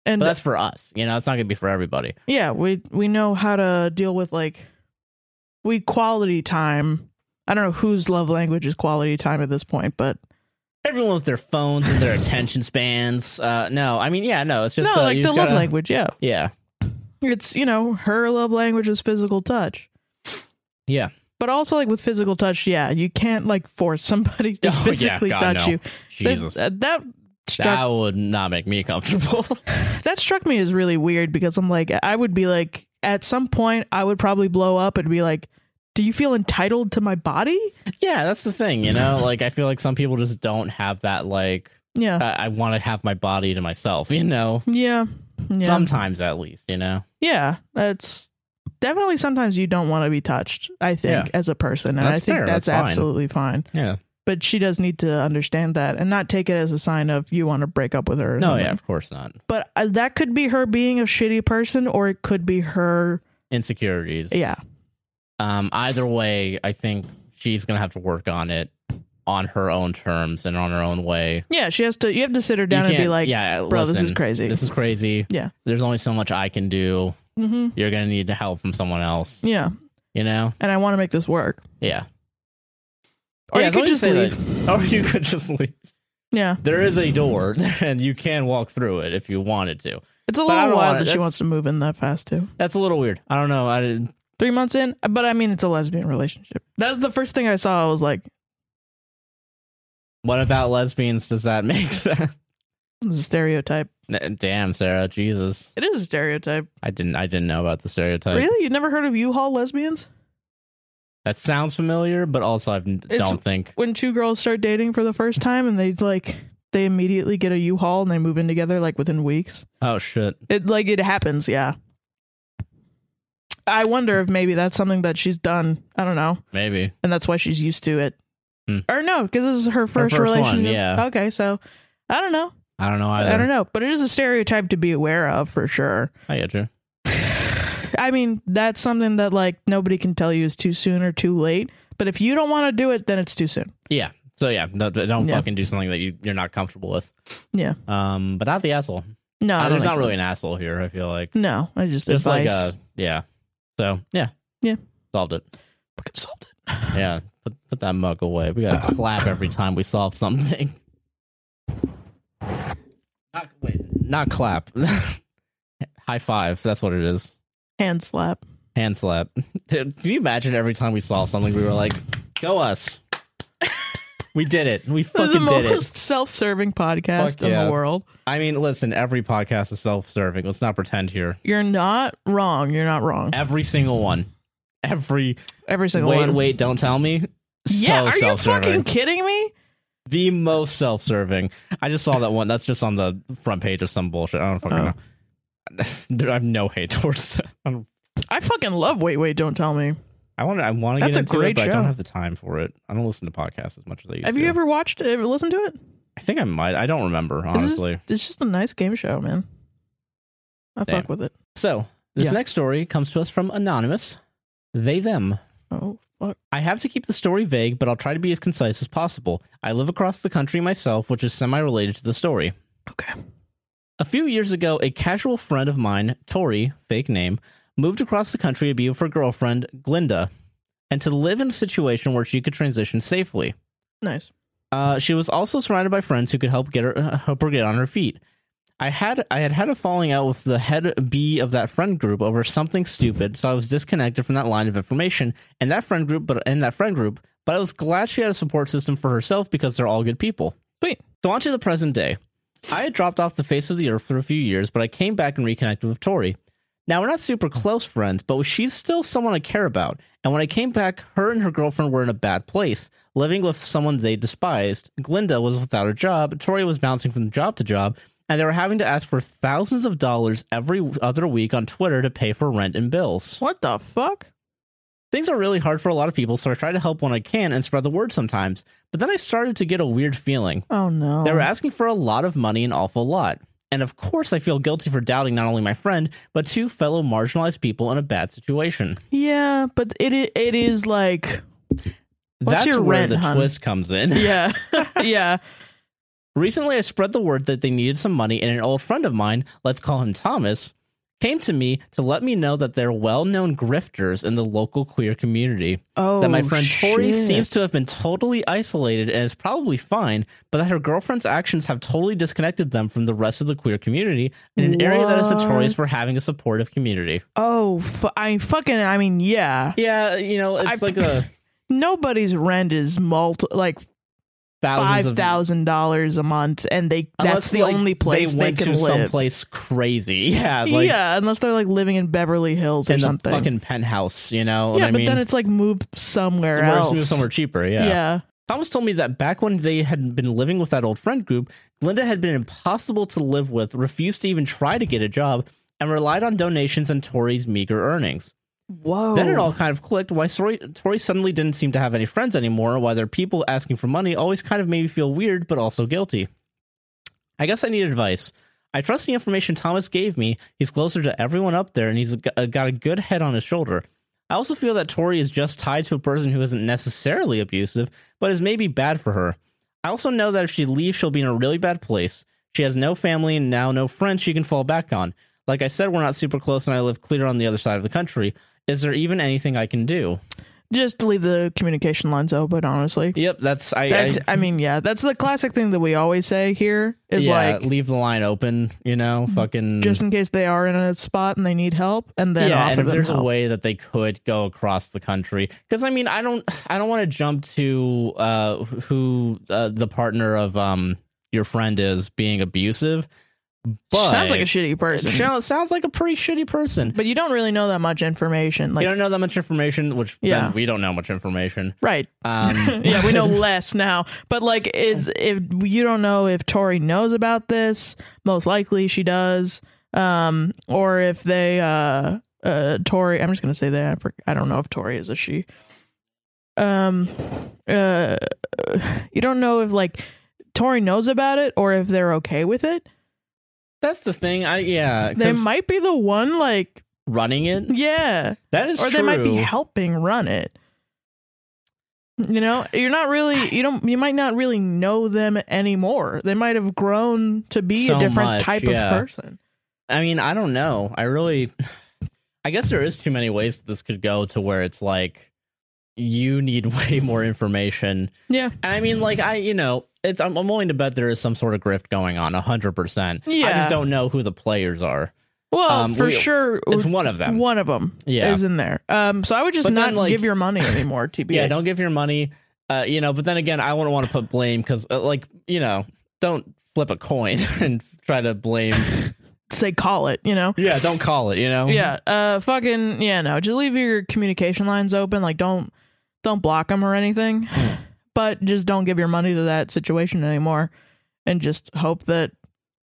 Speaker 2: And
Speaker 1: But that's for us. You know, it's not gonna be for everybody.
Speaker 2: yeah, we we know how to deal with like we quality time. I don't know whose love language is quality time at this point, but
Speaker 1: Everyone with their phones and their attention spans. Uh, no, I mean, yeah, no, it's just
Speaker 2: no,
Speaker 1: uh,
Speaker 2: like
Speaker 1: you
Speaker 2: the
Speaker 1: just
Speaker 2: love
Speaker 1: gotta-
Speaker 2: language, yeah.
Speaker 1: Yeah,
Speaker 2: It's you know, her love language is physical touch.
Speaker 1: yeah,
Speaker 2: But also, like with physical touch, yeah, you can't like force somebody to
Speaker 1: Oh, yeah,
Speaker 2: physically
Speaker 1: God,
Speaker 2: touch
Speaker 1: no.
Speaker 2: you. That-
Speaker 1: Jesus,
Speaker 2: uh, that struck
Speaker 1: that would not make me comfortable.
Speaker 2: that struck me as really weird because I'm like, I would be like, at some point, I would probably blow up and be like, "Do you feel entitled to my body?"
Speaker 1: yeah, that's the thing. You know, like I feel like some people just don't have that. Like
Speaker 2: Yeah,
Speaker 1: I, I want to have my body to myself. You know,
Speaker 2: yeah, yeah,
Speaker 1: sometimes at least. You know,
Speaker 2: yeah. That's definitely sometimes you don't want to be touched. I think as a person, and
Speaker 1: That's
Speaker 2: I think
Speaker 1: fair,
Speaker 2: that's,
Speaker 1: that's fine.
Speaker 2: absolutely fine.
Speaker 1: yeah,
Speaker 2: But she does need to understand that and not take it as a sign of you want to break up with her. or
Speaker 1: no,
Speaker 2: something.
Speaker 1: yeah, of course not.
Speaker 2: But uh, that could be her being a shitty person, or it could be her
Speaker 1: Insecurities.
Speaker 2: Yeah.
Speaker 1: Um, either way, I think she's gonna have to work on it on her own terms and on her own way.
Speaker 2: Yeah, she has to you have to sit her
Speaker 1: You
Speaker 2: down and be
Speaker 1: can't-
Speaker 2: like,
Speaker 1: yeah,
Speaker 2: bro, this is
Speaker 1: listen,
Speaker 2: crazy.
Speaker 1: This is crazy.
Speaker 2: Yeah.
Speaker 1: There's only so much I can do.
Speaker 2: hmm
Speaker 1: You're gonna need to help from someone else.
Speaker 2: Yeah.
Speaker 1: You know?
Speaker 2: And I want to make this work.
Speaker 1: Yeah.
Speaker 2: Or
Speaker 1: Yeah,
Speaker 2: you
Speaker 1: as long
Speaker 2: could
Speaker 1: as
Speaker 2: just
Speaker 1: say
Speaker 2: leave.
Speaker 1: that- Or you could just leave.
Speaker 2: Yeah.
Speaker 1: There is a door and you can walk through it if you wanted to.
Speaker 2: It's a
Speaker 1: But I
Speaker 2: little
Speaker 1: don't
Speaker 2: wild
Speaker 1: wanna-
Speaker 2: that she
Speaker 1: that's-
Speaker 2: wants to move in that fast too.
Speaker 1: That's a little weird. I don't know. I
Speaker 2: three months in. uh, But I mean, it's a lesbian relationship. That's the first thing I saw. I was like,
Speaker 1: What about lesbians? Does that make that?
Speaker 2: this is a stereotype.
Speaker 1: Damn, Sarah, Jesus,
Speaker 2: It is a stereotype.
Speaker 1: I didn't, I didn't know about the stereotype.
Speaker 2: really? You've never heard of U-Haul lesbians?
Speaker 1: That sounds familiar, but also I don't think.
Speaker 2: When two girls start dating for the first time and they like they immediately get a U-Haul and they move in together like within weeks.
Speaker 1: Oh shit!
Speaker 2: It like it happens, yeah. I wonder if maybe that's something that she's done. I don't know.
Speaker 1: Maybe
Speaker 2: and that's why she's used to it.
Speaker 1: Hmm.
Speaker 2: Or no, because this is her first,
Speaker 1: first one,
Speaker 2: relationship.
Speaker 1: yeah.
Speaker 2: Okay, so I don't know.
Speaker 1: I don't know either.
Speaker 2: I don't know, but it is a stereotype to be aware of for sure.
Speaker 1: I get you.
Speaker 2: I mean, that's something that like nobody can tell you is too soon or too late. But if you don't want to do it, then it's too soon.
Speaker 1: Yeah. So yeah, no, don't
Speaker 2: Yeah.
Speaker 1: fucking do something that you you're not comfortable with.
Speaker 2: Yeah.
Speaker 1: Um, but not the asshole.
Speaker 2: No, I
Speaker 1: Uh,
Speaker 2: don't
Speaker 1: there's
Speaker 2: think
Speaker 1: not
Speaker 2: so.
Speaker 1: really an asshole here. I feel like
Speaker 2: No, I just
Speaker 1: just
Speaker 2: advice.
Speaker 1: like uh, yeah. So yeah,
Speaker 2: Yeah.
Speaker 1: solved it.
Speaker 2: Fucking solved it.
Speaker 1: Yeah, put put that mug away. We gotta clap every time we solve something. Not wait, not clap. High five. That's what it is.
Speaker 2: Hand slap.
Speaker 1: Hand slap. Dude, can you imagine every time we solve something, we were like, "Go us." We did it. We
Speaker 2: the
Speaker 1: fucking did it.
Speaker 2: most self-serving podcast
Speaker 1: Fuck
Speaker 2: in
Speaker 1: yeah.
Speaker 2: the world.
Speaker 1: I mean, listen, every podcast is self-serving. Let's not pretend here.
Speaker 2: You're not wrong. You're not wrong.
Speaker 1: Every single one. Every
Speaker 2: Every single
Speaker 1: wait,
Speaker 2: one.
Speaker 1: wait, don't tell me.
Speaker 2: yeah,
Speaker 1: so
Speaker 2: are you
Speaker 1: self-serving.
Speaker 2: fucking kidding me?
Speaker 1: the most self-serving. I just saw that one. That's just on the front page of some bullshit. I don't fucking
Speaker 2: Oh.
Speaker 1: know. Dude, I have no hate towards that. I don't-
Speaker 2: I fucking love Wait Wait Don't Tell Me.
Speaker 1: I want to. I want to get
Speaker 2: That's a
Speaker 1: into
Speaker 2: great
Speaker 1: it, but I don't
Speaker 2: show.
Speaker 1: have the time for it. I don't listen to podcasts as much as I used
Speaker 2: Have
Speaker 1: to.
Speaker 2: you ever watched it, ever listened to it?
Speaker 1: I think I might. I don't remember honestly.
Speaker 2: It's just a nice game show, man. I
Speaker 1: Damn.
Speaker 2: fuck with it.
Speaker 1: So this
Speaker 2: Yeah.
Speaker 1: next story comes to us from anonymous. They them.
Speaker 2: Oh fuck.
Speaker 1: I have to keep the story vague, but I'll try to be as concise as possible. I live across the country myself, which is semi related to the story.
Speaker 2: Okay.
Speaker 1: A few years ago, a casual friend of mine, Tori, fake name, moved across the country to be with her girlfriend, Glinda, and to live in a situation where she could transition safely.
Speaker 2: Nice.
Speaker 1: Uh, she was also surrounded by friends who could help get her uh, help her get on her feet. I had I had had a falling out with the head B of that friend group over something stupid, so I was disconnected from that line of information and that friend group. But in that friend group, but I was glad she had a support system for herself because they're all good people.
Speaker 2: Sweet.
Speaker 1: So on to the present day. I had dropped off the face of the earth for a few years, but I came back and reconnected with Tori. Now we're not super close friends, but she's still someone I care about. And when I came back, her and her girlfriend were in a bad place, living with someone they despised. Glinda was without a job, Tori was bouncing from job to job, and they were having to ask for thousands of dollars every other week on Twitter to pay for rent and bills.
Speaker 2: What the fuck?
Speaker 1: Things are really hard for a lot of people, so I try to help when I can and spread the word sometimes. But then I started to get a weird feeling.
Speaker 2: Oh no.
Speaker 1: They were asking for a lot of money, an awful lot. And of course, I feel guilty for doubting not only my friend, but two fellow marginalized people in a bad situation.
Speaker 2: yeah, but it i- it is like What's
Speaker 1: That's
Speaker 2: your
Speaker 1: where
Speaker 2: rent,
Speaker 1: the
Speaker 2: hun?
Speaker 1: twist comes in.
Speaker 2: yeah yeah
Speaker 1: Recently, I spread the word that they needed some money, and an old friend of mine, let's call him Thomas, came to me to let me know that they're well known grifters in the local queer community.
Speaker 2: oh
Speaker 1: that my friend Tori
Speaker 2: shit.
Speaker 1: seems to have been totally isolated and is probably fine, but that her girlfriend's actions have totally disconnected them from the rest of the queer community in an area that is notorious for having a supportive community.
Speaker 2: oh fu- I fucking I mean yeah
Speaker 1: Yeah, you know, it's
Speaker 2: I-
Speaker 1: like a
Speaker 2: nobody's rent is multi like
Speaker 1: thousands
Speaker 2: five
Speaker 1: of
Speaker 2: thousand dollars a month and they
Speaker 1: unless,
Speaker 2: that's the
Speaker 1: like,
Speaker 2: only place
Speaker 1: they
Speaker 2: they,
Speaker 1: went
Speaker 2: can
Speaker 1: to
Speaker 2: live
Speaker 1: someplace crazy. Yeah, like
Speaker 2: yeah unless they're like living in Beverly Hills or
Speaker 1: in the
Speaker 2: something
Speaker 1: fucking penthouse. You know what
Speaker 2: yeah
Speaker 1: I
Speaker 2: but
Speaker 1: mean?
Speaker 2: then it's like move somewhere
Speaker 1: Where it's
Speaker 2: else
Speaker 1: moved somewhere cheaper.
Speaker 2: yeah.
Speaker 1: Thomas told me that back when they had been living with that old friend group, Glinda had been impossible to live with, refused to even try to get a job, and relied on donations and Tori's meager earnings.
Speaker 2: Whoa.
Speaker 1: Then it all kind of clicked why Tori, Tori suddenly didn't seem to have any friends anymore, why their people asking for money always kind of made me feel weird but also guilty. I guess I need advice. I trust the information Thomas gave me. He's closer to everyone up there, and he's g- uh, got a good head on his shoulder. I also feel that Tori is just tied to a person who isn't necessarily abusive, but is maybe bad for her. I also know that if she leaves, she'll be in a really bad place. She has no family and now no friends she can fall back on. Like I said, we're not super close, and I live clear on the other side of the country. Is there even anything I can do?
Speaker 2: just leave the communication lines open. Honestly,
Speaker 1: Yep, that's I.
Speaker 2: that's.
Speaker 1: I-
Speaker 2: I mean, yeah, that's the classic thing that we always say here is
Speaker 1: yeah,
Speaker 2: like,
Speaker 1: leave the line open. You know, fucking
Speaker 2: just in case they are in a spot and they need help, and then
Speaker 1: yeah.
Speaker 2: offer
Speaker 1: And if
Speaker 2: them
Speaker 1: there's a
Speaker 2: help.
Speaker 1: way that they could go across the country, because I mean, I don't, I don't want to jump to uh, who uh, the partner of um your friend is being abusive. But
Speaker 2: Sounds like a shitty
Speaker 1: It
Speaker 2: person.
Speaker 1: sounds- sounds like a pretty shitty person.
Speaker 2: but you don't really know that much information. Like,
Speaker 1: you don't know that much information, which
Speaker 2: Yeah.
Speaker 1: then we don't know much information.
Speaker 2: right?
Speaker 1: Um,
Speaker 2: yeah, we know less now. But like, it's if you don't know if Tori knows about this, most likely she does. Um, or if they, uh, uh, Tori. I'm just gonna say that. I, for, I don't know if Tori is a she. Um, uh, you don't know if like Tori knows about it or if they're okay with it.
Speaker 1: that's the thing. I yeah,
Speaker 2: They
Speaker 1: 'cause
Speaker 2: might be the one like,
Speaker 1: running it.
Speaker 2: yeah,
Speaker 1: That is
Speaker 2: or
Speaker 1: true.
Speaker 2: they might be helping run it. You know, you're not really you don't you might not really know them anymore. They might have grown to be
Speaker 1: So
Speaker 2: a different
Speaker 1: much,
Speaker 2: type
Speaker 1: yeah.
Speaker 2: of person.
Speaker 1: I mean, I don't know. I really, I guess there is too many ways that this could go to where it's like you need way more information.
Speaker 2: Yeah.
Speaker 1: And I mean, like I, you know, it's I'm, I'm willing to bet there is some sort of grift going on, hundred percent. I
Speaker 2: Yeah.
Speaker 1: just don't know who the players are.
Speaker 2: Well,
Speaker 1: Um,
Speaker 2: for
Speaker 1: we-
Speaker 2: sure
Speaker 1: It's one of them.
Speaker 2: one of them
Speaker 1: Yeah.
Speaker 2: is in there. Um so I would just
Speaker 1: But
Speaker 2: not
Speaker 1: then, like-
Speaker 2: give your money anymore, TBA.
Speaker 1: yeah, don't give your money. Uh, you know, but then again, I wouldn't want to put blame because, uh, like, you know, don't flip a coin and try to blame.
Speaker 2: say call it, you know.
Speaker 1: yeah, don't call it. You know.
Speaker 2: Yeah. Uh fucking yeah, no. Just leave your communication lines open like don't don't block them or anything.
Speaker 1: Hmm.
Speaker 2: But just don't give your money to that situation anymore and just hope that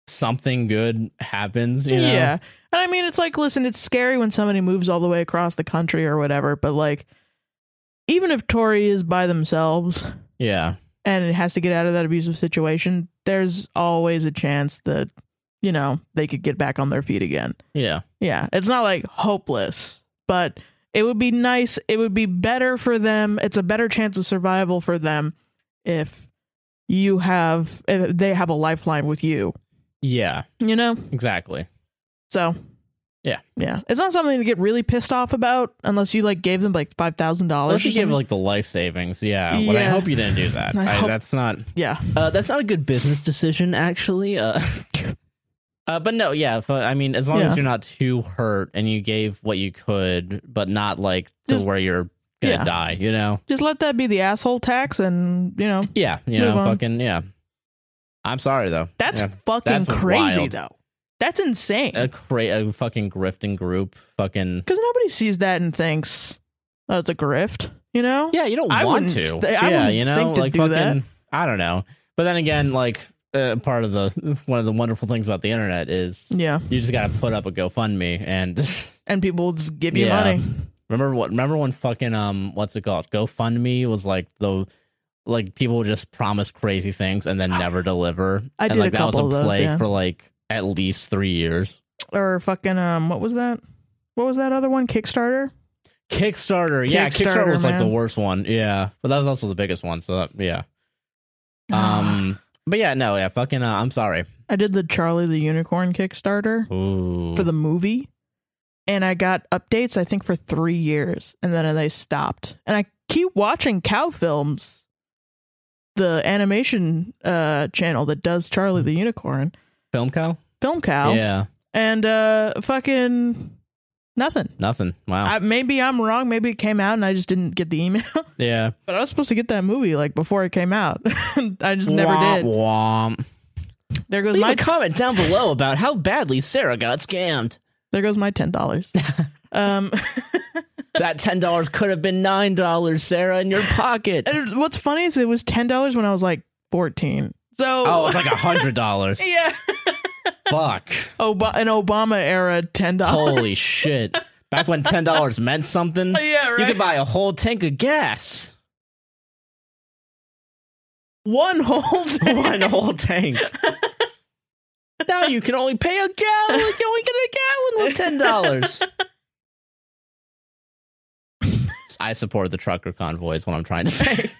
Speaker 1: something good happens. You know?
Speaker 2: Yeah. And I mean, it's like, listen, it's scary when somebody moves all the way across the country or whatever, but like, even if Tori is by themselves
Speaker 1: Yeah.
Speaker 2: and it has to get out of that abusive situation, there's always a chance that, you know, they could get back on their feet again.
Speaker 1: Yeah.
Speaker 2: Yeah. It's not like hopeless, but it would be nice. It would be better for them. It's a better chance of survival for them if you have, if they have a lifeline with you,
Speaker 1: Yeah.
Speaker 2: you know?
Speaker 1: Exactly.
Speaker 2: So
Speaker 1: Yeah.
Speaker 2: yeah, it's not something to get really pissed off about unless you like gave them like five thousand dollars.
Speaker 1: Unless you give like the life savings, yeah. But I
Speaker 2: Yeah.
Speaker 1: hope you didn't do that.
Speaker 2: I
Speaker 1: I
Speaker 2: hope-
Speaker 1: that's not
Speaker 2: yeah,
Speaker 1: uh, that's not a good business decision, actually. Uh, uh, but no, yeah. if, uh, I mean, as long
Speaker 2: Yeah.
Speaker 1: as you're not too hurt and you gave what you could, but not like to
Speaker 2: Just-
Speaker 1: where you're gonna
Speaker 2: yeah.
Speaker 1: die. You know?
Speaker 2: just let that be the asshole tax, and you know
Speaker 1: Yeah. You
Speaker 2: Move
Speaker 1: know?
Speaker 2: on.
Speaker 1: Fucking yeah. I'm sorry though.
Speaker 2: that's
Speaker 1: Yeah.
Speaker 2: fucking
Speaker 1: That's
Speaker 2: crazy
Speaker 1: wild. Uh,
Speaker 2: though. That's insane
Speaker 1: a cra- a fucking grifting group. Fucking
Speaker 2: because nobody sees that and thinks oh, it's a grift. You know?
Speaker 1: Yeah, you don't
Speaker 2: I
Speaker 1: want to.
Speaker 2: wouldn't st- I
Speaker 1: yeah,
Speaker 2: wouldn't
Speaker 1: you know,
Speaker 2: think to
Speaker 1: like
Speaker 2: do
Speaker 1: fucking.
Speaker 2: that.
Speaker 1: I don't know. But then again, like uh, part of the one of the wonderful things about the internet is
Speaker 2: Yeah,
Speaker 1: you just got to put up a GoFundMe and
Speaker 2: and people will just give you
Speaker 1: Yeah.
Speaker 2: money.
Speaker 1: remember what remember when fucking um what's it called GoFundMe was like the like people would just promise crazy things and then never deliver.
Speaker 2: Ah, I
Speaker 1: and
Speaker 2: did
Speaker 1: like
Speaker 2: a
Speaker 1: that was a
Speaker 2: couple of those,
Speaker 1: plague
Speaker 2: yeah.
Speaker 1: for like at least three years.
Speaker 2: Or fucking um, what was that? What was that other one? Kickstarter.
Speaker 1: Kickstarter, yeah, Kickstarter
Speaker 2: Kickstarter,
Speaker 1: was like the
Speaker 2: man.
Speaker 1: worst one, yeah, but that was also the biggest one. So that, yeah, um, but yeah, no, yeah, fucking, uh, I'm sorry.
Speaker 2: I did the Charlie the Unicorn Kickstarter.
Speaker 1: Ooh.
Speaker 2: for the movie and I got updates I think for 3 years and then they stopped. And I keep watching Cow Films the animation uh channel that does Charlie the Unicorn,
Speaker 1: film cow.
Speaker 2: Film Cow,
Speaker 1: Yeah,
Speaker 2: and uh fucking nothing.
Speaker 1: nothing. Wow.
Speaker 2: I, maybe I'm wrong, maybe it came out and I just didn't get the email,
Speaker 1: yeah,
Speaker 2: but I was supposed to get that movie like before it came out. I just never
Speaker 1: Womp
Speaker 2: did.
Speaker 1: womp.
Speaker 2: There goes
Speaker 1: Leave
Speaker 2: my
Speaker 1: a comment down below about how badly Sarah got scammed.
Speaker 2: there goes my $10. um
Speaker 1: That ten dollars could have been nine dollars, Sarah, in your pocket.
Speaker 2: And it- what's funny is it was ten dollars when I was like fourteen. So
Speaker 1: Oh, it's like a hundred dollars.
Speaker 2: yeah,
Speaker 1: Fuck.
Speaker 2: Ob- an Obama era ten dollars.
Speaker 1: Holy shit. Back when ten dollars meant something,
Speaker 2: Yeah,
Speaker 1: you
Speaker 2: right.
Speaker 1: could buy a whole tank of gas.
Speaker 2: One whole thing.
Speaker 1: One whole tank. now you can only pay a gallon. You can only get a gallon with ten dollars. I support the trucker convoy. Is what I'm trying to say.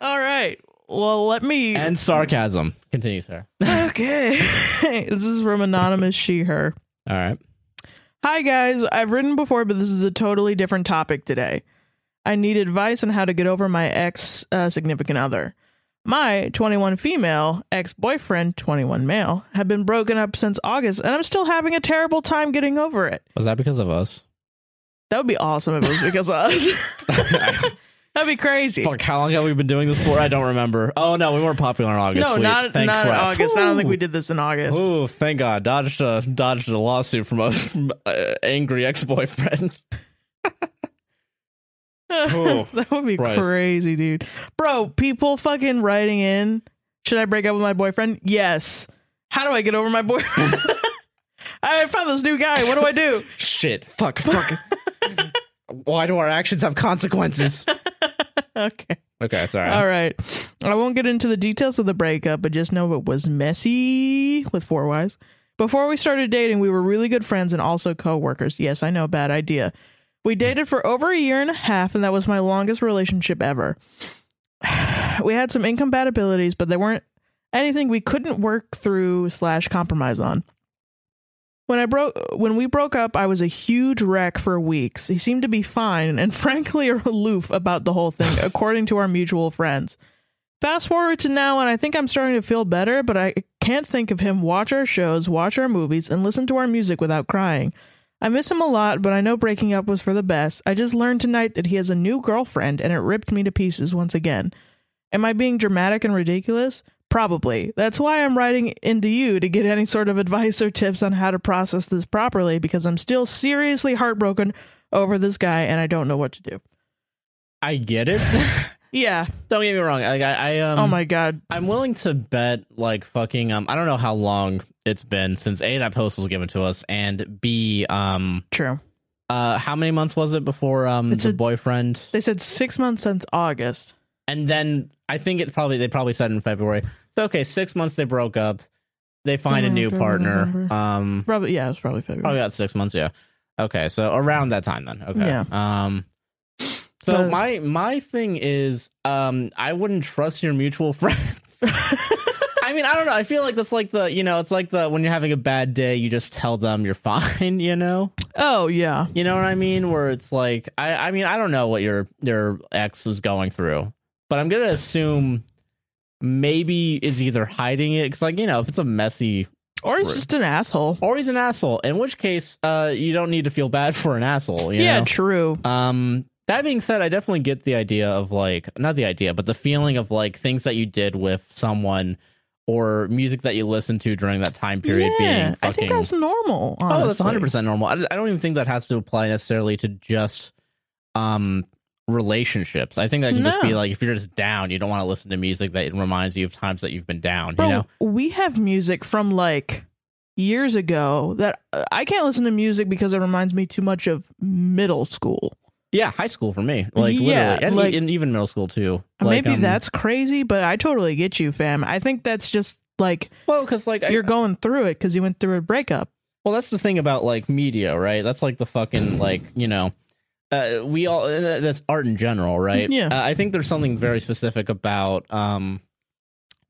Speaker 2: All right. Well, let me.
Speaker 1: and sarcasm. Continue, sir.
Speaker 2: okay. this is from anonymous she her.
Speaker 1: All right.
Speaker 2: Hi guys, I've written before, but this is a totally different topic today. I need advice on how to get over my ex uh, significant other. My 21 female ex boyfriend, 21 male, have been broken up since August, and I'm still having a terrible time getting over it.
Speaker 1: Was that because of us?
Speaker 2: That would be awesome if it was because of us. That'd be crazy.
Speaker 1: Fuck, how long have we been doing this for? I don't remember. Oh no, we weren't popular in August.
Speaker 2: no,
Speaker 1: Sweet.
Speaker 2: not
Speaker 1: Thank
Speaker 2: not in
Speaker 1: crap.
Speaker 2: August. I don't think
Speaker 1: Whew.
Speaker 2: we did this in August.
Speaker 1: Oh, thank God! Dodged a dodged a lawsuit from a from, uh, angry ex boyfriend. Oh,
Speaker 2: that would be
Speaker 1: Christ.
Speaker 2: crazy, dude. Bro, people fucking writing in. Should I break up with my boyfriend? Yes. How do I get over my boyfriend? I found this new guy. What do I do?
Speaker 1: Shit! Fuck! Fuck! Why do our actions have consequences?
Speaker 2: okay.
Speaker 1: Okay, sorry.
Speaker 2: All right. I won't get into the details of the breakup, but just know it was messy with four Ys. Before we started dating, we were really good friends and also coworkers. Yes, I know, bad idea. We dated for over a year and a half, and that was my longest relationship ever. we had some incompatibilities, but they weren't anything we couldn't work through slash compromise on. When I broke when we broke up, I was a huge wreck for weeks. He seemed to be fine and frankly aloof about the whole thing, according to our mutual friends. Fast forward to now and I think I'm starting to feel better, but I can't think of him watch our shows, watch our movies, and listen to our music without crying. I miss him a lot, but I know breaking up was for the best. I just learned tonight that he has a new girlfriend and it ripped me to pieces once again. Am I being dramatic and ridiculous? Probably. That's why I'm writing into you to get any sort of advice or tips on how to process this properly because I'm still seriously heartbroken over this guy and I don't know what to do.
Speaker 1: I get it.
Speaker 2: Yeah.
Speaker 1: don't get me wrong. Like, I, I um.
Speaker 2: oh my god.
Speaker 1: I'm willing to bet, like fucking, um, I don't know how long it's been since a that post was given to us, and b, um,
Speaker 2: True.
Speaker 1: uh, how many months was it before um
Speaker 2: It's
Speaker 1: the
Speaker 2: a-
Speaker 1: boyfriend?
Speaker 2: They said 6 months since August.
Speaker 1: and then I think it probably they probably said in February. So okay, six months they broke up. They find a new
Speaker 2: November,
Speaker 1: partner.
Speaker 2: November.
Speaker 1: Um,
Speaker 2: Probably yeah, it was probably February.
Speaker 1: probably about six months. Yeah. Okay, so around that time then. Okay.
Speaker 2: Yeah.
Speaker 1: Um. So
Speaker 2: But-
Speaker 1: my my thing is, um, I wouldn't trust your mutual friends. I mean, I don't know. I feel like that's like the you know, it's like the when you're having a bad day, you just tell them you're fine. You know.
Speaker 2: oh yeah.
Speaker 1: You know what I mean? Where it's like, I, I mean, I don't know what your your ex was going through, but I'm gonna assume maybe is either hiding it because, like, you know, if it's a messy
Speaker 2: Or he's
Speaker 1: Right.
Speaker 2: just an asshole.
Speaker 1: or he's an asshole, in which case, uh, you don't need to feel bad for an asshole. You
Speaker 2: Yeah,
Speaker 1: know?
Speaker 2: true.
Speaker 1: Um, that being said, I definitely get the idea of like not the idea, but the feeling of like things that you did with someone or music that you listened to during that time period being
Speaker 2: yeah,
Speaker 1: fucking
Speaker 2: I think that's normal.
Speaker 1: Oh, that's
Speaker 2: honestly.
Speaker 1: 100 percent normal. I, I don't even think that has to apply necessarily to just um relationships. I think that can just be
Speaker 2: No.
Speaker 1: like if you're just down, you don't want to listen to music that reminds you of times that you've been down.
Speaker 2: Bro,
Speaker 1: you know,
Speaker 2: we have music from like years ago that uh, I can't listen to music because it reminds me too much of middle school.
Speaker 1: yeah, high school for me, like
Speaker 2: Yeah,
Speaker 1: literally, and, e-
Speaker 2: like-
Speaker 1: and even middle school too. Like,
Speaker 2: Maybe
Speaker 1: um,
Speaker 2: that's crazy, but I totally get you, fam. I think that's just like
Speaker 1: well because like I-
Speaker 2: you're going through it because you went through a breakup.
Speaker 1: Well, that's the thing about like media, right? That's like the fucking like you know, uh, we all uh, that's art in general, right?
Speaker 2: Yeah.
Speaker 1: Uh, I think there's something very specific about um,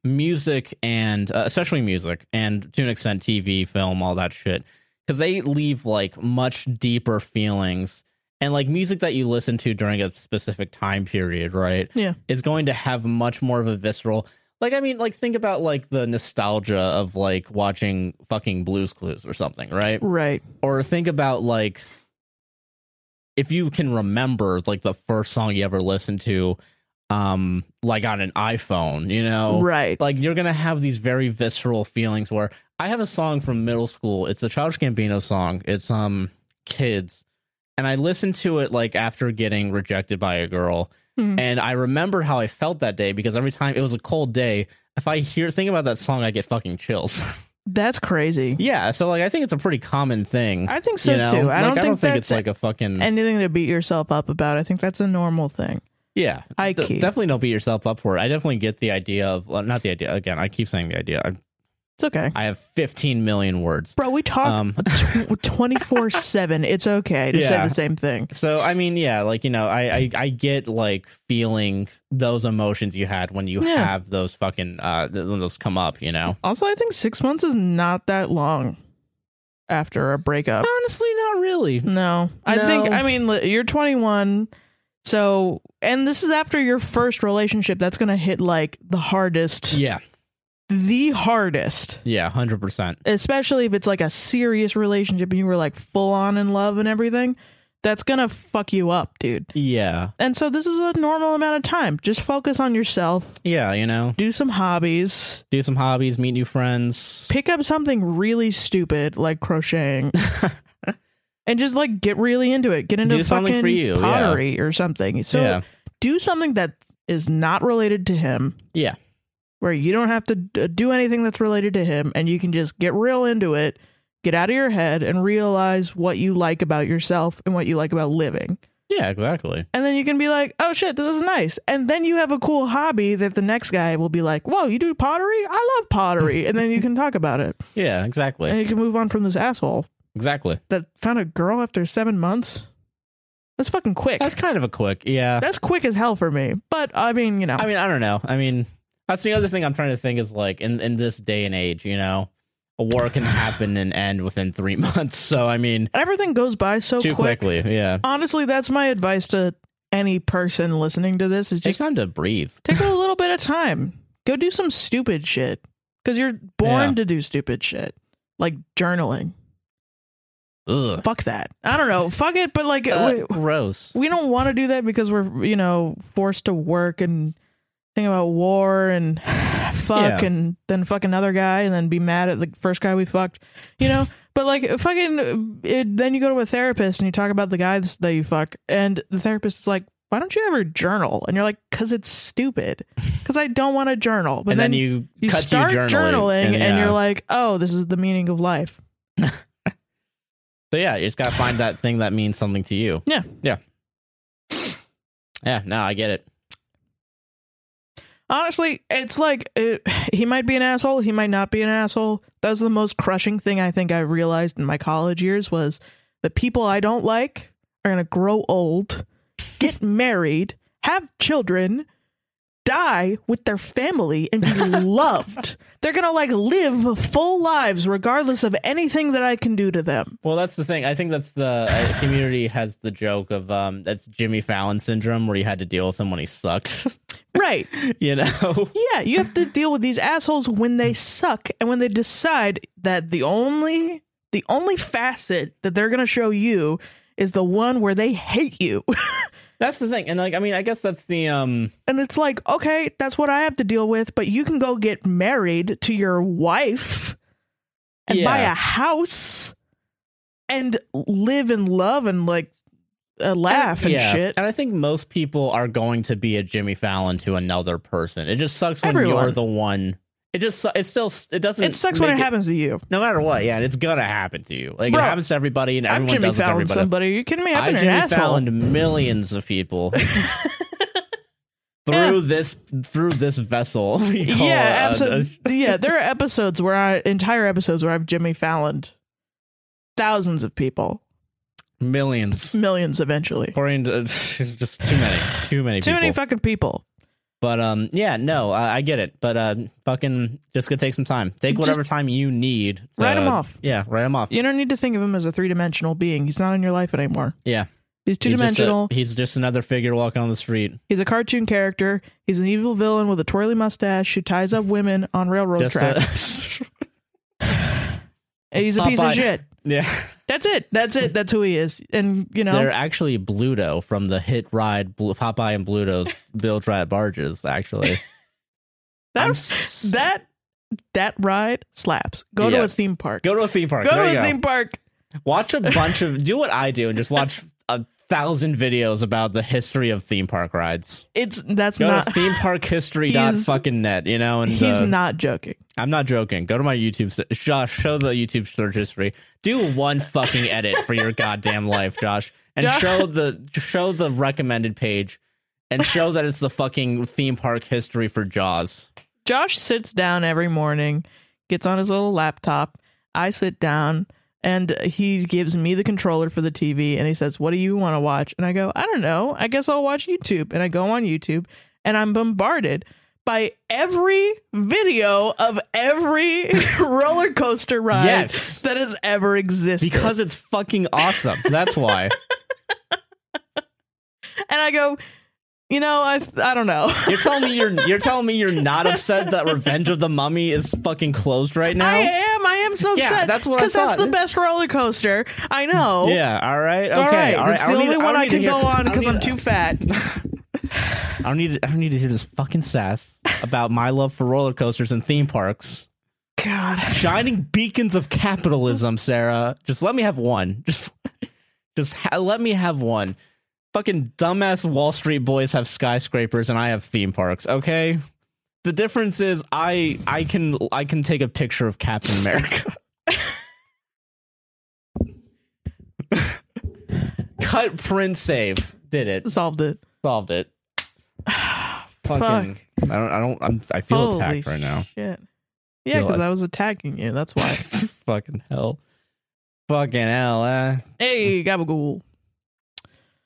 Speaker 1: music and uh, especially music and to an extent TV, film, all that shit, because they leave like much deeper feelings. And like music that you listen to during a specific time period, right?
Speaker 2: Yeah.
Speaker 1: Is going to have much more of a visceral like I mean, like think about like the nostalgia of like watching fucking Blue's Clues or something, right?
Speaker 2: Right.
Speaker 1: Or think about like if you can remember like the first song you ever listened to, um, like on an iPhone, you know,
Speaker 2: Right.
Speaker 1: like you're gonna have these very visceral feelings where I have a song from middle school. It's a Childish Gambino song. It's um kids, and I listened to it like after getting rejected by a girl,
Speaker 2: Hmm.
Speaker 1: and I remember how I felt that day because every time it was a cold day. If I hear think about that song, I get fucking chills.
Speaker 2: That's crazy.
Speaker 1: yeah, so like I think it's a pretty common thing.
Speaker 2: I think so
Speaker 1: you know?
Speaker 2: too. I
Speaker 1: Like,
Speaker 2: don't think that's
Speaker 1: it's like a fucking
Speaker 2: anything to beat yourself up about. I think that's a normal thing.
Speaker 1: Yeah,
Speaker 2: I
Speaker 1: D-
Speaker 2: keep-
Speaker 1: definitely don't beat yourself up for it. I definitely get the idea of well, not the idea. Again, I keep saying the idea. I,
Speaker 2: It's okay.
Speaker 1: I have 15 million words.
Speaker 2: Bro, we talk
Speaker 1: Um,
Speaker 2: 24 7. It's okay to
Speaker 1: Yeah.
Speaker 2: say the same thing.
Speaker 1: So I mean, yeah, like you know, I I, I get like feeling those emotions you had when you
Speaker 2: Yeah.
Speaker 1: have those fucking uh th- when those come up, you know.
Speaker 2: Also, I think six months is not that long after a breakup.
Speaker 1: Honestly, not really.
Speaker 2: No, I
Speaker 3: No.
Speaker 2: think I mean li- you're 21, so and this is after your first relationship. That's gonna hit like the hardest,
Speaker 1: Yeah.
Speaker 2: the hardest.
Speaker 1: Yeah. Hundred percent.
Speaker 2: Especially if it's like a serious relationship and you were like full on in love and everything, that's gonna fuck you up, dude.
Speaker 1: Yeah.
Speaker 2: And so this is a normal amount of time. Just focus on yourself,
Speaker 1: Yeah. You know,
Speaker 2: do some hobbies,
Speaker 1: do some hobbies, meet new friends.
Speaker 2: pick up something really stupid like crocheting and just like get really into it get into
Speaker 1: Do something
Speaker 2: fucking
Speaker 1: for you, yeah.
Speaker 2: pottery or something so
Speaker 1: yeah.
Speaker 2: do something that is not related to him
Speaker 1: Yeah.
Speaker 2: where you don't have to d- do anything that's related to him and you can just get real into it get out of your head and realize what you like about yourself and what you like about living
Speaker 1: Yeah. Exactly.
Speaker 2: and then you can be like oh shit this is nice and then you have a cool hobby that the next guy will be like whoa you do pottery i love pottery and then you can talk about it
Speaker 1: Yeah. Exactly.
Speaker 2: and you can move on from this asshole
Speaker 1: Exactly.
Speaker 2: that found a girl after seven months. That's fucking quick.
Speaker 1: That's
Speaker 2: That's,
Speaker 1: kind of a quick. Yeah.
Speaker 2: quick as hell for me. But I mean, you know,
Speaker 1: I mean, I don't know. I mean, that's the other thing I'm trying to think is like in in this day and age, you know, a war can happen and end within three months. So I mean,
Speaker 2: everything goes by so
Speaker 1: too
Speaker 2: quick.
Speaker 1: quickly. Yeah,
Speaker 2: Honestly, that's my advice to any person listening to this: is
Speaker 1: take
Speaker 2: just
Speaker 1: time to breathe.
Speaker 2: take a little bit of time. Go do some stupid shit because you're born
Speaker 1: Yeah.
Speaker 2: to do stupid shit, like journaling.
Speaker 1: Ugh,
Speaker 2: Fuck that. I don't know. Fuck it. But like,
Speaker 1: Uh,
Speaker 2: we-
Speaker 1: gross.
Speaker 2: we don't want to do that because we're you know forced to work and think about war and fuck
Speaker 1: Yeah.
Speaker 2: and then fuck another guy and then be mad at the first guy we fucked you know but like fucking it, then you go to a therapist and you talk about the guys that you fuck and the therapist is like why don't you ever journal and you're like because it's stupid because i don't want to journal but
Speaker 1: and
Speaker 2: then,
Speaker 1: then, you,
Speaker 2: you
Speaker 1: cut
Speaker 2: start
Speaker 1: to
Speaker 2: journaling, and,
Speaker 1: yeah.
Speaker 2: you're like oh this is the meaning of life
Speaker 1: so yeah, you just gotta find that thing that means something to you.
Speaker 2: Yeah.
Speaker 1: yeah, yeah. No, I get it.
Speaker 2: Honestly, it's like it, he might be an asshole. He might not be an asshole. That was the most crushing thing I think I realized in my college years was the people I don't like are going to grow old, get married, have children, die with their family, and be loved. They're going to like live full lives regardless of anything that I can do to them.
Speaker 1: Well, that's the thing. I think that's the uh, community has the joke of um that's Jimmy Fallon syndrome where you had to deal with him when he sucked.
Speaker 2: Right.
Speaker 1: you know.
Speaker 2: Yeah, you have to deal with these assholes when they suck and when they decide that the only the only facet that they're going to show you is the one where they hate you.
Speaker 1: That's the thing. And like I mean, I guess that's the um
Speaker 2: and it's like, okay, that's what I have to deal with, but you can go get married to your wife and buy
Speaker 1: Yeah.
Speaker 2: a house and live and love and like uh, laugh and,
Speaker 1: yeah.
Speaker 2: shit.
Speaker 1: And I think most people are going to be a Jimmy Fallon to another person. It just sucks when
Speaker 2: Everyone.
Speaker 1: you're the one. It just su- it still it doesn't.
Speaker 2: It sucks when it
Speaker 1: make
Speaker 2: happens to you.
Speaker 1: No matter what, yeah, and it's gonna happen to you. Like
Speaker 2: Bro,
Speaker 1: it happens to everybody, and
Speaker 2: I'm
Speaker 1: everyone
Speaker 2: Jimmy
Speaker 1: does it to
Speaker 2: Fallon.
Speaker 1: everybody.
Speaker 2: Somebody, are you kidding me? I've
Speaker 1: I
Speaker 2: been an
Speaker 1: Jimmy
Speaker 2: asshole.
Speaker 1: Fallon to millions of people through this through this vessel. we call,
Speaker 2: yeah,
Speaker 1: uh,
Speaker 2: absolutely. yeah, there are episodes where I entire episodes where I've Jimmy Fallon thousands of people,
Speaker 1: uh, millions.
Speaker 2: millions eventually.
Speaker 1: According to just too many, too many,
Speaker 2: Too
Speaker 1: people.
Speaker 2: many fucking people.
Speaker 1: But um, yeah, no, I, I get it. But uh, fucking, just gonna take some time. Take
Speaker 2: Just-
Speaker 1: whatever time you need. to-
Speaker 2: Write 'em off.
Speaker 1: Yeah, write him off.
Speaker 2: You don't need to think of him as a three dimensional being. He's not in your life anymore.
Speaker 1: Yeah,
Speaker 2: He's two
Speaker 1: He's just a-
Speaker 2: dimensional.
Speaker 1: he's just another figure walking on the street,
Speaker 2: He's a cartoon character. He's an evil villain with a twirly mustache who ties up women on railroad
Speaker 1: just uh,
Speaker 2: tracks.
Speaker 1: a,
Speaker 2: And he's a piece
Speaker 1: Popeye.
Speaker 2: of shit.
Speaker 1: yeah.
Speaker 2: That's it. That's it. That's who he is. And you know,
Speaker 1: They're actually Bluto from the hit ride Blu- Popeye and Bluto's built ride barges. Actually,
Speaker 2: that
Speaker 1: I'm s-
Speaker 2: that that ride slaps. Go
Speaker 1: Yeah.
Speaker 2: to a theme park.
Speaker 1: go to a theme park.
Speaker 2: Go
Speaker 1: There
Speaker 2: to
Speaker 1: you
Speaker 2: a theme park.
Speaker 1: Watch a bunch of do what I do and just watch a thousand videos about the history of theme park rides.
Speaker 2: It's that's
Speaker 1: Go
Speaker 2: not
Speaker 1: to themeparkhistory dot
Speaker 2: He's-
Speaker 1: fucking net. You know, and
Speaker 2: He's
Speaker 1: uh,
Speaker 2: not joking.
Speaker 1: I'm not joking. Go to my YouTube. se- Josh, show the YouTube search history. Do one fucking edit for your goddamn life, Josh, and
Speaker 2: Josh-
Speaker 1: show the show the recommended page, and show that it's the fucking theme park history for Jaws.
Speaker 2: Josh sits down every morning, gets on his little laptop. I sit down and he gives me the controller for the TV and he says, What do you want to watch? And I go, I don't know. I guess I'll watch YouTube. And I go on YouTube and I'm bombarded by every video of every roller coaster ride
Speaker 1: Yes.
Speaker 2: that has ever existed.
Speaker 1: Because it's fucking awesome. That's why.
Speaker 2: and I go, you know, I I don't know.
Speaker 1: You're telling me you're you're telling me you're not upset that Revenge of the Mummy is fucking closed right now?
Speaker 2: I am. I am so
Speaker 1: Yeah,
Speaker 2: upset.
Speaker 1: that's what I
Speaker 2: that's
Speaker 1: thought.
Speaker 2: the best roller coaster. I know.
Speaker 1: yeah, all right. Okay.
Speaker 2: All right.
Speaker 1: all right.
Speaker 2: It's
Speaker 1: I
Speaker 2: the
Speaker 1: don't
Speaker 2: only
Speaker 1: need-
Speaker 2: one
Speaker 1: don't
Speaker 2: I
Speaker 1: need to
Speaker 2: can
Speaker 1: hear-
Speaker 2: go on
Speaker 1: I don't
Speaker 2: because I'm
Speaker 1: need-
Speaker 2: too fat.
Speaker 1: I don't need to- I don't need to hear this fucking sass about my love for roller coasters and theme parks.
Speaker 2: God.
Speaker 1: Shining beacons of capitalism, Sarah. Just let me have one. Just just ha- let me have one. Fucking dumbass Wall Street boys have skyscrapers and I have theme parks, okay? The difference is I I can I can take a picture of Captain America. Cut print save. Did it.
Speaker 2: Solved it.
Speaker 1: Solved it. Fucking I don't I don't I'm, I feel
Speaker 2: Holy
Speaker 1: attacked right now.
Speaker 2: Shit. Yeah,
Speaker 1: Feel
Speaker 2: because
Speaker 1: like-
Speaker 2: I was attacking you. That's why.
Speaker 1: Fucking hell. Fucking hell, eh?
Speaker 2: hey, Gabagool.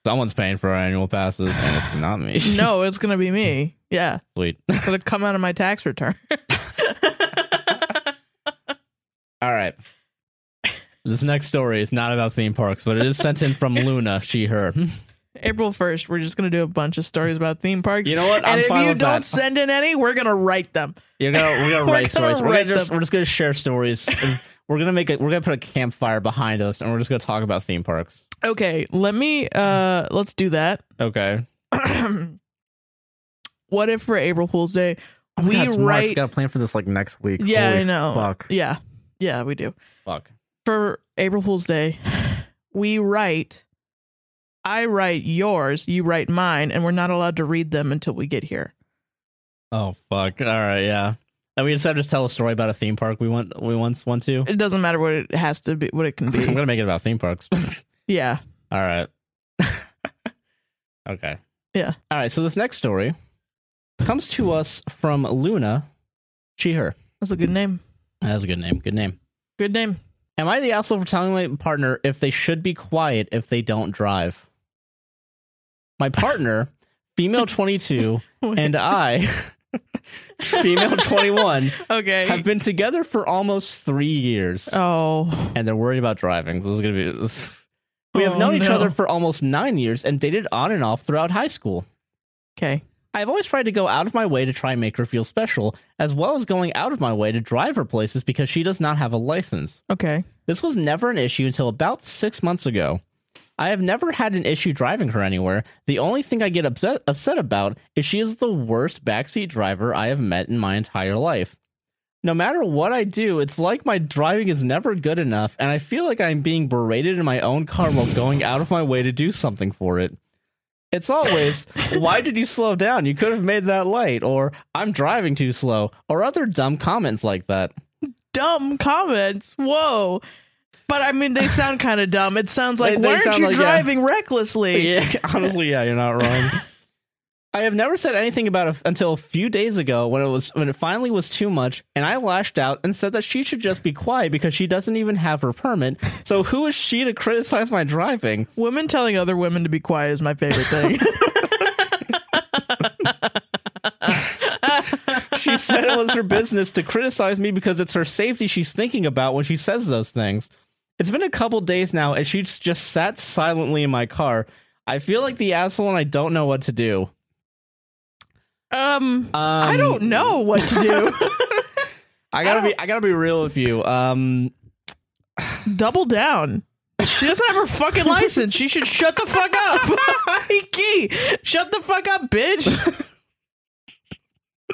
Speaker 1: Someone's paying for our annual passes, and it's not me.
Speaker 2: No, it's gonna be me. Yeah,
Speaker 1: Sweet.
Speaker 2: it's gonna come out of my tax return.
Speaker 1: All right. This next story is not about theme parks, but it is sent in from Luna, she, her.
Speaker 2: April first, we're just gonna do a bunch of stories about theme parks.
Speaker 1: You know what?
Speaker 2: and
Speaker 1: I'm
Speaker 2: if
Speaker 1: fine
Speaker 2: you
Speaker 1: with
Speaker 2: don't
Speaker 1: that.
Speaker 2: send in any, we're gonna write them.
Speaker 1: You're gonna, we're gonna
Speaker 2: We're
Speaker 1: write
Speaker 2: gonna
Speaker 1: stories. We're,
Speaker 2: write
Speaker 1: gonna just,
Speaker 2: them.
Speaker 1: we're just gonna share stories. And we're gonna make it. We're gonna put a campfire behind us, and we're just gonna talk about theme parks.
Speaker 2: Okay, let me. uh Let's do that.
Speaker 1: Okay.
Speaker 2: what if for April Fool's Day we
Speaker 1: We
Speaker 2: write?
Speaker 1: gotta plan for this like next week.
Speaker 2: Yeah, I know. Yeah, yeah, we do.
Speaker 1: Fuck.
Speaker 2: for April Fool's Day, we write, I write yours, you write mine, and we're not allowed to read them until we get here.
Speaker 1: Oh fuck. All right. Yeah. And we just have to tell a story about a theme park we want. We once want to.
Speaker 2: It doesn't matter what it has to be, what it can
Speaker 1: I'm
Speaker 2: be.
Speaker 1: gonna make it about theme parks.
Speaker 2: yeah.
Speaker 1: All right. okay.
Speaker 2: Yeah.
Speaker 1: All right. So this next story comes to us from Luna. She, her.
Speaker 2: That's a good name.
Speaker 1: That's a good name. Good name.
Speaker 2: Good name.
Speaker 1: Am I the asshole for telling my partner if they should be quiet if they don't drive? My partner, female 22, and I, female 21,
Speaker 2: okay.
Speaker 1: have been together for almost three years.
Speaker 2: oh.
Speaker 1: and they're worried about driving. This is gonna be. We have
Speaker 2: Oh,
Speaker 1: known each
Speaker 2: no.
Speaker 1: other for almost nine years and dated on and off throughout high school.
Speaker 2: Okay.
Speaker 1: I've always tried to go out of my way to try and make her feel special, as well as going out of my way to drive her places because she does not have a license.
Speaker 2: Okay.
Speaker 1: This was never an issue until about six months ago. I have never had an issue driving her anywhere. The only thing I get upset, upset about is she is the worst backseat driver I have met in my entire life. No matter what I do, it's like my driving is never good enough, and I feel like I'm being berated in my own car while going out of my way to do something for it. It's always, why did you slow down? You could have made that light, or I'm driving too slow, or other dumb comments like that.
Speaker 2: Dumb comments. Whoa. But I mean, they sound kind of dumb. It sounds like,
Speaker 1: They- they
Speaker 2: why aren't
Speaker 1: sound
Speaker 2: you
Speaker 1: like, yeah.
Speaker 2: driving recklessly?
Speaker 1: Yeah, honestly, yeah, you're not wrong. I have never said anything about it until a few days ago when it was when it finally was too much, and I lashed out and said that she should just be quiet because she doesn't even have her permit. So who is she to criticize my driving?
Speaker 2: Women telling other women to be quiet is my favorite thing.
Speaker 1: She said it was her business to criticize me because it's her safety she's thinking about when she says those things. It's been a couple days now, and she's just sat silently in my car. I feel like the asshole, and I don't know what to do.
Speaker 2: um, I
Speaker 1: Um,
Speaker 2: don't know what to do.
Speaker 1: I gotta
Speaker 2: I
Speaker 1: be. I gotta be real with you. Um,
Speaker 2: double down. She doesn't have her fucking license. She should shut the fuck up. Key, shut the fuck up, bitch.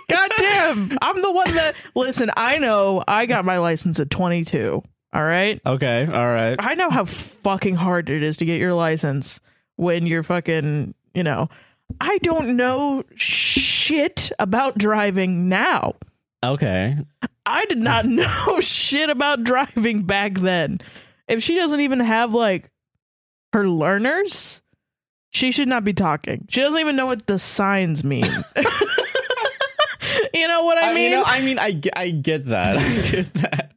Speaker 2: God damn. I'm the one that listen, I know I got my license at 22. All right?
Speaker 1: okay. All right.
Speaker 2: I know how fucking hard it is to get your license when you're fucking, you know, I don't know shit about driving now.
Speaker 1: Okay.
Speaker 2: I did not know shit about driving back then. If she doesn't even have like her learners, she should not be talking. She doesn't even know what the signs mean. you know what I, mean?
Speaker 1: Uh, you know, I mean, I get, I get that. I get that.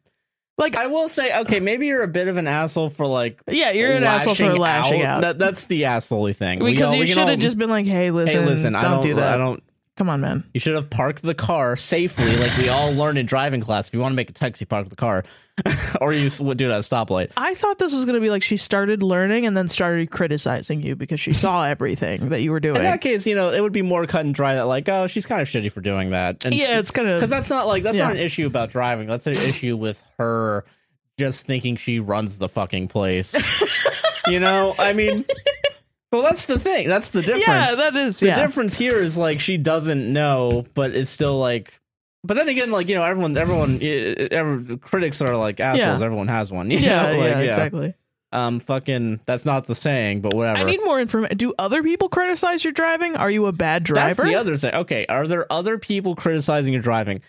Speaker 2: like,
Speaker 1: I will say, okay, maybe you're a bit of an asshole for like
Speaker 2: yeah, you're an asshole for lashing out.
Speaker 1: That, that's the assholey thing. We
Speaker 2: because
Speaker 1: all-
Speaker 2: you
Speaker 1: we can
Speaker 2: should
Speaker 1: all-
Speaker 2: have just been like, "Hey, listen,
Speaker 1: hey, listen,
Speaker 2: don't,
Speaker 1: I don't,
Speaker 2: do that."
Speaker 1: I don't,
Speaker 2: Come on, man.
Speaker 1: You should have parked the car safely, like we all learned in driving class. If you want to make a taxi, park the car, or you s- would do it at a stoplight.
Speaker 2: I thought this was going to be like she started learning and then started criticizing you because she saw everything that you were doing.
Speaker 1: In that case, you know it would be more cut and dry. That like, oh, she's kind of shitty for doing that. And
Speaker 2: yeah, it's kind
Speaker 1: because
Speaker 2: of
Speaker 1: that's not like that's
Speaker 2: Yeah.
Speaker 1: not an issue about driving. That's an issue with her just thinking she runs the fucking place. you know, I mean, well, that's the thing. That's the difference.
Speaker 2: yeah, that is
Speaker 1: the
Speaker 2: yeah.
Speaker 1: difference here is like she doesn't know, but it's still like. But then again, like you know, everyone, everyone, eh, every, critics are like assholes. Everyone has one. You
Speaker 2: yeah,
Speaker 1: know? like,
Speaker 2: yeah, exactly.
Speaker 1: Um, fucking. That's not the saying, but whatever.
Speaker 2: I need more information. Do other people criticize your driving? Are you a bad
Speaker 1: That's
Speaker 2: driver?
Speaker 1: the other thing. Okay, are there other people criticizing your driving?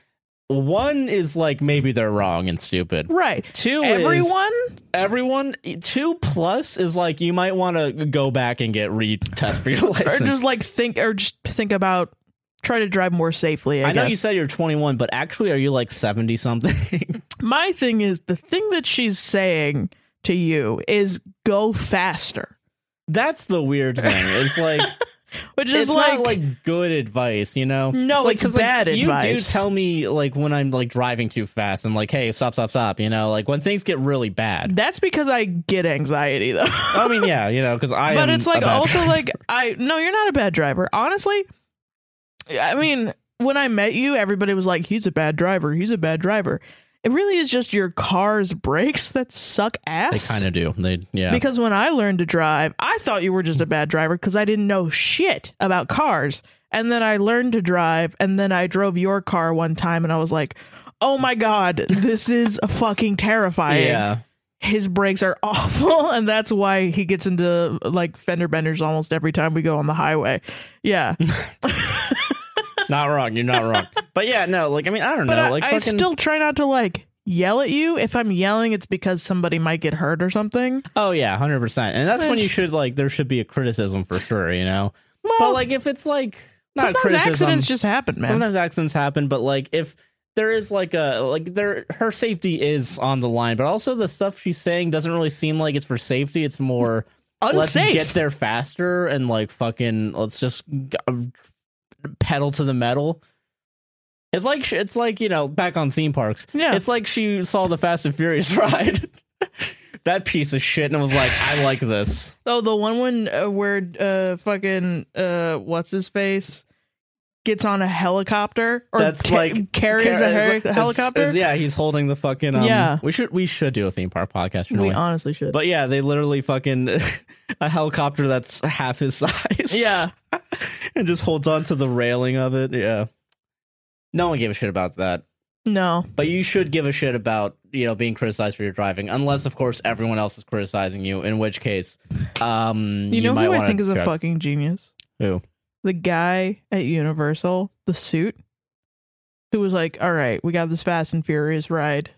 Speaker 1: One is like maybe they're wrong and stupid.
Speaker 2: right.
Speaker 1: Two is
Speaker 2: Everyone?
Speaker 1: everyone. Two plus is like you might want to go back and get retest for your
Speaker 2: Or
Speaker 1: license.
Speaker 2: just like think or just think about try to drive more safely. I,
Speaker 1: I know
Speaker 2: guess.
Speaker 1: you said you're 21, but actually, are you like 70 something?
Speaker 2: My thing is the thing that she's saying to you is go faster.
Speaker 1: That's the weird thing. It's like
Speaker 2: Which
Speaker 1: it's
Speaker 2: is like,
Speaker 1: not like good advice, you know?
Speaker 2: No,
Speaker 1: like,
Speaker 2: it's
Speaker 1: 'cause, like,
Speaker 2: bad
Speaker 1: you You do
Speaker 2: advice.
Speaker 1: tell me like when I'm like driving too fast and like, hey, stop, stop, stop. You know, like when things get really bad.
Speaker 2: that's because I get anxiety though.
Speaker 1: I mean, yeah, you know, because I.
Speaker 2: but
Speaker 1: am
Speaker 2: it's like
Speaker 1: a bad
Speaker 2: also
Speaker 1: driver.
Speaker 2: like I no, you're not a bad driver. Honestly, I mean, when I met you, everybody was like, "He's a bad driver. He's a bad driver." It really is just your car's brakes that suck
Speaker 1: they
Speaker 2: ass.
Speaker 1: kind of do. They yeah.
Speaker 2: Because when I learned to drive, I thought you were just a bad driver because I didn't know shit about cars. And then I learned to drive, and then I drove your car one time, and I was like, "Oh my god, this is fucking terrifying."
Speaker 1: yeah,
Speaker 2: his brakes are awful and that's why he gets into like fender benders almost every time we go on the highway yeah
Speaker 1: not wrong. You're not wrong. But yeah, no, like I mean, I don't
Speaker 2: but
Speaker 1: know.
Speaker 2: I,
Speaker 1: like
Speaker 2: I
Speaker 1: fucking,
Speaker 2: still try not to like yell at you if i'm yelling it's because somebody might get hurt or something
Speaker 1: Oh yeah, hundred percent. And that's when
Speaker 2: Which-
Speaker 1: you should like there should be a criticism for sure. You know,
Speaker 2: well
Speaker 1: but like if it's like not
Speaker 2: sometimes
Speaker 1: criticism,
Speaker 2: accidents just happen man
Speaker 1: Sometimes accidents happen, but like if there is like a like there her safety is on the line, but also the stuff she's saying doesn't really seem like it's for safety. It's more let's
Speaker 2: unsafe
Speaker 1: get there faster and like fucking let's just g- uh, pedal to the metal. It's like sh- it's like you know back on theme parks.
Speaker 2: Yeah.
Speaker 1: it's like she saw the Fast and Furious ride. that piece of shit and was like, I like this.
Speaker 2: oh the one when uh, where uh fucking uh what's his face gets on a helicopter or
Speaker 1: That's
Speaker 2: ca-
Speaker 1: like-
Speaker 2: carries
Speaker 1: Car-
Speaker 2: a
Speaker 1: it's-
Speaker 2: heli-
Speaker 1: it's-
Speaker 2: helicopter
Speaker 1: it's- yeah, he's holding the fucking. Um,
Speaker 2: Yeah.
Speaker 1: we should we should do a theme park podcast. shouldn't
Speaker 2: we
Speaker 1: we?
Speaker 2: honestly should
Speaker 1: But yeah, they literally fucking a helicopter that's half his size.
Speaker 2: Yeah.
Speaker 1: and just holds on to the railing of it. Yeah. No one gave a shit about that.
Speaker 2: no
Speaker 1: But you should give a shit about, you know, being criticized for your driving, unless of course everyone else is criticizing you, in which case um
Speaker 2: you, know
Speaker 1: might
Speaker 2: who i
Speaker 1: wanna
Speaker 2: think is a
Speaker 1: check-
Speaker 2: fucking genius
Speaker 1: Who?
Speaker 2: the guy at Universal, the suit, who was like, "All right, we got this Fast and Furious ride.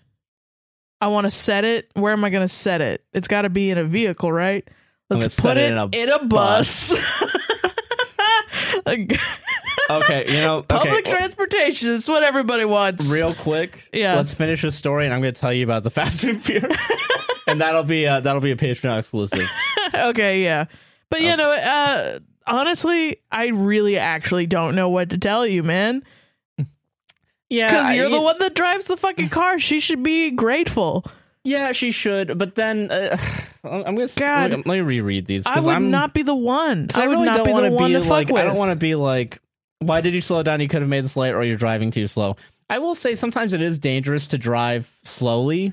Speaker 2: I want to set it. Where am I going to set it? It's got to be in a vehicle, right?
Speaker 1: I'm
Speaker 2: Let's
Speaker 1: gonna set
Speaker 2: put
Speaker 1: it
Speaker 2: it
Speaker 1: in
Speaker 2: in
Speaker 1: a
Speaker 2: a, bus." Like,
Speaker 1: Okay, you know, okay.
Speaker 2: Public transportation is what everybody wants.
Speaker 1: Real quick,
Speaker 2: Yeah.
Speaker 1: Let's finish this story, and I'm going to tell you about the Fast and Furious, and that'll be uh, that'll be a Patreon exclusive.
Speaker 2: okay, yeah. But
Speaker 1: Oh.
Speaker 2: you know, uh honestly, I really actually don't know what to tell you, man.
Speaker 1: Yeah,
Speaker 2: Because you're
Speaker 1: I-
Speaker 2: the one that drives the fucking car. She should be grateful.
Speaker 1: Yeah, she should. But then uh, I'm I'm gonna
Speaker 2: God.
Speaker 1: let me reread these
Speaker 2: I
Speaker 1: because
Speaker 2: would
Speaker 1: I'm
Speaker 2: not be the one.
Speaker 1: 'cause
Speaker 2: I, would
Speaker 1: really
Speaker 2: not
Speaker 1: don't
Speaker 2: be
Speaker 1: wanna
Speaker 2: the one to fuck
Speaker 1: like
Speaker 2: with.
Speaker 1: I don't want to be like why did you slow down? You could have made this light, or you're driving too slow. I will say sometimes it is dangerous to drive slowly,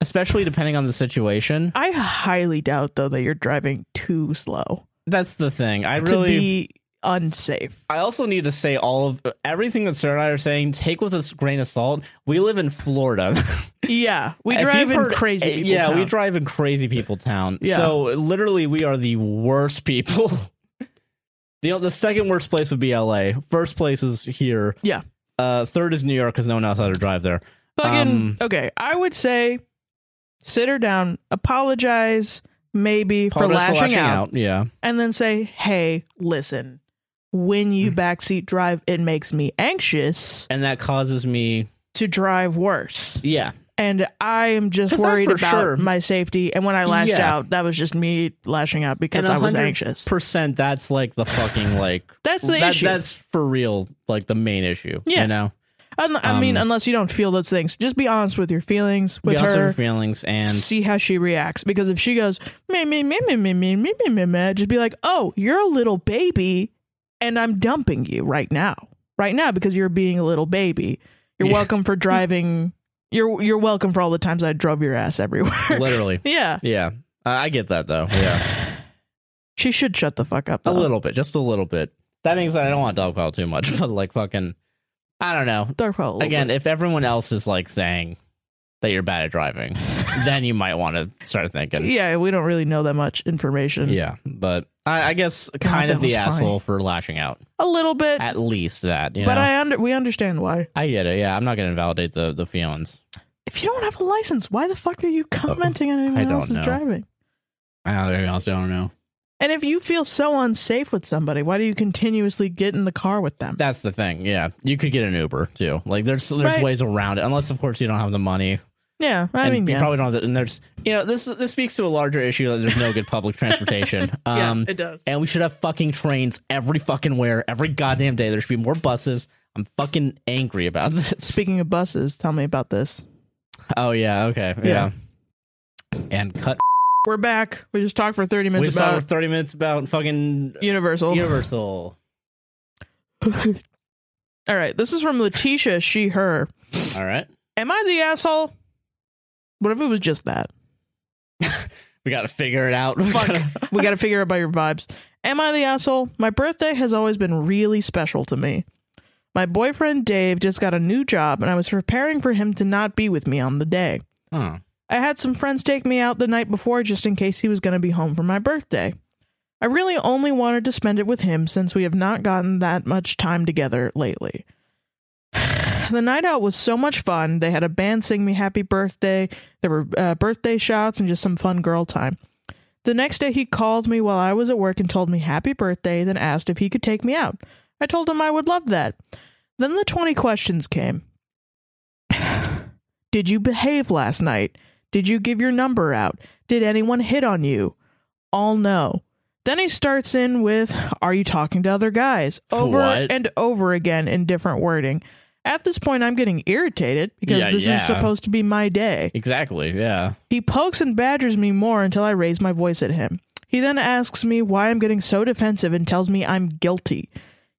Speaker 1: especially depending on the situation.
Speaker 2: I highly doubt though that you're driving too slow
Speaker 1: That's the thing. I
Speaker 2: to
Speaker 1: really
Speaker 2: be unsafe.
Speaker 1: I also need to say all of everything that Sarah and I are saying, take with a s- grain of salt. We live in Florida.
Speaker 2: Yeah, we
Speaker 1: If
Speaker 2: drive
Speaker 1: you've
Speaker 2: in
Speaker 1: heard-
Speaker 2: crazy.
Speaker 1: eh,
Speaker 2: People
Speaker 1: yeah, we
Speaker 2: town.
Speaker 1: drive in crazy people town.
Speaker 2: Yeah.
Speaker 1: So literally, we are the worst people. the the second worst place would be L.A. First place is here.
Speaker 2: Yeah.
Speaker 1: Uh, third is New York because no one knows how to drive there.
Speaker 2: Fucking
Speaker 1: um,
Speaker 2: okay. I would say sit her down, apologize maybe for
Speaker 1: Apologize
Speaker 2: lashing, out,
Speaker 1: Yeah.
Speaker 2: and then say, "Hey, listen." When
Speaker 1: Mm.
Speaker 2: you backseat drive, it makes me anxious
Speaker 1: And that causes me.
Speaker 2: to drive worse.
Speaker 1: Yeah.
Speaker 2: and I am just
Speaker 1: 'Cause that
Speaker 2: worried
Speaker 1: for
Speaker 2: about
Speaker 1: sure-
Speaker 2: my safety. And when I lashed
Speaker 1: Yeah.
Speaker 2: out, that was just me lashing out because
Speaker 1: And
Speaker 2: I was
Speaker 1: 100
Speaker 2: anxious.
Speaker 1: Percent. That's like the fucking like.
Speaker 2: That's the
Speaker 1: that,
Speaker 2: issue.
Speaker 1: That's for real. Like the main issue.
Speaker 2: Yeah.
Speaker 1: You know.
Speaker 2: Un- I mean,
Speaker 1: um,
Speaker 2: unless you don't feel those things, just be honest with your feelings with
Speaker 1: Be honest with
Speaker 2: her.
Speaker 1: your feelings and
Speaker 2: see how she reacts because if she goes me me me me me me me me me me just be like oh you're a little baby and i'm dumping you right now right now because you're being a little baby you're
Speaker 1: Yeah.
Speaker 2: welcome for driving you're you're welcome for all the times i drove your ass everywhere
Speaker 1: literally.
Speaker 2: yeah
Speaker 1: Yeah. I I get that though. Yeah.
Speaker 2: she should shut the fuck up
Speaker 1: A
Speaker 2: though.
Speaker 1: little bit, just a little bit. That means that I don't want dog pile too much, but like fucking, I don't know.
Speaker 2: They're probably a little
Speaker 1: Again,
Speaker 2: bit-
Speaker 1: if everyone else is like saying that you're bad at driving, then you might want to start thinking.
Speaker 2: yeah we don't really know that much information
Speaker 1: Yeah, but I, I guess kind
Speaker 2: that
Speaker 1: of the
Speaker 2: was funny.
Speaker 1: asshole for lashing out.
Speaker 2: a little bit
Speaker 1: At least that, you
Speaker 2: but
Speaker 1: know.
Speaker 2: i under we understand why
Speaker 1: I get it. Yeah, I'm not gonna invalidate the the feelings.
Speaker 2: if you don't have a license why the fuck are you commenting on anyone
Speaker 1: Uh, I don't
Speaker 2: else's
Speaker 1: know.
Speaker 2: driving
Speaker 1: I don't- I honestly don't know.
Speaker 2: And if you feel so unsafe with somebody, why do you continuously get in the car with them?
Speaker 1: That's the thing. Yeah, you could get an Uber too. Like there's there's
Speaker 2: Right.
Speaker 1: ways around it, unless of course you don't have the money.
Speaker 2: yeah, I
Speaker 1: and
Speaker 2: mean,
Speaker 1: you
Speaker 2: yeah.
Speaker 1: probably don't. Have to, and there's, you know, this this speaks to a larger issue that there's no good public transportation. Um,
Speaker 2: yeah, it does.
Speaker 1: and we should have fucking trains every fucking where, every goddamn day. There should be more buses. I'm fucking angry about this.
Speaker 2: Speaking of buses, tell me about this.
Speaker 1: oh yeah, okay, yeah. And cut.
Speaker 2: We're back. We just talked for thirty
Speaker 1: We
Speaker 2: minutes
Speaker 1: saw
Speaker 2: about
Speaker 1: thirty minutes about fucking Oh.
Speaker 2: Universal.
Speaker 1: Universal.
Speaker 2: All right, this is from Letitia. She, her.
Speaker 1: All right,
Speaker 2: Am I the asshole? What if it was just that?
Speaker 1: we got to figure it out. We
Speaker 2: Fuck.
Speaker 1: gotta-
Speaker 2: we got to figure out by your vibes. Am I the asshole? My birthday has always been really special to me. My boyfriend Dave just got a new job, and I was preparing for him to not be with me on the day.
Speaker 1: Huh.
Speaker 2: I had some friends take me out the night before just in case he was going to be home for my birthday. I really only wanted to spend it with him since we have not gotten that much time together lately. the night out was so much fun. They had a band sing me happy birthday, there were uh, birthday shots, and just some fun girl time. The next day, he called me while I was at work and told me happy birthday, then asked if he could take me out. I told him I would love that. Then the 20 questions came. Did you behave last night? Did you give your number out? Did anyone hit on you? All no. Then he starts in with, Are you talking to other guys? Over
Speaker 1: What?
Speaker 2: and over again in different wording. At this point, I'm getting irritated because
Speaker 1: Yeah,
Speaker 2: this
Speaker 1: yeah.
Speaker 2: is supposed to be my day.
Speaker 1: Exactly. Yeah.
Speaker 2: He pokes and badgers me more until I raise my voice at him. He then asks me why I'm getting so defensive and tells me I'm guilty.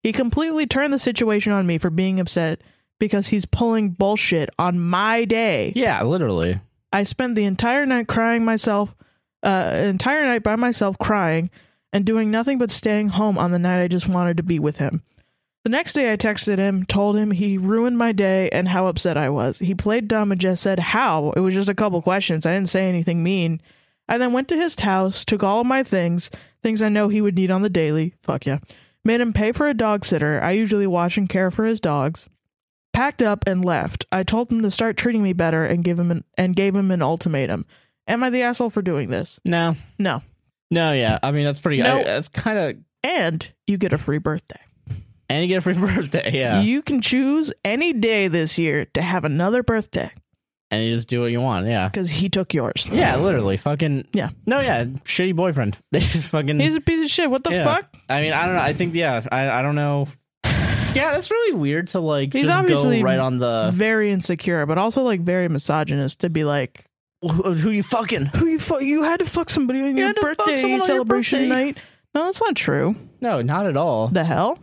Speaker 2: He completely turned the situation on me for being upset because he's pulling bullshit on my day.
Speaker 1: Yeah. Literally.
Speaker 2: I spent the entire night crying myself, uh, entire night by myself crying and doing nothing but staying home on the night I just wanted to be with him. The next day, I texted him, told him he ruined my day and how upset I was. He played dumb and just said, How? It was just a couple questions. I didn't say anything mean. I then went to his house, took all of my things, things I know he would need on the daily. Fuck yeah. Made him pay for a dog sitter. I usually watch and care for his dogs packed up and left. I told him to start treating me better and give him an, and gave him an ultimatum. Am I the asshole for doing this?
Speaker 1: No.
Speaker 2: No.
Speaker 1: No. Yeah. I mean, that's pretty.
Speaker 2: No.
Speaker 1: I- that's kind of.
Speaker 2: And you get a free birthday.
Speaker 1: And you get a free birthday. Yeah.
Speaker 2: You can choose any day this year to have another birthday
Speaker 1: and you just do what you want. Yeah.
Speaker 2: because he took yours.
Speaker 1: Yeah, literally, fucking.
Speaker 2: Yeah.
Speaker 1: No, yeah, shitty boyfriend. fucking.
Speaker 2: He's a piece of shit. What the
Speaker 1: yeah.
Speaker 2: fuck?
Speaker 1: I mean, I don't know. I think, yeah, I, I don't know. Yeah, that's really weird to like.
Speaker 2: He's
Speaker 1: just
Speaker 2: obviously
Speaker 1: go right on the
Speaker 2: very insecure, but also like very misogynist to be like,
Speaker 1: who, who you fucking.
Speaker 2: who you fuck? You had to fuck somebody on your
Speaker 1: had to fuck
Speaker 2: birthday
Speaker 1: someone on your
Speaker 2: celebration
Speaker 1: birthday.
Speaker 2: night. No, that's not true.
Speaker 1: No, not at all.
Speaker 2: The hell?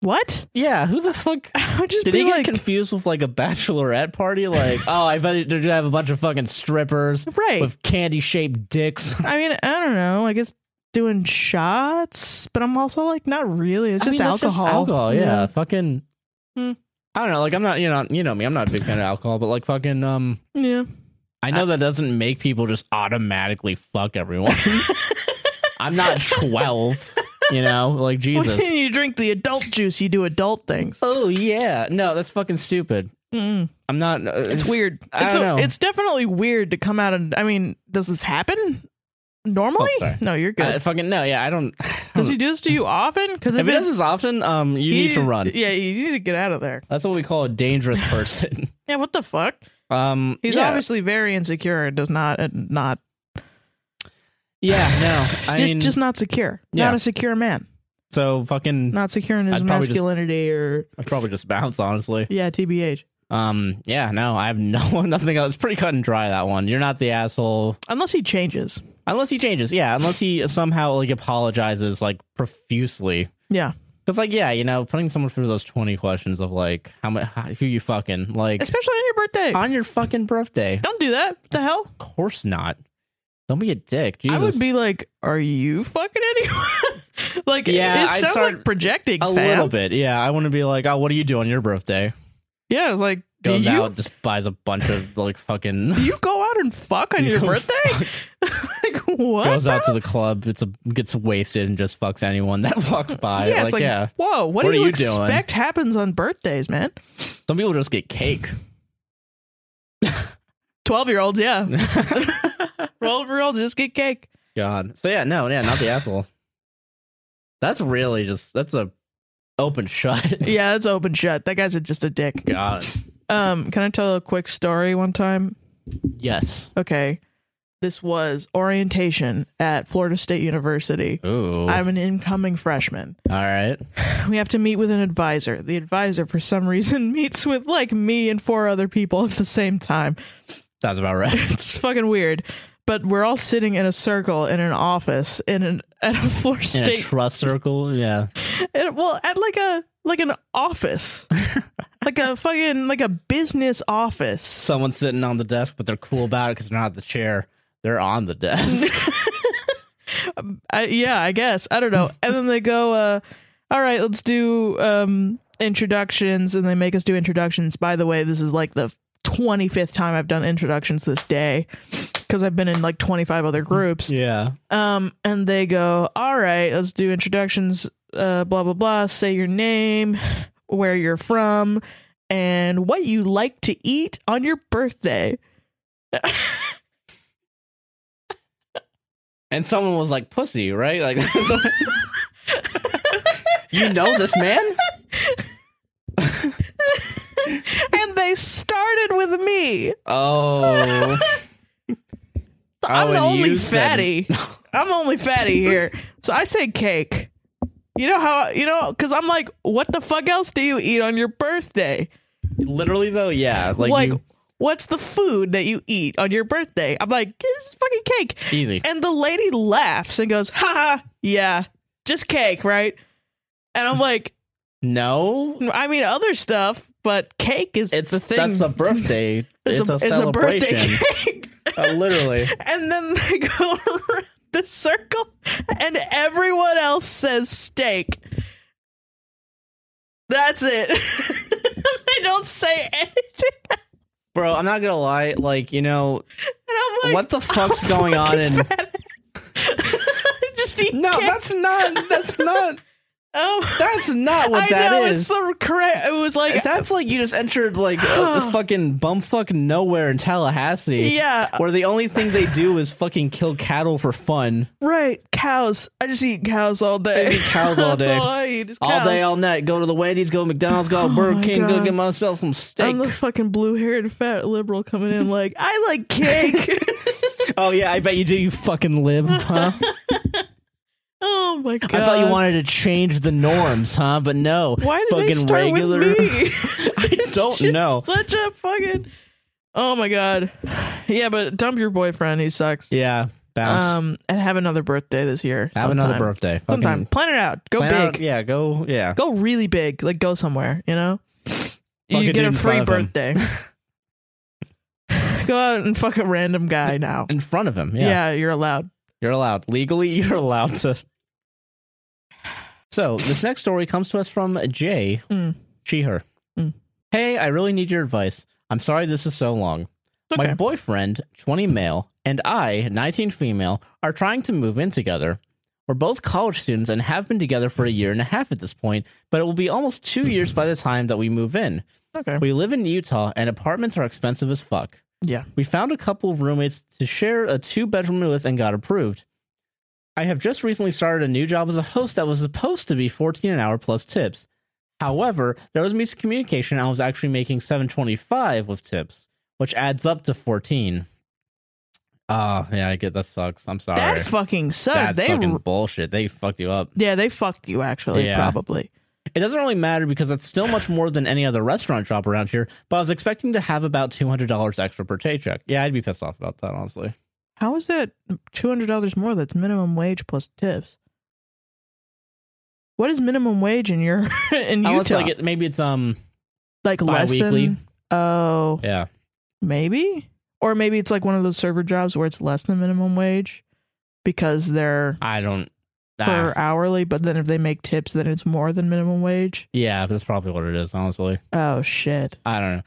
Speaker 2: What?
Speaker 1: Yeah, who the fuck?
Speaker 2: I would just
Speaker 1: Did
Speaker 2: be
Speaker 1: he get
Speaker 2: like,
Speaker 1: confused with like a bachelorette party? Like, oh, I bet they're gonna have a bunch of fucking strippers
Speaker 2: right?
Speaker 1: with candy shaped dicks.
Speaker 2: I mean, I don't know. I guess doing shots, but I'm also like not really. It's
Speaker 1: I mean,
Speaker 2: just
Speaker 1: that's
Speaker 2: alcohol.
Speaker 1: alcohol, yeah. Fucking.
Speaker 2: Hmm.
Speaker 1: I don't know. Like, I'm not. You know. You know me. I'm not a big fan of alcohol, but like, fucking. Um.
Speaker 2: Yeah. Yeah.
Speaker 1: I know that doesn't make people just automatically fuck everyone. I'm not 12, you know, like Jesus.
Speaker 2: you drink the adult juice, you do adult things.
Speaker 1: oh yeah, no, that's fucking stupid.
Speaker 2: Mm.
Speaker 1: I'm not. Uh,
Speaker 2: It's weird.
Speaker 1: I
Speaker 2: it's,
Speaker 1: don't know.
Speaker 2: it's definitely weird to come out and I mean, does this happen normally?
Speaker 1: Oh, sorry.
Speaker 2: no, you're
Speaker 1: I,
Speaker 2: good.
Speaker 1: fucking no, yeah, I don't.
Speaker 2: does he do this to you often? Because
Speaker 1: If it does
Speaker 2: it's-
Speaker 1: this often, um, you need to
Speaker 2: you-
Speaker 1: run.
Speaker 2: Yeah, you need to get out of there.
Speaker 1: That's what we call a dangerous person.
Speaker 2: Yeah, what the fuck?
Speaker 1: Um,
Speaker 2: He's
Speaker 1: yeah.
Speaker 2: obviously very insecure and does not uh, not
Speaker 1: yeah, no, I
Speaker 2: just
Speaker 1: mean,
Speaker 2: just not secure.
Speaker 1: Yeah.
Speaker 2: Not a secure man.
Speaker 1: so fucking.
Speaker 2: Not secure in his
Speaker 1: I'd probably just-
Speaker 2: masculinity or
Speaker 1: I'd probably just bounce, honestly.
Speaker 2: yeah, TBH.
Speaker 1: Um, yeah, no, I have no nothing else. It's pretty cut and dry that one. You're not the asshole,
Speaker 2: Unless he changes.
Speaker 1: unless he changes. Yeah, unless he somehow like apologizes like profusely.
Speaker 2: Yeah.
Speaker 1: Cause like, yeah, you know, putting someone through those twenty questions of like how much who you fucking like
Speaker 2: Especially on your birthday.
Speaker 1: on your fucking birthday.
Speaker 2: Don't do that. What the hell?
Speaker 1: Of course not. Don't be a dick. Jesus.
Speaker 2: I would be like, "Are you fucking anyone?" like,
Speaker 1: Yeah,
Speaker 2: it
Speaker 1: I'd
Speaker 2: sounds
Speaker 1: start
Speaker 2: like projecting.
Speaker 1: a
Speaker 2: fam.
Speaker 1: little bit. Yeah, I want to be like, oh, what do you do on your birthday?
Speaker 2: Yeah, it's like, do
Speaker 1: Goes
Speaker 2: you
Speaker 1: out, just buys a bunch of like fucking.
Speaker 2: do you go out and fuck on
Speaker 1: You
Speaker 2: your
Speaker 1: go
Speaker 2: birthday? like what?
Speaker 1: goes out to the club. It's a gets wasted and just fucks anyone that walks by.
Speaker 2: yeah,
Speaker 1: like,
Speaker 2: it's like,
Speaker 1: yeah,
Speaker 2: whoa, what, do you, expect happens on birthdays, man?
Speaker 1: some people just get cake.
Speaker 2: Twelve year olds, yeah, twelve year olds just get cake.
Speaker 1: God. So yeah, no, yeah, not the asshole. That's really just that's a open shut.
Speaker 2: Yeah, that's open shut. That guy's a, just a dick.
Speaker 1: God.
Speaker 2: Um, can I tell a quick story? One time,
Speaker 1: Yes.
Speaker 2: okay, this was orientation at Florida State University.
Speaker 1: Ooh.
Speaker 2: I'm an incoming freshman.
Speaker 1: All right.
Speaker 2: we have to meet with an advisor. The advisor, for some reason, meets with like me and four other people at the same time.
Speaker 1: That's about right.
Speaker 2: It's fucking weird. But we're all sitting in a circle in an office in an at a Florida
Speaker 1: In a
Speaker 2: State,
Speaker 1: trust circle. Yeah.
Speaker 2: and- well, at like a like an office, like a fucking like a business office.
Speaker 1: Someone's sitting on the desk, but they're cool about it because they're not at the chair. They're on the desk.
Speaker 2: I, yeah, I guess I don't know. And then they go, uh, "All right, let's do um, introductions," and they make us do introductions. By the way, this is like the twenty fifth time I've done introductions this day because I've been in like twenty five other groups.
Speaker 1: yeah.
Speaker 2: Um, and they go, "All right, let's do introductions." Uh, blah blah blah. Say your name, where you're from, and what you like to eat on your birthday.
Speaker 1: And someone was like, "Pussy," right? Like, you know this man.
Speaker 2: and they started with me.
Speaker 1: Oh,
Speaker 2: So I'm
Speaker 1: Oh, and
Speaker 2: the
Speaker 1: you
Speaker 2: only
Speaker 1: said-
Speaker 2: fatty. I'm the only fatty here. So I say cake. You know how you know because I'm like, what the fuck else do you eat on your birthday?
Speaker 1: literally though, yeah. Like,
Speaker 2: Like,
Speaker 1: you-
Speaker 2: what's the food that you eat on your birthday? I'm like, it's fucking cake.
Speaker 1: easy.
Speaker 2: And the lady laughs and goes, "Ha ha, yeah, just cake, right?" And I'm like,
Speaker 1: No,
Speaker 2: I mean other stuff, but cake is
Speaker 1: it's
Speaker 2: the thing.
Speaker 1: That's a birthday. it's, a, celebration.
Speaker 2: cake.
Speaker 1: Uh, literally,
Speaker 2: and then they go around the circle and everyone else says steak that's it they don't say anything
Speaker 1: bro. I'm not gonna lie. Like, you know,
Speaker 2: and i'm like
Speaker 1: what the fuck's going on?
Speaker 2: fucking
Speaker 1: And
Speaker 2: fat ass. just eat
Speaker 1: no,
Speaker 2: cake.
Speaker 1: that's not. That's not.
Speaker 2: oh
Speaker 1: That's not what
Speaker 2: i
Speaker 1: that
Speaker 2: know
Speaker 1: is.
Speaker 2: it's the correct it was like
Speaker 1: that's like you just entered like a, a fucking bumfuck nowhere in Tallahassee.
Speaker 2: yeah
Speaker 1: Where the only thing they do is fucking kill cattle for fun.
Speaker 2: right cows i just eat cows all day
Speaker 1: I eat cows all
Speaker 2: That's
Speaker 1: day.
Speaker 2: all i eat is
Speaker 1: All day,
Speaker 2: cows.
Speaker 1: all night. Go to the Wendy's, go to McDonald's, go to Burger
Speaker 2: my
Speaker 1: King, go
Speaker 2: God.
Speaker 1: get myself some steak.
Speaker 2: i'm the fucking blue-haired fat liberal coming in like i like cake
Speaker 1: oh yeah, I bet you do. You fucking lib, huh?
Speaker 2: Oh my god!
Speaker 1: I thought you wanted to change the norms, huh? But no,
Speaker 2: Why did
Speaker 1: fucking
Speaker 2: they start
Speaker 1: regular.
Speaker 2: with me?
Speaker 1: I
Speaker 2: It's
Speaker 1: don't
Speaker 2: just
Speaker 1: know.
Speaker 2: Such a fucking. Oh my god. Yeah, but dump your boyfriend. He sucks.
Speaker 1: Yeah, bounce.
Speaker 2: Um, and have another birthday this year.
Speaker 1: Have another
Speaker 2: sometime.
Speaker 1: birthday. Fucking
Speaker 2: Sometime. Plan it out. Go
Speaker 1: plan out-
Speaker 2: big.
Speaker 1: yeah, go. Yeah,
Speaker 2: Go really big. Like go somewhere. You know.
Speaker 1: Fuck
Speaker 2: you
Speaker 1: a dude
Speaker 2: get a
Speaker 1: in front
Speaker 2: free
Speaker 1: of him.
Speaker 2: birthday. go out and fuck a random guy now.
Speaker 1: in front of him.
Speaker 2: Yeah,
Speaker 1: Yeah.
Speaker 2: you're allowed.
Speaker 1: you're allowed legally. You're allowed to. So this next story comes to us from Jay.
Speaker 2: Mm.
Speaker 1: She her.
Speaker 2: Mm.
Speaker 1: Hey, I really need your advice. I'm sorry this is so long.
Speaker 2: Okay.
Speaker 1: My boyfriend, 20 male, and I, 19 female, are trying to move in together. We're both college students and have been together for a year and a half at this point, but it will be almost two years by the time that we move in.
Speaker 2: okay.
Speaker 1: We live in Utah and apartments are expensive as fuck.
Speaker 2: Yeah.
Speaker 1: We found a couple of roommates to share a two bedroom with and got approved. I have just recently started a new job as a host that was supposed to be 14 an hour plus tips. However, there was miscommunication. and I was actually making 725 with tips. which adds up to 14. Oh, yeah, I get that sucks. I'm sorry.
Speaker 2: that fucking
Speaker 1: That's
Speaker 2: sucked. they
Speaker 1: fucking bullshit. They fucked you up.
Speaker 2: yeah, they fucked you actually
Speaker 1: Yeah.
Speaker 2: probably.
Speaker 1: It doesn't really matter because that's still much more than any other restaurant job around here. But I was expecting to have about two hundred dollars extra per paycheck. Yeah, I'd be pissed off about that honestly.
Speaker 2: How is that two hundred dollars more? That's minimum wage plus tips. What is minimum wage in your in Utah?
Speaker 1: Unless like it, maybe it's um
Speaker 2: like less
Speaker 1: bi-weekly.
Speaker 2: than oh
Speaker 1: yeah
Speaker 2: maybe or maybe it's like one of those server jobs where it's less than minimum wage because they're
Speaker 1: I don't
Speaker 2: per
Speaker 1: ah,
Speaker 2: hourly but then if they make tips then it's more than minimum wage
Speaker 1: yeah that's probably what it is honestly.
Speaker 2: oh shit
Speaker 1: I don't know.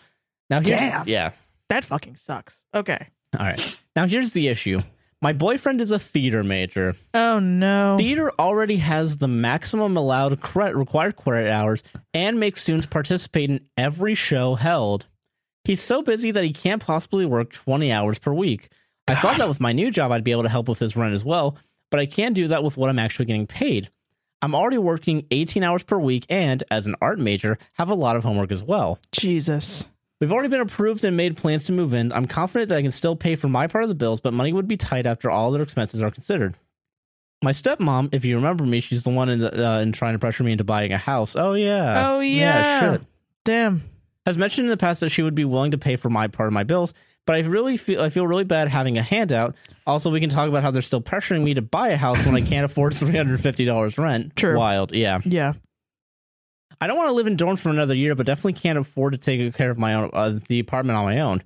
Speaker 1: Now here's
Speaker 2: Damn.
Speaker 1: yeah
Speaker 2: that fucking sucks okay
Speaker 1: all right. Now here's the issue. My boyfriend is a theater major.
Speaker 2: oh no
Speaker 1: Theater already has the maximum allowed credit, required credit hours and makes students participate in every show held. He's so busy that he can't possibly work 20 hours per week. I thought that with my new job, I'd be able to help with his rent as well, but I can't do that with what I'm actually getting paid. I'm already working 18 hours per week and, as an art major, have a lot of homework as well.
Speaker 2: jesus
Speaker 1: We've already been approved and made plans to move in. I'm confident that I can still pay for my part of the bills, but money would be tight after all their expenses are considered. My stepmom, if you remember me, she's the one in, the, uh, in trying to pressure me into buying a house. Oh yeah,
Speaker 2: oh yeah,
Speaker 1: shit.
Speaker 2: damn
Speaker 1: Has mentioned in the past that she would be willing to pay for my part of my bills, but I really feel I feel really bad having a handout. Also, we can talk about how they're still pressuring me to buy a house when I can't afford three hundred fifty dollars rent.
Speaker 2: True.
Speaker 1: wild, yeah.
Speaker 2: yeah
Speaker 1: I don't want to live in dorms for another year, but definitely can't afford to take care of my own uh, the apartment on my own.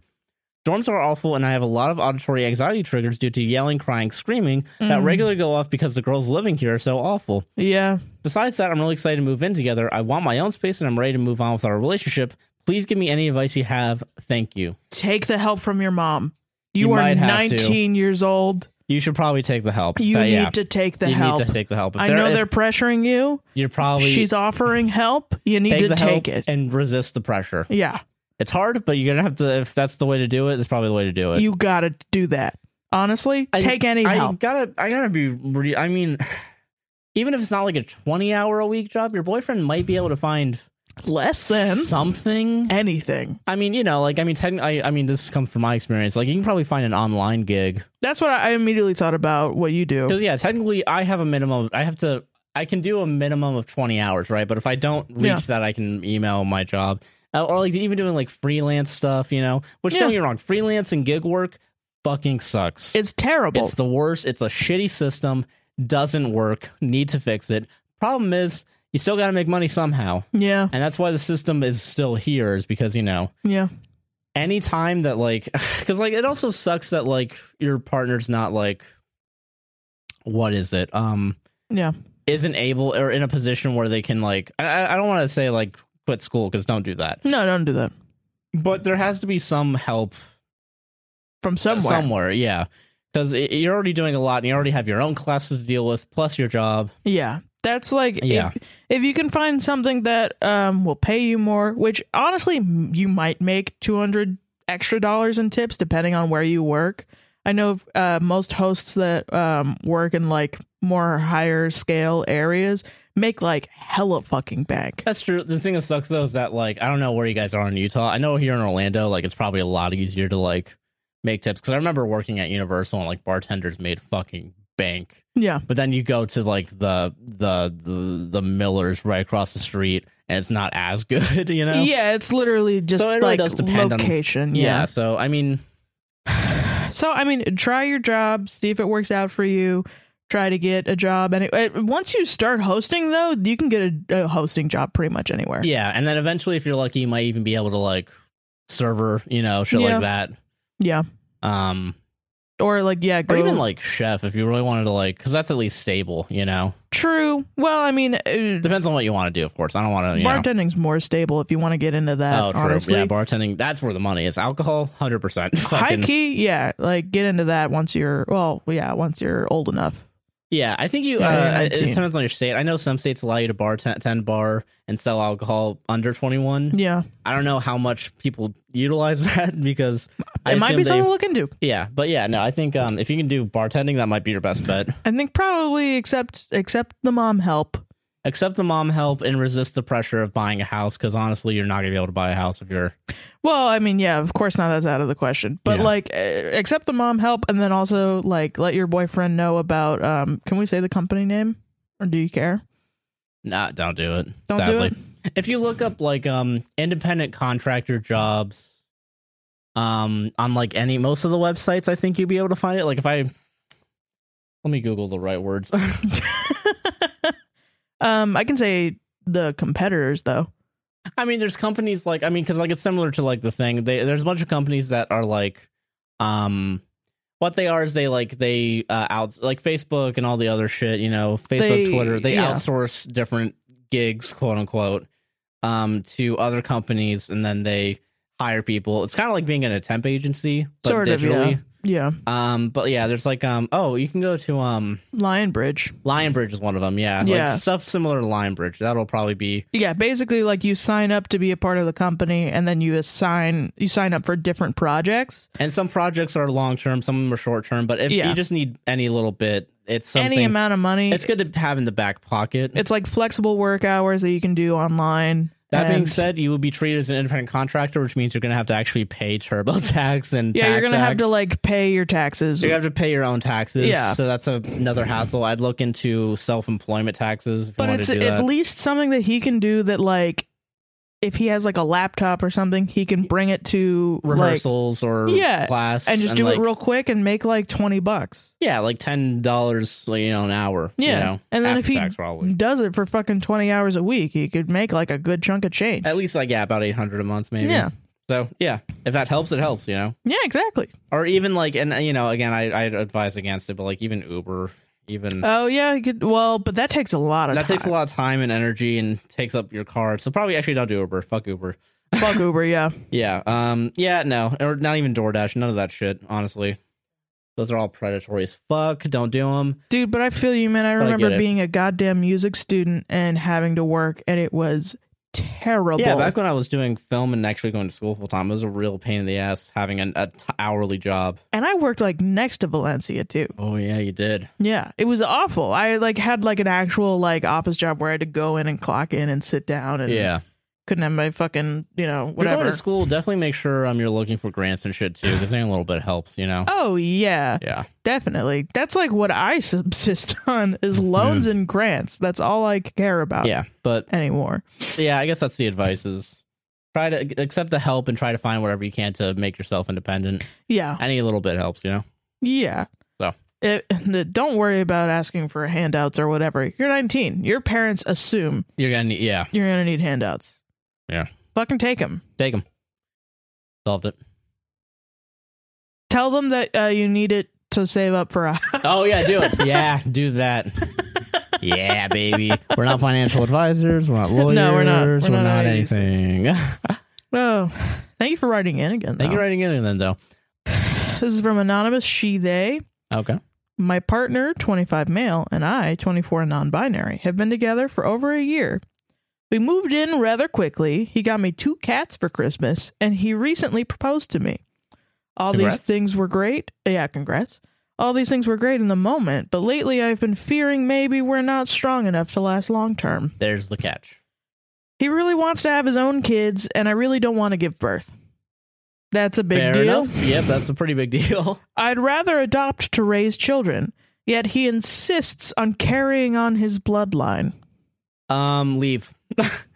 Speaker 1: Dorms are awful, and I have a lot of auditory anxiety triggers due to yelling, crying, screaming that
Speaker 2: Mm.
Speaker 1: regularly go off because the girls living here are so awful.
Speaker 2: yeah
Speaker 1: Besides that, I'm really excited to move in together. I want my own space, and I'm ready to move on with our relationship. Please give me any advice you have. Thank you.
Speaker 2: take the help from your mom you,
Speaker 1: You
Speaker 2: are
Speaker 1: might have to.
Speaker 2: 19 years old
Speaker 1: You should probably take the help.
Speaker 2: you
Speaker 1: But
Speaker 2: need
Speaker 1: yeah,
Speaker 2: to take the
Speaker 1: you
Speaker 2: help
Speaker 1: need to take the help. If
Speaker 2: i
Speaker 1: they're-
Speaker 2: know
Speaker 1: if
Speaker 2: they're pressuring you
Speaker 1: You're probably
Speaker 2: she's offering help you need
Speaker 1: take
Speaker 2: to
Speaker 1: the help
Speaker 2: take it
Speaker 1: and resist the pressure.
Speaker 2: yeah
Speaker 1: It's hard, but you're gonna have to. If that's the way to do it, it's probably the way to do it.
Speaker 2: you gotta do that honestly
Speaker 1: I-
Speaker 2: take any
Speaker 1: I
Speaker 2: help
Speaker 1: gotta, I gotta be. Re- I mean, even if it's not like a twenty-hour a week job, your boyfriend might be able to find
Speaker 2: less than
Speaker 1: something.
Speaker 2: anything
Speaker 1: I mean, you know, like I mean, techn- I, I mean, this comes from my experience. Like, you can probably find an online gig
Speaker 2: that's what i I immediately thought about what you do
Speaker 1: because, yeah, technically, I have a minimum. I have to. I can do a minimum of twenty hours, right? But if I don't reach
Speaker 2: Yeah.
Speaker 1: that, I can email my job Uh, or like even doing like freelance stuff. You know, which
Speaker 2: Yeah.
Speaker 1: don't get me wrong, freelance and gig work fucking sucks.
Speaker 2: it's terrible
Speaker 1: It's the worst. It's a shitty system. Doesn't work. Need to fix it. Problem is, you still got to make money somehow,
Speaker 2: yeah
Speaker 1: and that's why the system is still here. Is because you know
Speaker 2: yeah
Speaker 1: any time that like because like it also sucks that like your partner's not like what is it um
Speaker 2: yeah
Speaker 1: isn't able or in a position where they can like I- I, I don't want to say like quit school because don't do that,
Speaker 2: no don't do that
Speaker 1: but there has to be some help
Speaker 2: from somewhere,
Speaker 1: somewhere. Yeah. Because you're already doing a lot and you already have your own classes to deal with, plus your job.
Speaker 2: yeah that's like
Speaker 1: Yeah.
Speaker 2: if, if you can find something that um will pay you more which honestly m- you might make 200 extra dollars in tips depending on where you work i know uh most hosts that um work in like more higher scale areas make like hella fucking bank
Speaker 1: That's true. The thing that sucks though is that like I don't know where you guys are in Utah. I know here in Orlando, like it's probably a lot easier to like make tips because I remember working at Universal and like bartenders made fucking bank.
Speaker 2: yeah
Speaker 1: But then you go to like the the the, the Millers right across the street and it's not as good, you know.
Speaker 2: Yeah, it's literally just
Speaker 1: So it really
Speaker 2: like
Speaker 1: does depend on-
Speaker 2: location.
Speaker 1: Yeah,
Speaker 2: yeah.
Speaker 1: so I mean,
Speaker 2: So I mean, try your job, see if it works out for you. Try to get a job, and it, once you start hosting, though, you can get a, a hosting job pretty much anywhere.
Speaker 1: yeah, and then eventually, if you're lucky, you might even be able to like server, you know, shit
Speaker 2: Yeah.
Speaker 1: like that.
Speaker 2: Yeah.
Speaker 1: Um,
Speaker 2: Or like, yeah, go
Speaker 1: or even like chef, if you really wanted to like, because that's at least stable, you know.
Speaker 2: true. Well, I mean, uh,
Speaker 1: Depends on what you want to do, of course. I don't want to. You know.
Speaker 2: bartending's more stable if you want to get into that.
Speaker 1: Oh, true.
Speaker 2: honestly,
Speaker 1: Yeah, bartending. That's where the money is. Alcohol, hundred percent.
Speaker 2: high key, yeah, like get into that once you're well, yeah, once you're old enough.
Speaker 1: Yeah, I think you.
Speaker 2: Yeah,
Speaker 1: uh,
Speaker 2: yeah,
Speaker 1: it
Speaker 2: 19.
Speaker 1: depends on your state. I know some states allow you to bartend bar and sell alcohol under twenty one.
Speaker 2: Yeah,
Speaker 1: I don't know how much people utilize that because I
Speaker 2: it might
Speaker 1: assume
Speaker 2: be
Speaker 1: they-
Speaker 2: something to look into.
Speaker 1: Yeah, but yeah, no. I think um, if you can do bartending, that might be your best bet.
Speaker 2: I think probably except except the mom help.
Speaker 1: accept the mom help and resist the pressure of buying a house because honestly, you're not gonna be able to buy a house if you're
Speaker 2: Well, I mean, yeah, of course not. That's out of the question. But
Speaker 1: Yeah.
Speaker 2: like, eh, accept the mom help, and then also like let your boyfriend know about. Um, can we say the company name, or do you care?
Speaker 1: not. Don't do it.
Speaker 2: Don't do
Speaker 1: Sadly. If you look up like um independent contractor jobs, um on like any most of the websites, I think you'd be able to find it. Like if I let me Google the right words.
Speaker 2: it. um, I can say the competitors though.
Speaker 1: I mean, there's companies like I mean, because like it's similar to like the thing. They, there's a bunch of companies that are like, um, what they are is they like they uh, out like Facebook and all the other shit. You know, Facebook,
Speaker 2: They-
Speaker 1: Twitter. They
Speaker 2: yeah.
Speaker 1: outsource different gigs, quote unquote, um, to other companies, and then they hire people. It's kind of like being in a temp agency, but
Speaker 2: Sort of,
Speaker 1: digitally.
Speaker 2: Yeah,
Speaker 1: Um, but yeah, there's like um, oh, you can go to um,
Speaker 2: Lion Bridge.
Speaker 1: Lionbridge is one of them. Yeah,
Speaker 2: Yeah.
Speaker 1: like stuff similar to Lionbridge. That'll probably be
Speaker 2: Yeah, basically, like you sign up to be a part of the company, and then you assign you sign up for different projects.
Speaker 1: And some projects are long term, some of them are short term. But if
Speaker 2: Yeah.
Speaker 1: you just need any little bit, it's something.
Speaker 2: Any amount of money.
Speaker 1: it's good to have in the back pocket.
Speaker 2: It's like flexible work hours that you can do online.
Speaker 1: that being
Speaker 2: and-
Speaker 1: said, you will be treated as an independent contractor, which means you're going to have to actually pay TurboTax and
Speaker 2: yeah, you're
Speaker 1: tax
Speaker 2: gonna have to
Speaker 1: acts.
Speaker 2: like pay your taxes.
Speaker 1: You're gonna have to pay your own taxes.
Speaker 2: Yeah.
Speaker 1: So that's another hassle. I'd look into self employment taxes if
Speaker 2: but
Speaker 1: you want
Speaker 2: it's
Speaker 1: to do
Speaker 2: at
Speaker 1: that.
Speaker 2: least something that he can do that like if he has like a laptop or something he can bring it to
Speaker 1: Rehearsals or
Speaker 2: Yeah,
Speaker 1: class
Speaker 2: like and just do
Speaker 1: like,
Speaker 2: it real quick and make like 20 bucks
Speaker 1: yeah, like ten dollars you know an hour. you
Speaker 2: Yeah.
Speaker 1: know,
Speaker 2: And then if
Speaker 1: after
Speaker 2: he-
Speaker 1: tax, probably
Speaker 2: does it for fucking 20 hours a week he could make like a good chunk of change
Speaker 1: at least like yeah about eight hundred a month maybe.
Speaker 2: yeah
Speaker 1: So yeah, if that helps, it helps. You know.
Speaker 2: yeah exactly
Speaker 1: or even like and uh, you know again I, i'd advise against it but like even uber even
Speaker 2: oh yeah he could well but that takes a lot of
Speaker 1: that
Speaker 2: time
Speaker 1: takes a lot of time and energy and takes up your card so probably actually don't do uber fuck uber
Speaker 2: fuck uber yeah
Speaker 1: yeah um yeah no or not even doordash none of that shit honestly those are all predatory as fuck don't do them
Speaker 2: dude but i feel you man i
Speaker 1: I
Speaker 2: remember
Speaker 1: get it.
Speaker 2: being a goddamn music student and having to work and it was terrible
Speaker 1: yeah back when i was doing film and actually going to school full time it was a real pain in the ass having an a t- hourly job
Speaker 2: and i worked like next to valencia too
Speaker 1: oh yeah you did
Speaker 2: Yeah, it was awful. I like had like an actual like office job where I had to go in and clock in and sit down and
Speaker 1: yeah
Speaker 2: couldn't have my fucking you know
Speaker 1: if you're
Speaker 2: whatever.
Speaker 1: going to school definitely make sure um you're looking for grants and shit too because any little bit helps you know
Speaker 2: Oh yeah,
Speaker 1: yeah
Speaker 2: definitely. That's like what I subsist on is loans and grants. That's all I care about
Speaker 1: Mm-hmm. yeah but
Speaker 2: anymore.
Speaker 1: Uh, yeah, I guess that's the advice is try to accept the help and try to find whatever you can to make yourself independent.
Speaker 2: Yeah,
Speaker 1: Any little bit helps, you know.
Speaker 2: yeah.
Speaker 1: So.
Speaker 2: It, don't worry about asking for handouts or whatever. You're 19. Your parents assume
Speaker 1: You're gonna need, yeah,
Speaker 2: you're gonna need handouts.
Speaker 1: Yeah.
Speaker 2: fucking take them.
Speaker 1: take them. Solved it.
Speaker 2: Tell them that uh, you need it to save up for a house.
Speaker 1: Oh yeah, do it. yeah, do that. Yeah, baby. We're not financial advisors. We're not lawyers.
Speaker 2: No, we're not. We're not any-
Speaker 1: anything.
Speaker 2: Oh, thank you for writing in again.
Speaker 1: Thank you
Speaker 2: though.
Speaker 1: for writing in then, though.
Speaker 2: This is from anonymous she they.
Speaker 1: Okay.
Speaker 2: My partner, 25 male, and I, 24 non binary, have been together for over a year. We moved in rather quickly. He got me two cats for Christmas, and he recently proposed to me. All
Speaker 1: Congrats.
Speaker 2: these things were great. Yeah, congrats. All these things were great in the moment, but lately I've been fearing maybe we're not strong enough to last long term.
Speaker 1: There's the catch.
Speaker 2: He really wants to have his own kids, and I really don't want to give birth. That's a big
Speaker 1: Fair
Speaker 2: deal.
Speaker 1: enough. Yep, that's a pretty big deal.
Speaker 2: I'd rather adopt to raise children, yet he insists on carrying on his bloodline.
Speaker 1: Um, leave.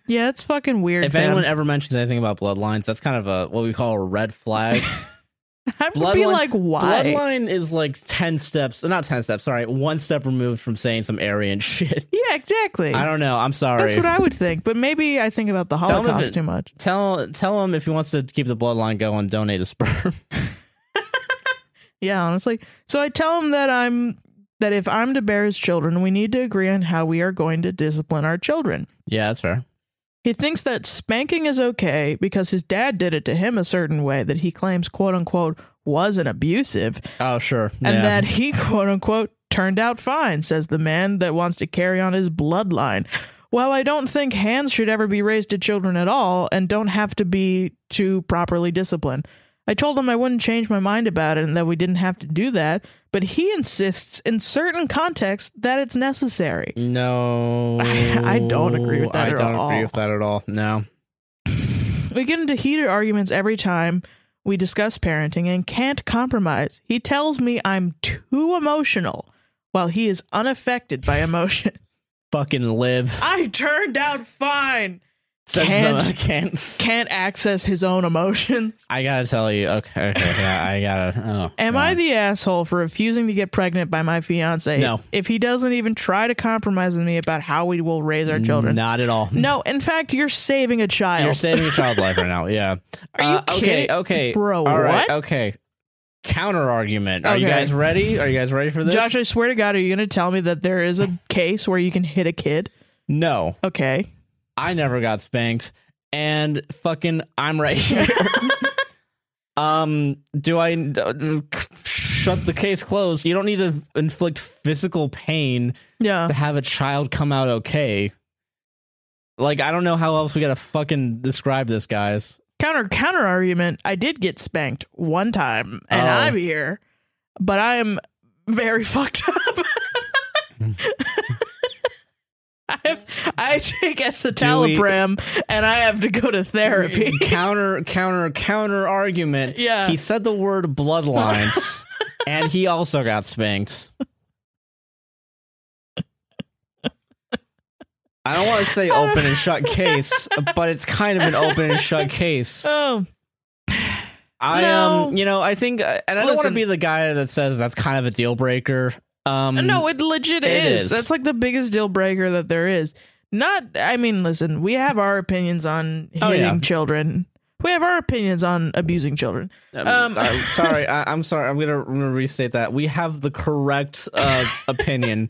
Speaker 2: Yeah, it's fucking weird.
Speaker 1: If
Speaker 2: fam.
Speaker 1: anyone ever mentions anything about bloodlines, that's kind of a what we call a red flag.
Speaker 2: I would be
Speaker 1: bloodline-
Speaker 2: like, why?
Speaker 1: Bloodline is like 10 steps, not 10 steps, sorry, one step removed from saying some Aryan shit.
Speaker 2: Yeah, exactly.
Speaker 1: I don't know. I'm sorry.
Speaker 2: That's what I would think, but maybe I think about the
Speaker 1: him if
Speaker 2: Holocaust
Speaker 1: it-
Speaker 2: too much.
Speaker 1: tell, tell him if he wants to keep the bloodline going, donate a sperm.
Speaker 2: Yeah, honestly. So I tell him that I'm that if I'm to bear his children, we need to agree on how we are going to discipline our children.
Speaker 1: yeah, that's fair.
Speaker 2: He thinks that spanking is okay because his dad did it to him a certain way that he claims quote unquote wasn't abusive
Speaker 1: Oh, sure.
Speaker 2: and
Speaker 1: yeah.
Speaker 2: that he quote unquote turned out fine says the man that wants to carry on his bloodline while i don't think hands should ever be raised to children at all and don't have to be to properly discipline I told him I wouldn't change my mind about it and that we didn't have to do that, but he insists in certain contexts that it's necessary.
Speaker 1: No,
Speaker 2: I don't agree with that
Speaker 1: I
Speaker 2: at
Speaker 1: don't agree
Speaker 2: all.
Speaker 1: with that at all. No,
Speaker 2: We get into heated arguments every time we discuss parenting and can't compromise. He tells me I'm too emotional while he is unaffected by emotion.
Speaker 1: fucking lib.
Speaker 2: I turned out fine.
Speaker 1: Says
Speaker 2: Can't.
Speaker 1: the- can't.
Speaker 2: Can't access his own emotions.
Speaker 1: I gotta tell you. Okay, okay yeah, I gotta. Oh,
Speaker 2: Am I the asshole for refusing to get pregnant by my fiance?
Speaker 1: No.
Speaker 2: If he doesn't even try to compromise with me about how we will raise our children.
Speaker 1: Not at all.
Speaker 2: No, in fact, you're saving a child.
Speaker 1: You're saving your child's life right now. Yeah.
Speaker 2: Are you
Speaker 1: uh, okay?
Speaker 2: kidding?
Speaker 1: Okay,
Speaker 2: Bro,
Speaker 1: All right.
Speaker 2: what?
Speaker 1: Okay. Counter argument. Are you
Speaker 2: Okay.
Speaker 1: guys ready? Are you guys ready for this?
Speaker 2: Josh, I swear to God, are you going to tell me that there is a case where you can hit a kid?
Speaker 1: no,
Speaker 2: Okay.
Speaker 1: I never got spanked, and fucking, I'm right here. um, do I d- shut the case closed? You don't need to inflict physical pain
Speaker 2: Yeah.
Speaker 1: to have a child come out okay. Like I don't know how else we gotta fucking describe this, guys.
Speaker 2: Counter counter argument. I did get spanked one time, and
Speaker 1: Oh.
Speaker 2: I'm here, but I am very fucked up. I have I take escitalopram, and I have to go to therapy.
Speaker 1: counter counter counter argument.
Speaker 2: Yeah.
Speaker 1: He said the word bloodlines and he also got spanked. I don't want to say open and shut case, but it's kind of an open and shut case.
Speaker 2: Oh,
Speaker 1: I
Speaker 2: No.
Speaker 1: um, you know, I think and I don't want to
Speaker 2: Listen.
Speaker 1: be the guy that says that's kind of a deal breaker. Um
Speaker 2: no, it legit
Speaker 1: It
Speaker 2: is.
Speaker 1: is.
Speaker 2: That's like the biggest deal breaker that there is. Not, I mean, listen, we have our opinions on hitting
Speaker 1: Oh, yeah.
Speaker 2: children. We have our opinions on abusing children.
Speaker 1: Um,
Speaker 2: Um,
Speaker 1: I'm sorry. I, I'm sorry. I'm gonna, I'm gonna restate that. We have the correct uh, opinion,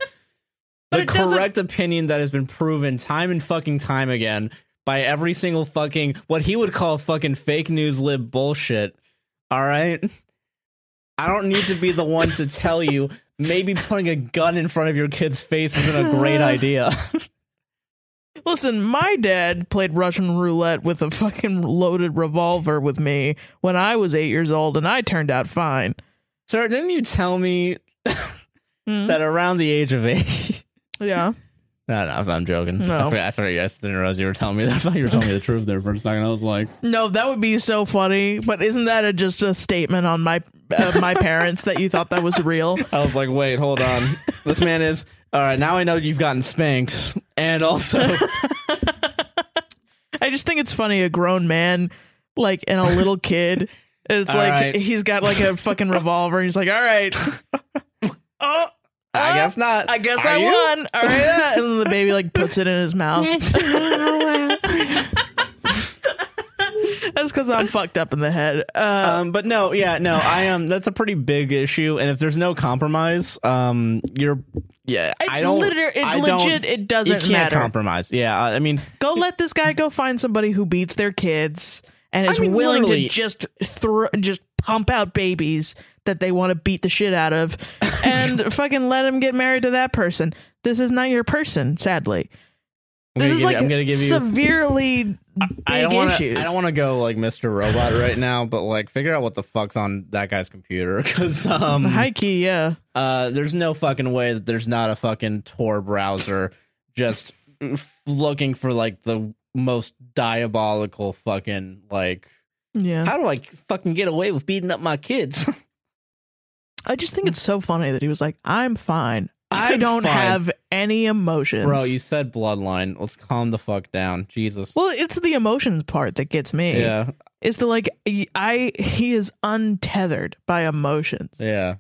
Speaker 2: But
Speaker 1: the
Speaker 2: it doesn't-
Speaker 1: correct opinion that has been proven time and fucking time again by every single fucking what he would call fucking fake news lib bullshit. All right. I don't need to be the one to tell you maybe putting a gun in front of your kid's face isn't a great idea.
Speaker 2: Listen, my dad played Russian roulette with a fucking loaded revolver with me when I was eight years old, and I turned out fine.
Speaker 1: Sir, didn't you tell me
Speaker 2: Hmm.
Speaker 1: that around the age of eight?
Speaker 2: Yeah.
Speaker 1: No, no, I'm joking. I,
Speaker 2: No.
Speaker 1: forgot, I, thought you, I didn't realize you were telling me that. I thought you were telling me the truth there for a second. I was like,
Speaker 2: No, that would be so funny. But isn't that a, just a statement on my uh, my parents that you thought that was real?
Speaker 1: I was like, wait, hold on. this man is all right. Now I know you've gotten spanked, and also
Speaker 2: I just think it's funny a grown man like and a little kid. It's
Speaker 1: All
Speaker 2: like
Speaker 1: right.
Speaker 2: he's got like a fucking revolver. And he's like, all right. oh,
Speaker 1: I
Speaker 2: uh,
Speaker 1: guess not.
Speaker 2: I guess
Speaker 1: Are
Speaker 2: I
Speaker 1: you?
Speaker 2: won. All right. uh, and then the baby like puts it in his mouth. That's because I'm fucked up in the head. Uh,
Speaker 1: Um, but no, yeah, no, I um, that's a pretty big issue, and if there's no compromise, um, you're, yeah,
Speaker 2: it
Speaker 1: I don't,
Speaker 2: liter- it
Speaker 1: I don't-
Speaker 2: legit, it
Speaker 1: you
Speaker 2: doesn't
Speaker 1: can't
Speaker 2: matter.
Speaker 1: compromise. Yeah, I I mean,
Speaker 2: go let this guy go find somebody who beats their kids and is
Speaker 1: mean,
Speaker 2: willing
Speaker 1: literally-
Speaker 2: to just throw, just pump out babies that they want to beat the shit out of, and fucking let him get married to that person. This is not your person, sadly.
Speaker 1: I'm gonna
Speaker 2: This is
Speaker 1: give
Speaker 2: like
Speaker 1: you, I'm gonna give you
Speaker 2: severely big
Speaker 1: I don't wanna,
Speaker 2: issues.
Speaker 1: I don't want to go like Mr. Robot right now, but like figure out what the fuck's on that guy's computer because um
Speaker 2: High key, yeah.
Speaker 1: uh there's no fucking way that there's not a fucking Tor browser just f- looking for like the most diabolical fucking like
Speaker 2: Yeah.
Speaker 1: how do I fucking get away with beating up my kids?
Speaker 2: I just think it's so funny that he was like, I'm fine. I
Speaker 1: Mm. I'm
Speaker 2: don't
Speaker 1: fine."
Speaker 2: have any emotions.
Speaker 1: Bro, you said bloodline. Let's calm the fuck down. Jesus.
Speaker 2: well, it's the emotions part that gets me.
Speaker 1: Yeah.
Speaker 2: It's the like, I he is untethered by emotions.
Speaker 1: Yeah.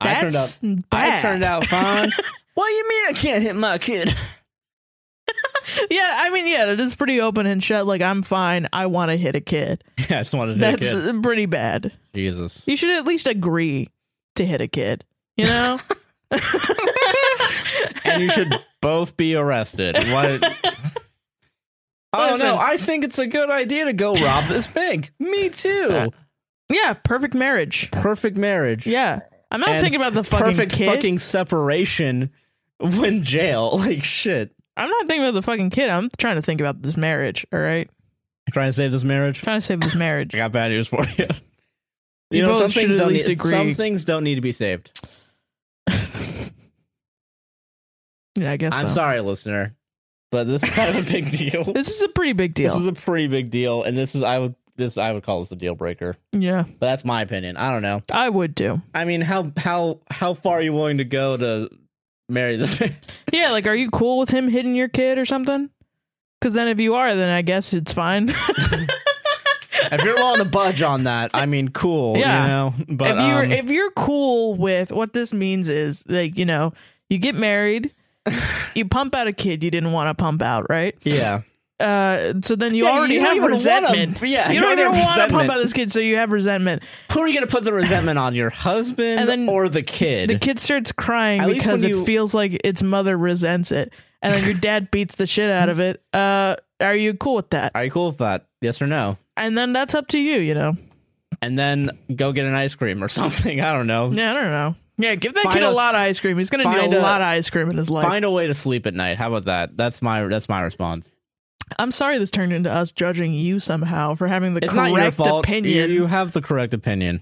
Speaker 1: I turned out
Speaker 2: That's bad.
Speaker 1: I turned out fine. what do you mean I can't hit my kid?
Speaker 2: Yeah, I mean, yeah, it is pretty open and shut. Like, I'm fine. I want to hit a kid.
Speaker 1: Yeah, I just wanted to hit a
Speaker 2: That's
Speaker 1: kid.
Speaker 2: uh, pretty bad.
Speaker 1: Jesus.
Speaker 2: You should at least agree to hit a kid. You know.
Speaker 1: and you should both be arrested. What? Oh
Speaker 2: Listen.
Speaker 1: no, I think it's a good idea to go rob this bank. Me too.
Speaker 2: yeah, perfect marriage.
Speaker 1: Perfect marriage.
Speaker 2: Yeah, I'm not
Speaker 1: And
Speaker 2: thinking about the fucking
Speaker 1: Perfect
Speaker 2: kid.
Speaker 1: fucking separation when jail. Like shit.
Speaker 2: I'm not thinking about the fucking kid. I'm trying to think about this marriage. All right,
Speaker 1: Trying to save this marriage.
Speaker 2: trying to save this marriage.
Speaker 1: I got bad news for you.
Speaker 2: You
Speaker 1: You, know,
Speaker 2: both
Speaker 1: some
Speaker 2: should
Speaker 1: things
Speaker 2: at
Speaker 1: don't
Speaker 2: least
Speaker 1: need, some
Speaker 2: agree.
Speaker 1: things don't need to be saved.
Speaker 2: yeah, I guess.
Speaker 1: I'm
Speaker 2: so.
Speaker 1: sorry, listener, but this is kind of a big deal.
Speaker 2: This is a pretty big
Speaker 1: This
Speaker 2: deal.
Speaker 1: is a pretty big deal, and this is I would this I would call this a deal breaker.
Speaker 2: yeah,
Speaker 1: But that's my opinion. I don't know.
Speaker 2: I would too.
Speaker 1: I mean, how how how far are you willing to go to marry this man?
Speaker 2: Yeah, like, are you cool with him hitting your kid or something? Because then, if you are, then I guess it's fine.
Speaker 1: if you're willing to budge on that, I mean, cool.
Speaker 2: Yeah.
Speaker 1: You know, but
Speaker 2: if you're
Speaker 1: um,
Speaker 2: if you're cool with what this means is like you know you get married, you pump out a kid you didn't want to pump out, right?
Speaker 1: yeah,
Speaker 2: Uh, so then you
Speaker 1: Yeah,
Speaker 2: already
Speaker 1: you don't
Speaker 2: have
Speaker 1: even wanna-
Speaker 2: resentment.
Speaker 1: yeah,
Speaker 2: you
Speaker 1: you
Speaker 2: don't
Speaker 1: already have
Speaker 2: even want to pump
Speaker 1: resentment.
Speaker 2: out this kid, so you have resentment.
Speaker 1: who are you going to put the resentment on? Your husband
Speaker 2: And then
Speaker 1: or the kid?
Speaker 2: The kid starts crying
Speaker 1: At least
Speaker 2: because
Speaker 1: when
Speaker 2: it
Speaker 1: you-
Speaker 2: feels like its mother resents it, and then your dad beats the shit out of it. Uh, are you cool with that?
Speaker 1: Are you cool with that? Yes or no?
Speaker 2: And then that's up to you, you know.
Speaker 1: And then go get an ice cream or something. I don't know.
Speaker 2: Yeah, I don't know. Yeah, give that
Speaker 1: Find
Speaker 2: kid a,
Speaker 1: a-
Speaker 2: lot of ice cream. He's gonna need
Speaker 1: find
Speaker 2: a,
Speaker 1: a-
Speaker 2: lot of ice cream in his life.
Speaker 1: Find a way to sleep at night. How about that? That's my that's my response.
Speaker 2: I'm sorry this turned into us judging you somehow for having the
Speaker 1: It's
Speaker 2: correct
Speaker 1: not your fault.
Speaker 2: opinion.
Speaker 1: You, you have the correct opinion.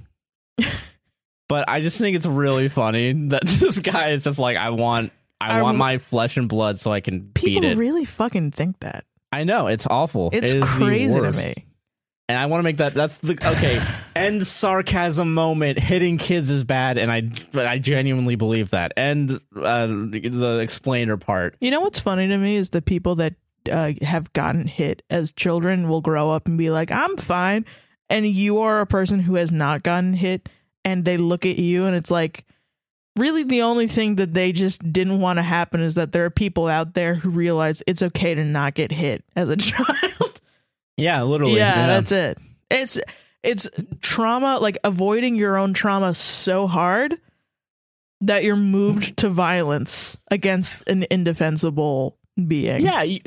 Speaker 1: but I just think it's really funny that this guy is just like, I want, I
Speaker 2: Are
Speaker 1: want
Speaker 2: we-
Speaker 1: my flesh and blood so I can beat
Speaker 2: People
Speaker 1: it.
Speaker 2: really fucking think that.
Speaker 1: I know it's awful.
Speaker 2: It's
Speaker 1: It is the
Speaker 2: crazy to
Speaker 1: worst.
Speaker 2: me.
Speaker 1: And I want to make that. That's the okay. End sarcasm moment. Hitting kids is bad, and I, but I genuinely believe that. End uh, the explainer part.
Speaker 2: You know what's funny to me is the people that uh, have gotten hit as children will grow up and be like, "I'm fine," and you are a person who has not gotten hit, and they look at you and it's like, really, the only thing that they just didn't want to happen is that there are people out there who realize it's okay to not get hit as a child.
Speaker 1: Yeah, literally.
Speaker 2: yeah, that's it it's it's trauma like avoiding your own trauma so hard that you're moved to violence against an indefensible being
Speaker 1: yeah. You,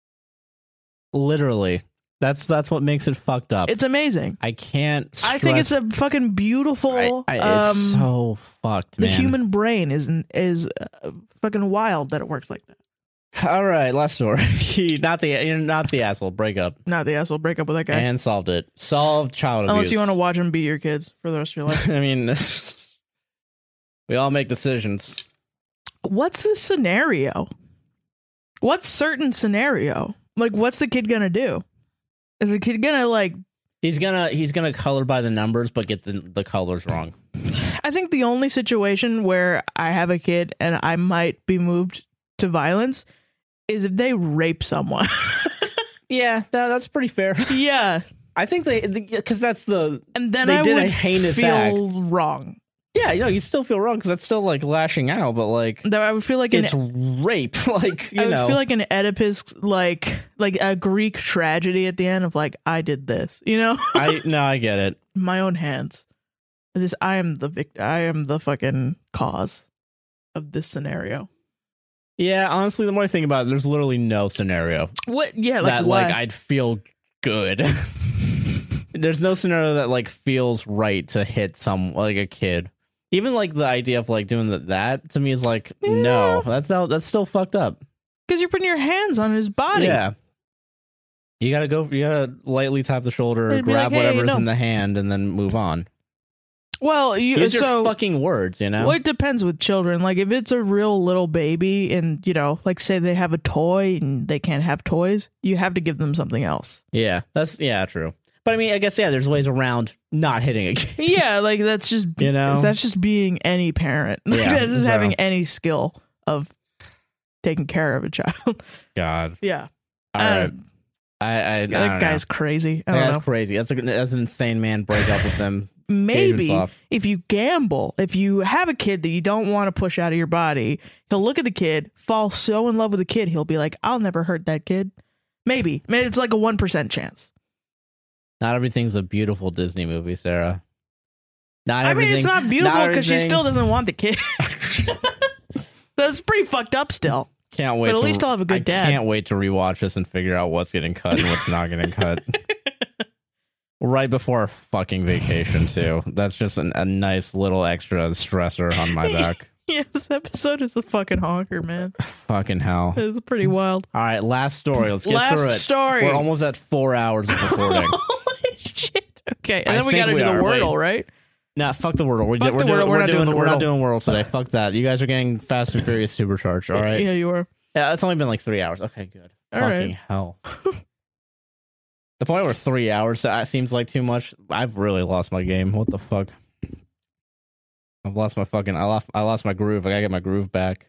Speaker 1: literally, that's that's what makes it fucked up.
Speaker 2: it's amazing
Speaker 1: I can't.
Speaker 2: i think it's
Speaker 1: stress-
Speaker 2: a fucking beautiful
Speaker 1: I- I- it's
Speaker 2: um,
Speaker 1: so fucked,
Speaker 2: the
Speaker 1: man.
Speaker 2: human brain is is uh, fucking wild that it works like that
Speaker 1: All right, last story. He, not the you're not the asshole. Break up
Speaker 2: not the asshole break up with that guy
Speaker 1: and solved it. Solved child
Speaker 2: unless
Speaker 1: abuse.
Speaker 2: you want to watch him beat your kids for the rest of your life
Speaker 1: I mean, we all make decisions.
Speaker 2: what's the scenario? What's certain scenario? Like, what's the kid gonna do? Is the kid gonna like?
Speaker 1: He's gonna he's gonna color by the numbers, but get the the colors wrong.
Speaker 2: I think the only situation where I have a kid and I might be moved to violence is if they rape someone.
Speaker 1: Yeah, that, that's pretty fair.
Speaker 2: yeah,
Speaker 1: I think they because that's the
Speaker 2: and then
Speaker 1: They
Speaker 2: I
Speaker 1: did a
Speaker 2: would
Speaker 1: heinous
Speaker 2: feel
Speaker 1: act.
Speaker 2: wrong.
Speaker 1: yeah. You know, you still feel wrong because that's still like lashing out, but like
Speaker 2: That I would feel like an
Speaker 1: it's rape. Like you
Speaker 2: I would
Speaker 1: know,
Speaker 2: feel like an Oedipus, like like a Greek tragedy at the end of like I did this, you know.
Speaker 1: I no, I get it.
Speaker 2: my own hands. This I am the victim. I am the fucking cause of this scenario.
Speaker 1: Yeah, honestly, the more I think about it, there's literally no scenario
Speaker 2: What? Yeah, like
Speaker 1: that
Speaker 2: why?
Speaker 1: like I'd feel good. There's no scenario that like feels right to hit some like a kid. Even like the idea of like doing that, that to me is like no, that's not, that's still fucked up.
Speaker 2: because you're putting your hands on his body.
Speaker 1: Yeah, you gotta go. You gotta lightly tap the shoulder,
Speaker 2: They'd be
Speaker 1: grab
Speaker 2: like, hey,
Speaker 1: whatever's
Speaker 2: no.
Speaker 1: in the hand, and then move on.
Speaker 2: Well, you
Speaker 1: Use
Speaker 2: so.
Speaker 1: your fucking words, you know.
Speaker 2: well, it depends with children. Like, if it's a real little baby, and you know, like, say they have a toy and they can't have toys, you have to give them something else.
Speaker 1: Yeah, that's yeah, true. But I mean, I guess yeah, there's ways around not hitting a kid.
Speaker 2: Yeah, like that's just
Speaker 1: You know?
Speaker 2: that's just being any parent. Like,
Speaker 1: Yeah,
Speaker 2: that's just
Speaker 1: so-
Speaker 2: having any skill of taking care of a child.
Speaker 1: God,
Speaker 2: yeah,
Speaker 1: all
Speaker 2: I
Speaker 1: right.
Speaker 2: don't-
Speaker 1: I, I, I
Speaker 2: that
Speaker 1: don't know.
Speaker 2: guy's crazy.
Speaker 1: That
Speaker 2: I don't
Speaker 1: guy's
Speaker 2: know.
Speaker 1: crazy. That's a that's an insane man. Break up with them. Gageman's
Speaker 2: maybe
Speaker 1: off.
Speaker 2: if you gamble, if you have a kid that you don't want to push out of your body, he'll look at the kid, fall so in love with the kid, he'll be like, "I'll never hurt that kid." Maybe, maybe it's like a one percent chance.
Speaker 1: Not everything's a beautiful Disney movie, Sarah. Not
Speaker 2: I mean,
Speaker 1: everything.
Speaker 2: it's not beautiful because she
Speaker 1: everything-
Speaker 2: still doesn't want the kid. That's pretty fucked up. Still,
Speaker 1: Can't wait.
Speaker 2: but at
Speaker 1: to-
Speaker 2: least I'll have a good
Speaker 1: I
Speaker 2: dad.
Speaker 1: Can't wait to rewatch this and figure out what's getting cut and what's not getting cut. Right before our fucking vacation too. That's just an, a nice little extra stressor on my back.
Speaker 2: yeah, this episode is a fucking honker, man.
Speaker 1: fucking hell.
Speaker 2: It's pretty wild.
Speaker 1: All right, last story. Let's get
Speaker 2: Last
Speaker 1: through it.
Speaker 2: story.
Speaker 1: We're almost at four hours of recording.
Speaker 2: Holy shit! Okay, and
Speaker 1: I
Speaker 2: then we
Speaker 1: think
Speaker 2: got to
Speaker 1: we
Speaker 2: do the
Speaker 1: are. Wait.
Speaker 2: Wordle, right?
Speaker 1: Nah, fuck the Wordle. We
Speaker 2: Fuck
Speaker 1: did- We're,
Speaker 2: the
Speaker 1: doing,
Speaker 2: Wordle. We're
Speaker 1: we're
Speaker 2: not
Speaker 1: doing,
Speaker 2: doing the
Speaker 1: we're not
Speaker 2: Wordle.
Speaker 1: doing Wordle today. fuck that. You guys are getting Fast and Furious supercharged. All right.
Speaker 2: Yeah, you are.
Speaker 1: Yeah, it's only been like three hours. Okay, good.
Speaker 2: All right.
Speaker 1: Fucking hell. the point where three hours that seems like too much. I've really lost my game. What the fuck? I've lost my fucking. I lost. I lost my groove. I gotta get my groove back.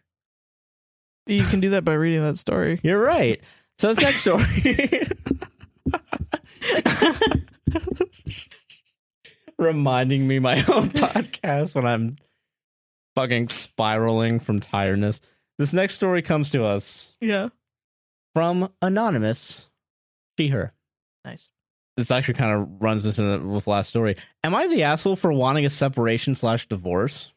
Speaker 2: You can do that by reading that story.
Speaker 1: You're right. So this next story. Reminding me my own podcast when I'm fucking spiraling from tiredness. This next story comes to us
Speaker 2: Yeah.
Speaker 1: from anonymous she her
Speaker 2: Nice.
Speaker 1: this actually kind of runs this in the, with last story am i the asshole for wanting a separation slash divorce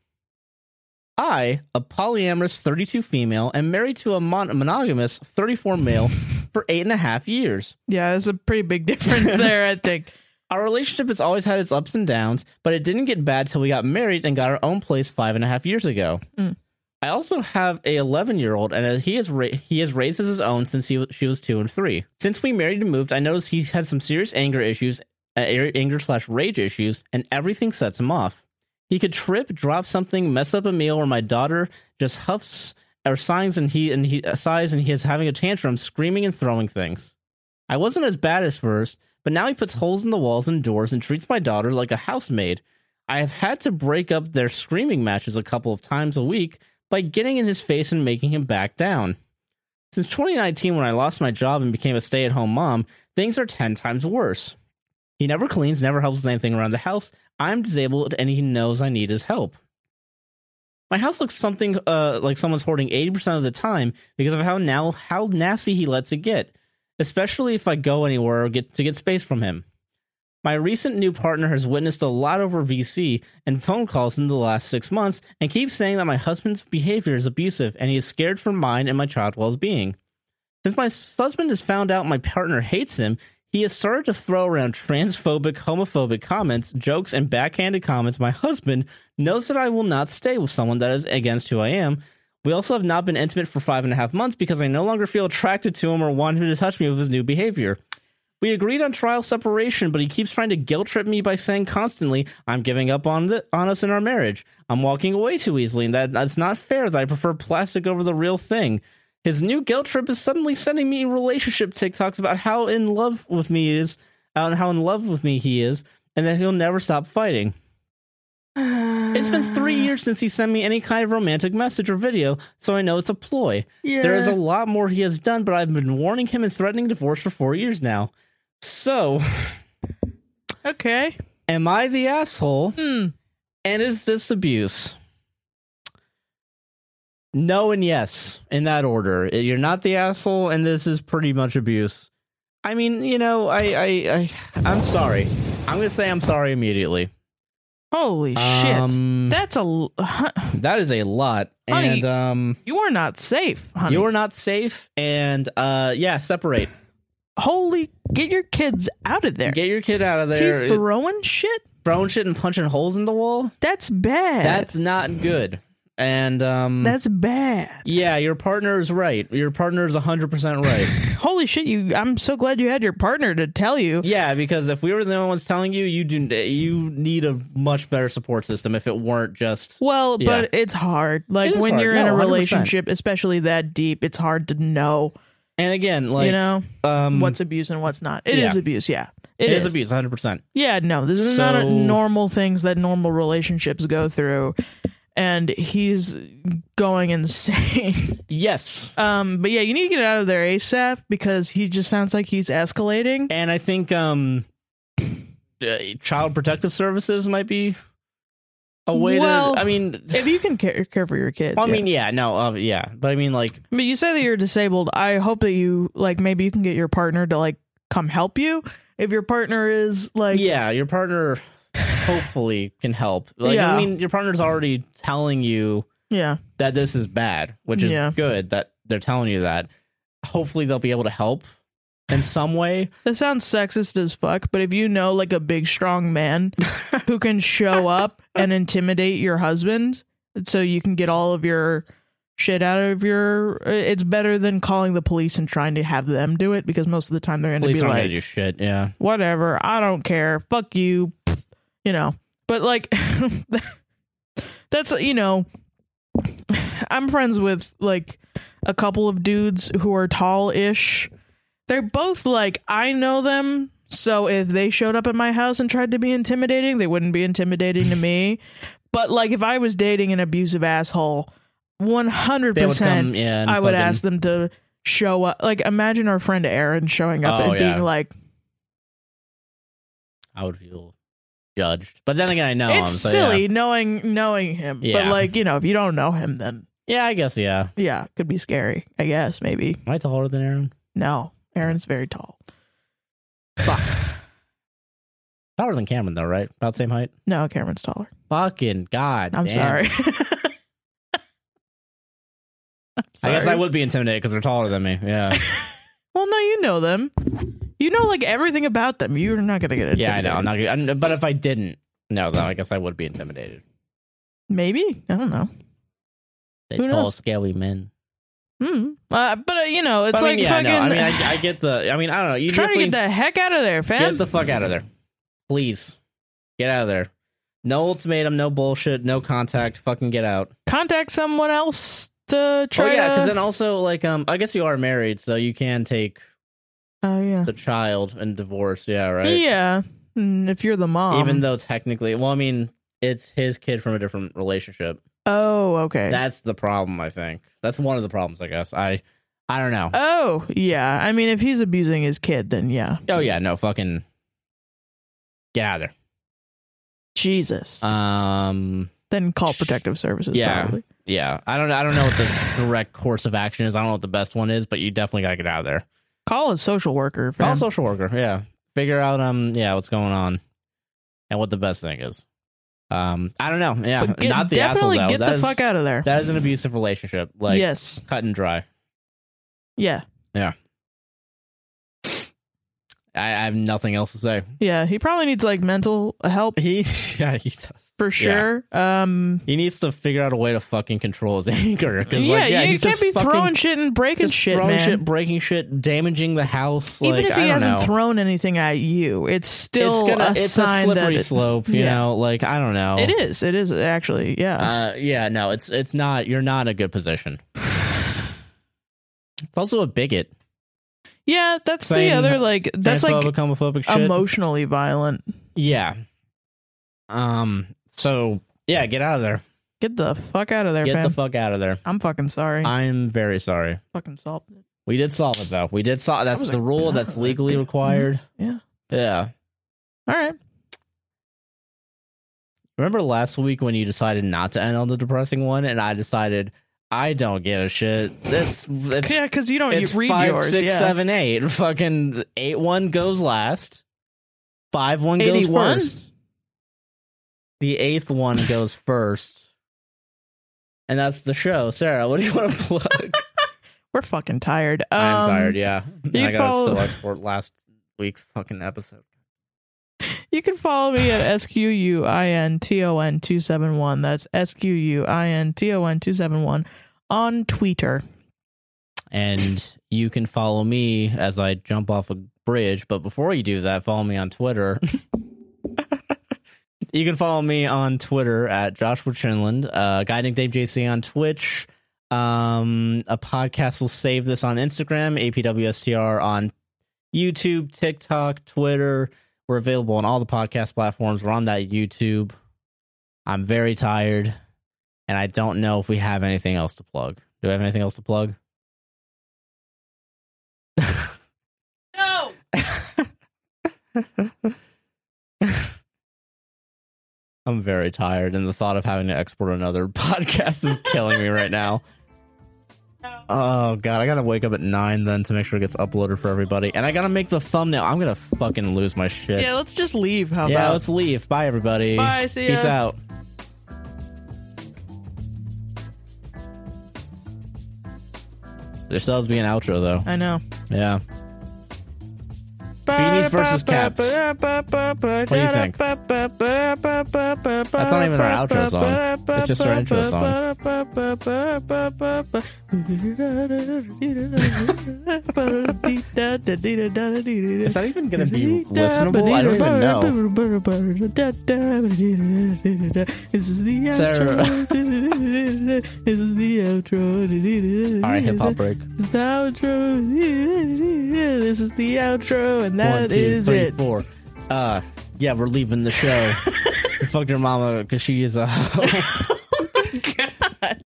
Speaker 1: i a polyamorous 32 female am married to a mon- monogamous 34 male for eight and a half years
Speaker 2: Yeah, there's a pretty big difference there, I think.
Speaker 1: our relationship has always had its ups and downs, but it didn't get bad till we got married and got our own place five and a half years ago.
Speaker 2: Mm.
Speaker 1: I also have a 11 year old, and he has ra- he has raised his own since he was, she was two and three. Since we married and moved, I noticed he's had some serious anger issues, uh, ar- anger slash rage issues, and everything sets him off. He could trip, drop something, mess up a meal, or my daughter just huffs or sighs, and he and he uh, sighs, and he is having a tantrum, screaming and throwing things. I wasn't as bad as first, but now he puts holes in the walls and doors and treats my daughter like a housemaid. I have had to break up their screaming matches a couple of times a week by getting in his face and making him back down. Since 2019, when I lost my job and became a stay at home mom, things are 10 times worse. He never cleans, never helps with anything around the house. I'm disabled and he knows I need his help. My house looks something uh, like someone's hoarding 80% of the time because of how now how nasty he lets it get especially if I go anywhere or get to get space from him. My recent new partner has witnessed a lot over VC and phone calls in the last six months and keeps saying that my husband's behavior is abusive and he is scared for mine and my child's well being. Since my s- husband has found out my partner hates him, he has started to throw around transphobic, homophobic comments, jokes, and backhanded comments. My husband knows that I will not stay with someone that is against who I am, we also have not been intimate for five and a half months because I no longer feel attracted to him or want him to touch me with his new behavior. We agreed on trial separation, but he keeps trying to guilt trip me by saying constantly, "I'm giving up on the, on us in our marriage. I'm walking away too easily, and that that's not fair. That I prefer plastic over the real thing." His new guilt trip is suddenly sending me relationship TikToks about how in love with me is, uh, and how in love with me he is, and that he'll never stop fighting.
Speaker 2: Uh,
Speaker 1: It's been three years since he sent me any kind of romantic message or video, so I know it's a ploy.
Speaker 2: Yeah.
Speaker 1: There is a lot more he has done, but I've been warning him and threatening divorce for four years now. So,
Speaker 2: Okay.
Speaker 1: am I the asshole?
Speaker 2: Hmm.
Speaker 1: And is this abuse? No and yes, in that order. You're not the asshole, and this is pretty much abuse. I mean, you know, I, I, I I'm sorry. I'm gonna say I'm sorry immediately.
Speaker 2: Holy shit.
Speaker 1: Um,
Speaker 2: That's a l- hu-
Speaker 1: that is a lot,
Speaker 2: Honey,
Speaker 1: and um,
Speaker 2: you are not safe, honey.
Speaker 1: You're not safe, and uh, yeah, separate.
Speaker 2: Holy get your kids out of there.
Speaker 1: Get your kid out of
Speaker 2: He's
Speaker 1: there.
Speaker 2: throwing shit.
Speaker 1: throwing shit and punching holes in the wall.
Speaker 2: That's bad.
Speaker 1: That's not good. And um,
Speaker 2: that's bad.
Speaker 1: yeah, your partner is right. Your partner is hundred percent right.
Speaker 2: Holy shit, you I'm so glad you had your partner to tell you.
Speaker 1: yeah, because if we were the only ones telling you, you do you need a much better support system. If it weren't just
Speaker 2: Well,
Speaker 1: Yeah.
Speaker 2: but it's hard. Like
Speaker 1: It is
Speaker 2: when
Speaker 1: hard.
Speaker 2: you're in
Speaker 1: No,
Speaker 2: a
Speaker 1: 100%.
Speaker 2: relationship, especially that deep, it's hard to know,
Speaker 1: and again, like
Speaker 2: you know,
Speaker 1: um,
Speaker 2: what's abuse and what's not. It is
Speaker 1: yeah.
Speaker 2: abuse, yeah.
Speaker 1: it is abuse, hundred percent.
Speaker 2: Yeah, no, this is not a
Speaker 1: So-
Speaker 2: normal things that normal relationships go through. And he's going insane.
Speaker 1: Yes,
Speaker 2: um, but yeah, you need to get out of there ASAP because he just sounds like he's escalating.
Speaker 1: and I think um, uh, child protective services might be a way
Speaker 2: Well,
Speaker 1: to. I mean,
Speaker 2: if you can care, care for your kids,
Speaker 1: Well, I
Speaker 2: yeah.
Speaker 1: mean, yeah, no, uh, yeah, but I mean, like,
Speaker 2: But you say that you're disabled. I hope that you like maybe you can get your partner to like come help you. If your partner is like
Speaker 1: yeah, your partner hopefully can help. Like,
Speaker 2: Yeah.
Speaker 1: I mean, your partner's already telling you
Speaker 2: yeah.
Speaker 1: that this is bad, which is
Speaker 2: Yeah.
Speaker 1: good that they're telling you that. Hopefully, they'll be able to help in some way.
Speaker 2: That sounds sexist as fuck, but if you know like a big strong man who can show up and intimidate your husband so you can get all of your shit out of your it's better than calling the police and trying to have them do it because most of the time they're going to be
Speaker 1: Police aren't
Speaker 2: like
Speaker 1: gonna do shit. Yeah,
Speaker 2: whatever i don't care fuck you Pfft, you know but like that's you know i'm friends with like a couple of dudes who are tall-ish they're both like i know them so if they showed up at my house and tried to be intimidating they wouldn't be intimidating to me but like if i was dating an abusive asshole 100%
Speaker 1: they would come. Yeah, and
Speaker 2: I would
Speaker 1: fucking-
Speaker 2: ask them to show up. Like, imagine our friend Aaron showing up
Speaker 1: Oh,
Speaker 2: and
Speaker 1: yeah.
Speaker 2: being like,
Speaker 1: I would feel judged. But then again, I know him.
Speaker 2: "It's
Speaker 1: so
Speaker 2: silly
Speaker 1: Yeah.
Speaker 2: knowing knowing him." But
Speaker 1: Yeah.
Speaker 2: like, you know, if you don't know him, then
Speaker 1: yeah, I guess. Yeah.
Speaker 2: yeah, it could be scary. I guess maybe
Speaker 1: Am I taller than Aaron?
Speaker 2: no. Aaron's very tall.
Speaker 1: Taller than Cameron though, right? About the same height.
Speaker 2: No, Cameron's taller.
Speaker 1: Fucking god.
Speaker 2: I'm
Speaker 1: damn.
Speaker 2: sorry.
Speaker 1: I guess I
Speaker 2: Sorry.
Speaker 1: would be intimidated because they're taller than me. Yeah.
Speaker 2: Well, no, you know them. You know like everything about them. You're not gonna get it.
Speaker 1: yeah, I know. I'm not. Gonna, I'm- but if I didn't, no, though, I guess I would be intimidated.
Speaker 2: Maybe I don't know.
Speaker 1: They
Speaker 2: Who
Speaker 1: tall,
Speaker 2: knows?
Speaker 1: scaly men.
Speaker 2: Hmm. Uh, but uh, you know, it's
Speaker 1: But I
Speaker 2: like
Speaker 1: mean, yeah,
Speaker 2: fucking.
Speaker 1: no, I mean, I, I get the. I mean, I don't know. You
Speaker 2: trying to
Speaker 1: definitely-
Speaker 2: get the heck out of there, fam.
Speaker 1: Get the fuck out of there. Please. Get out of there. No ultimatum, no bullshit, no contact. Fucking get out.
Speaker 2: contact someone else to
Speaker 1: oh
Speaker 2: try
Speaker 1: yeah, because
Speaker 2: to.
Speaker 1: then also like um I guess you are married, so you can take
Speaker 2: oh yeah,
Speaker 1: the child and divorce, yeah, right?
Speaker 2: yeah. Mm, If you're the mom,
Speaker 1: Even though technically well, I mean, it's his kid from a different relationship.
Speaker 2: Oh okay.
Speaker 1: That's the problem, I think. That's one of the problems, I guess. I I don't know.
Speaker 2: oh yeah. I mean, if he's abusing his kid, then yeah.
Speaker 1: oh yeah, no, fucking get out of
Speaker 2: Jesus.
Speaker 1: there. Um
Speaker 2: then call protective services.
Speaker 1: yeah.
Speaker 2: Probably.
Speaker 1: Yeah, I don't. I don't know what the direct course of action is. I don't know what the best one is, but you definitely gotta get out of there.
Speaker 2: Call a social worker.
Speaker 1: Call
Speaker 2: fam.
Speaker 1: a social worker. Yeah, figure out um yeah what's going on, and what the best thing is. Um, I don't know. Yeah,
Speaker 2: But get-
Speaker 1: not the asshole
Speaker 2: definitely
Speaker 1: though.
Speaker 2: get
Speaker 1: That
Speaker 2: the
Speaker 1: is-
Speaker 2: fuck out of there.
Speaker 1: that is an abusive relationship. Like
Speaker 2: yes.
Speaker 1: cut and dry.
Speaker 2: Yeah.
Speaker 1: I, I have nothing else to say.
Speaker 2: Yeah. He probably needs like mental help
Speaker 1: He yeah he does
Speaker 2: for sure. Um.
Speaker 1: He needs to figure out a way to fucking control his anger. 'cause, like,
Speaker 2: Yeah, you
Speaker 1: he's
Speaker 2: can't
Speaker 1: just
Speaker 2: be
Speaker 1: fucking-
Speaker 2: throwing shit and breaking
Speaker 1: just
Speaker 2: shit,
Speaker 1: throwing
Speaker 2: man.
Speaker 1: shit, breaking shit, damaging the house.
Speaker 2: Even
Speaker 1: like
Speaker 2: if
Speaker 1: I
Speaker 2: he
Speaker 1: don't
Speaker 2: hasn't
Speaker 1: know.
Speaker 2: thrown anything at you, it's still
Speaker 1: it's gonna
Speaker 2: a
Speaker 1: it's
Speaker 2: sign
Speaker 1: a slippery
Speaker 2: that it-
Speaker 1: slope you
Speaker 2: yeah.
Speaker 1: know like i don't know
Speaker 2: It is. It is actually. Yeah.
Speaker 1: uh yeah no it's it's not you're not in a good position it's also a bigot
Speaker 2: yeah. That's the
Speaker 1: saying
Speaker 2: other like. That's like
Speaker 1: Transphobic, homophobic shit
Speaker 2: emotionally violent.
Speaker 1: yeah um so yeah get out of there
Speaker 2: Get the fuck out of there,
Speaker 1: get
Speaker 2: fam.
Speaker 1: the fuck out of there
Speaker 2: I'm fucking sorry.
Speaker 1: i'm very sorry
Speaker 2: fucking solved it.
Speaker 1: we did solve it though we did solve
Speaker 2: I was
Speaker 1: that's the
Speaker 2: like,
Speaker 1: rule
Speaker 2: "God,
Speaker 1: that's
Speaker 2: like,
Speaker 1: legally
Speaker 2: yeah,
Speaker 1: required
Speaker 2: Mm-hmm.
Speaker 1: yeah
Speaker 2: Yeah. All right.
Speaker 1: remember last week when you decided not to end on the depressing one and i decided i don't give a shit this it's
Speaker 2: yeah, because you don't you
Speaker 1: it's
Speaker 2: read
Speaker 1: five,
Speaker 2: yours.
Speaker 1: six,
Speaker 2: yeah.
Speaker 1: seven, eight. Fucking eight one goes last. Five one goes
Speaker 2: 81?
Speaker 1: first. The eighth one goes first. And that's the show. Sarah, what do you want to plug?
Speaker 2: We're fucking tired. Um,
Speaker 1: I'm tired, yeah.
Speaker 2: you
Speaker 1: I gotta
Speaker 2: follow-
Speaker 1: still export last week's fucking episode.
Speaker 2: You can follow me at S Q U I N T O N two seven one. That's S Q U I N T O N two seven one on Twitter.
Speaker 1: And you can follow me as I jump off a bridge. But before you do that, follow me on Twitter. you can follow me on Twitter at Joshua Chinland, uh, guy named Dave JC on Twitch. Um, a podcast will save this on Instagram, APWSTR on YouTube, TikTok, Twitter. We're available on all the podcast platforms. We're on that YouTube. I'm very tired, and I don't know if we have anything else to plug. Do we have anything else to plug?
Speaker 2: No.
Speaker 1: I'm very tired, and the thought of having to export another podcast is killing me right now. Oh god, I gotta wake up at nine then to make sure it gets uploaded for everybody, and I gotta make the thumbnail. I'm gonna fucking lose my shit.
Speaker 2: Yeah, let's just leave. How
Speaker 1: Yeah,
Speaker 2: about?
Speaker 1: let's leave. Bye, everybody.
Speaker 2: Bye, see ya.
Speaker 1: Peace out. There still has to be an outro, though.
Speaker 2: I know.
Speaker 1: Yeah. Beanies versus caps.
Speaker 2: What
Speaker 1: do you think? That's not even our outro song. It's just our intro
Speaker 2: song.
Speaker 1: Is that even gonna be listenable? I don't even know.
Speaker 2: This is the outro.
Speaker 1: Sarah.
Speaker 2: this is the outro.
Speaker 1: All right, hip hop break.
Speaker 2: This is the outro. This is the outro,
Speaker 1: One,
Speaker 2: and that
Speaker 1: two,
Speaker 2: is
Speaker 1: three,
Speaker 2: it.
Speaker 1: four. Uh, yeah, we're leaving the show. Fuck your mama because she is a.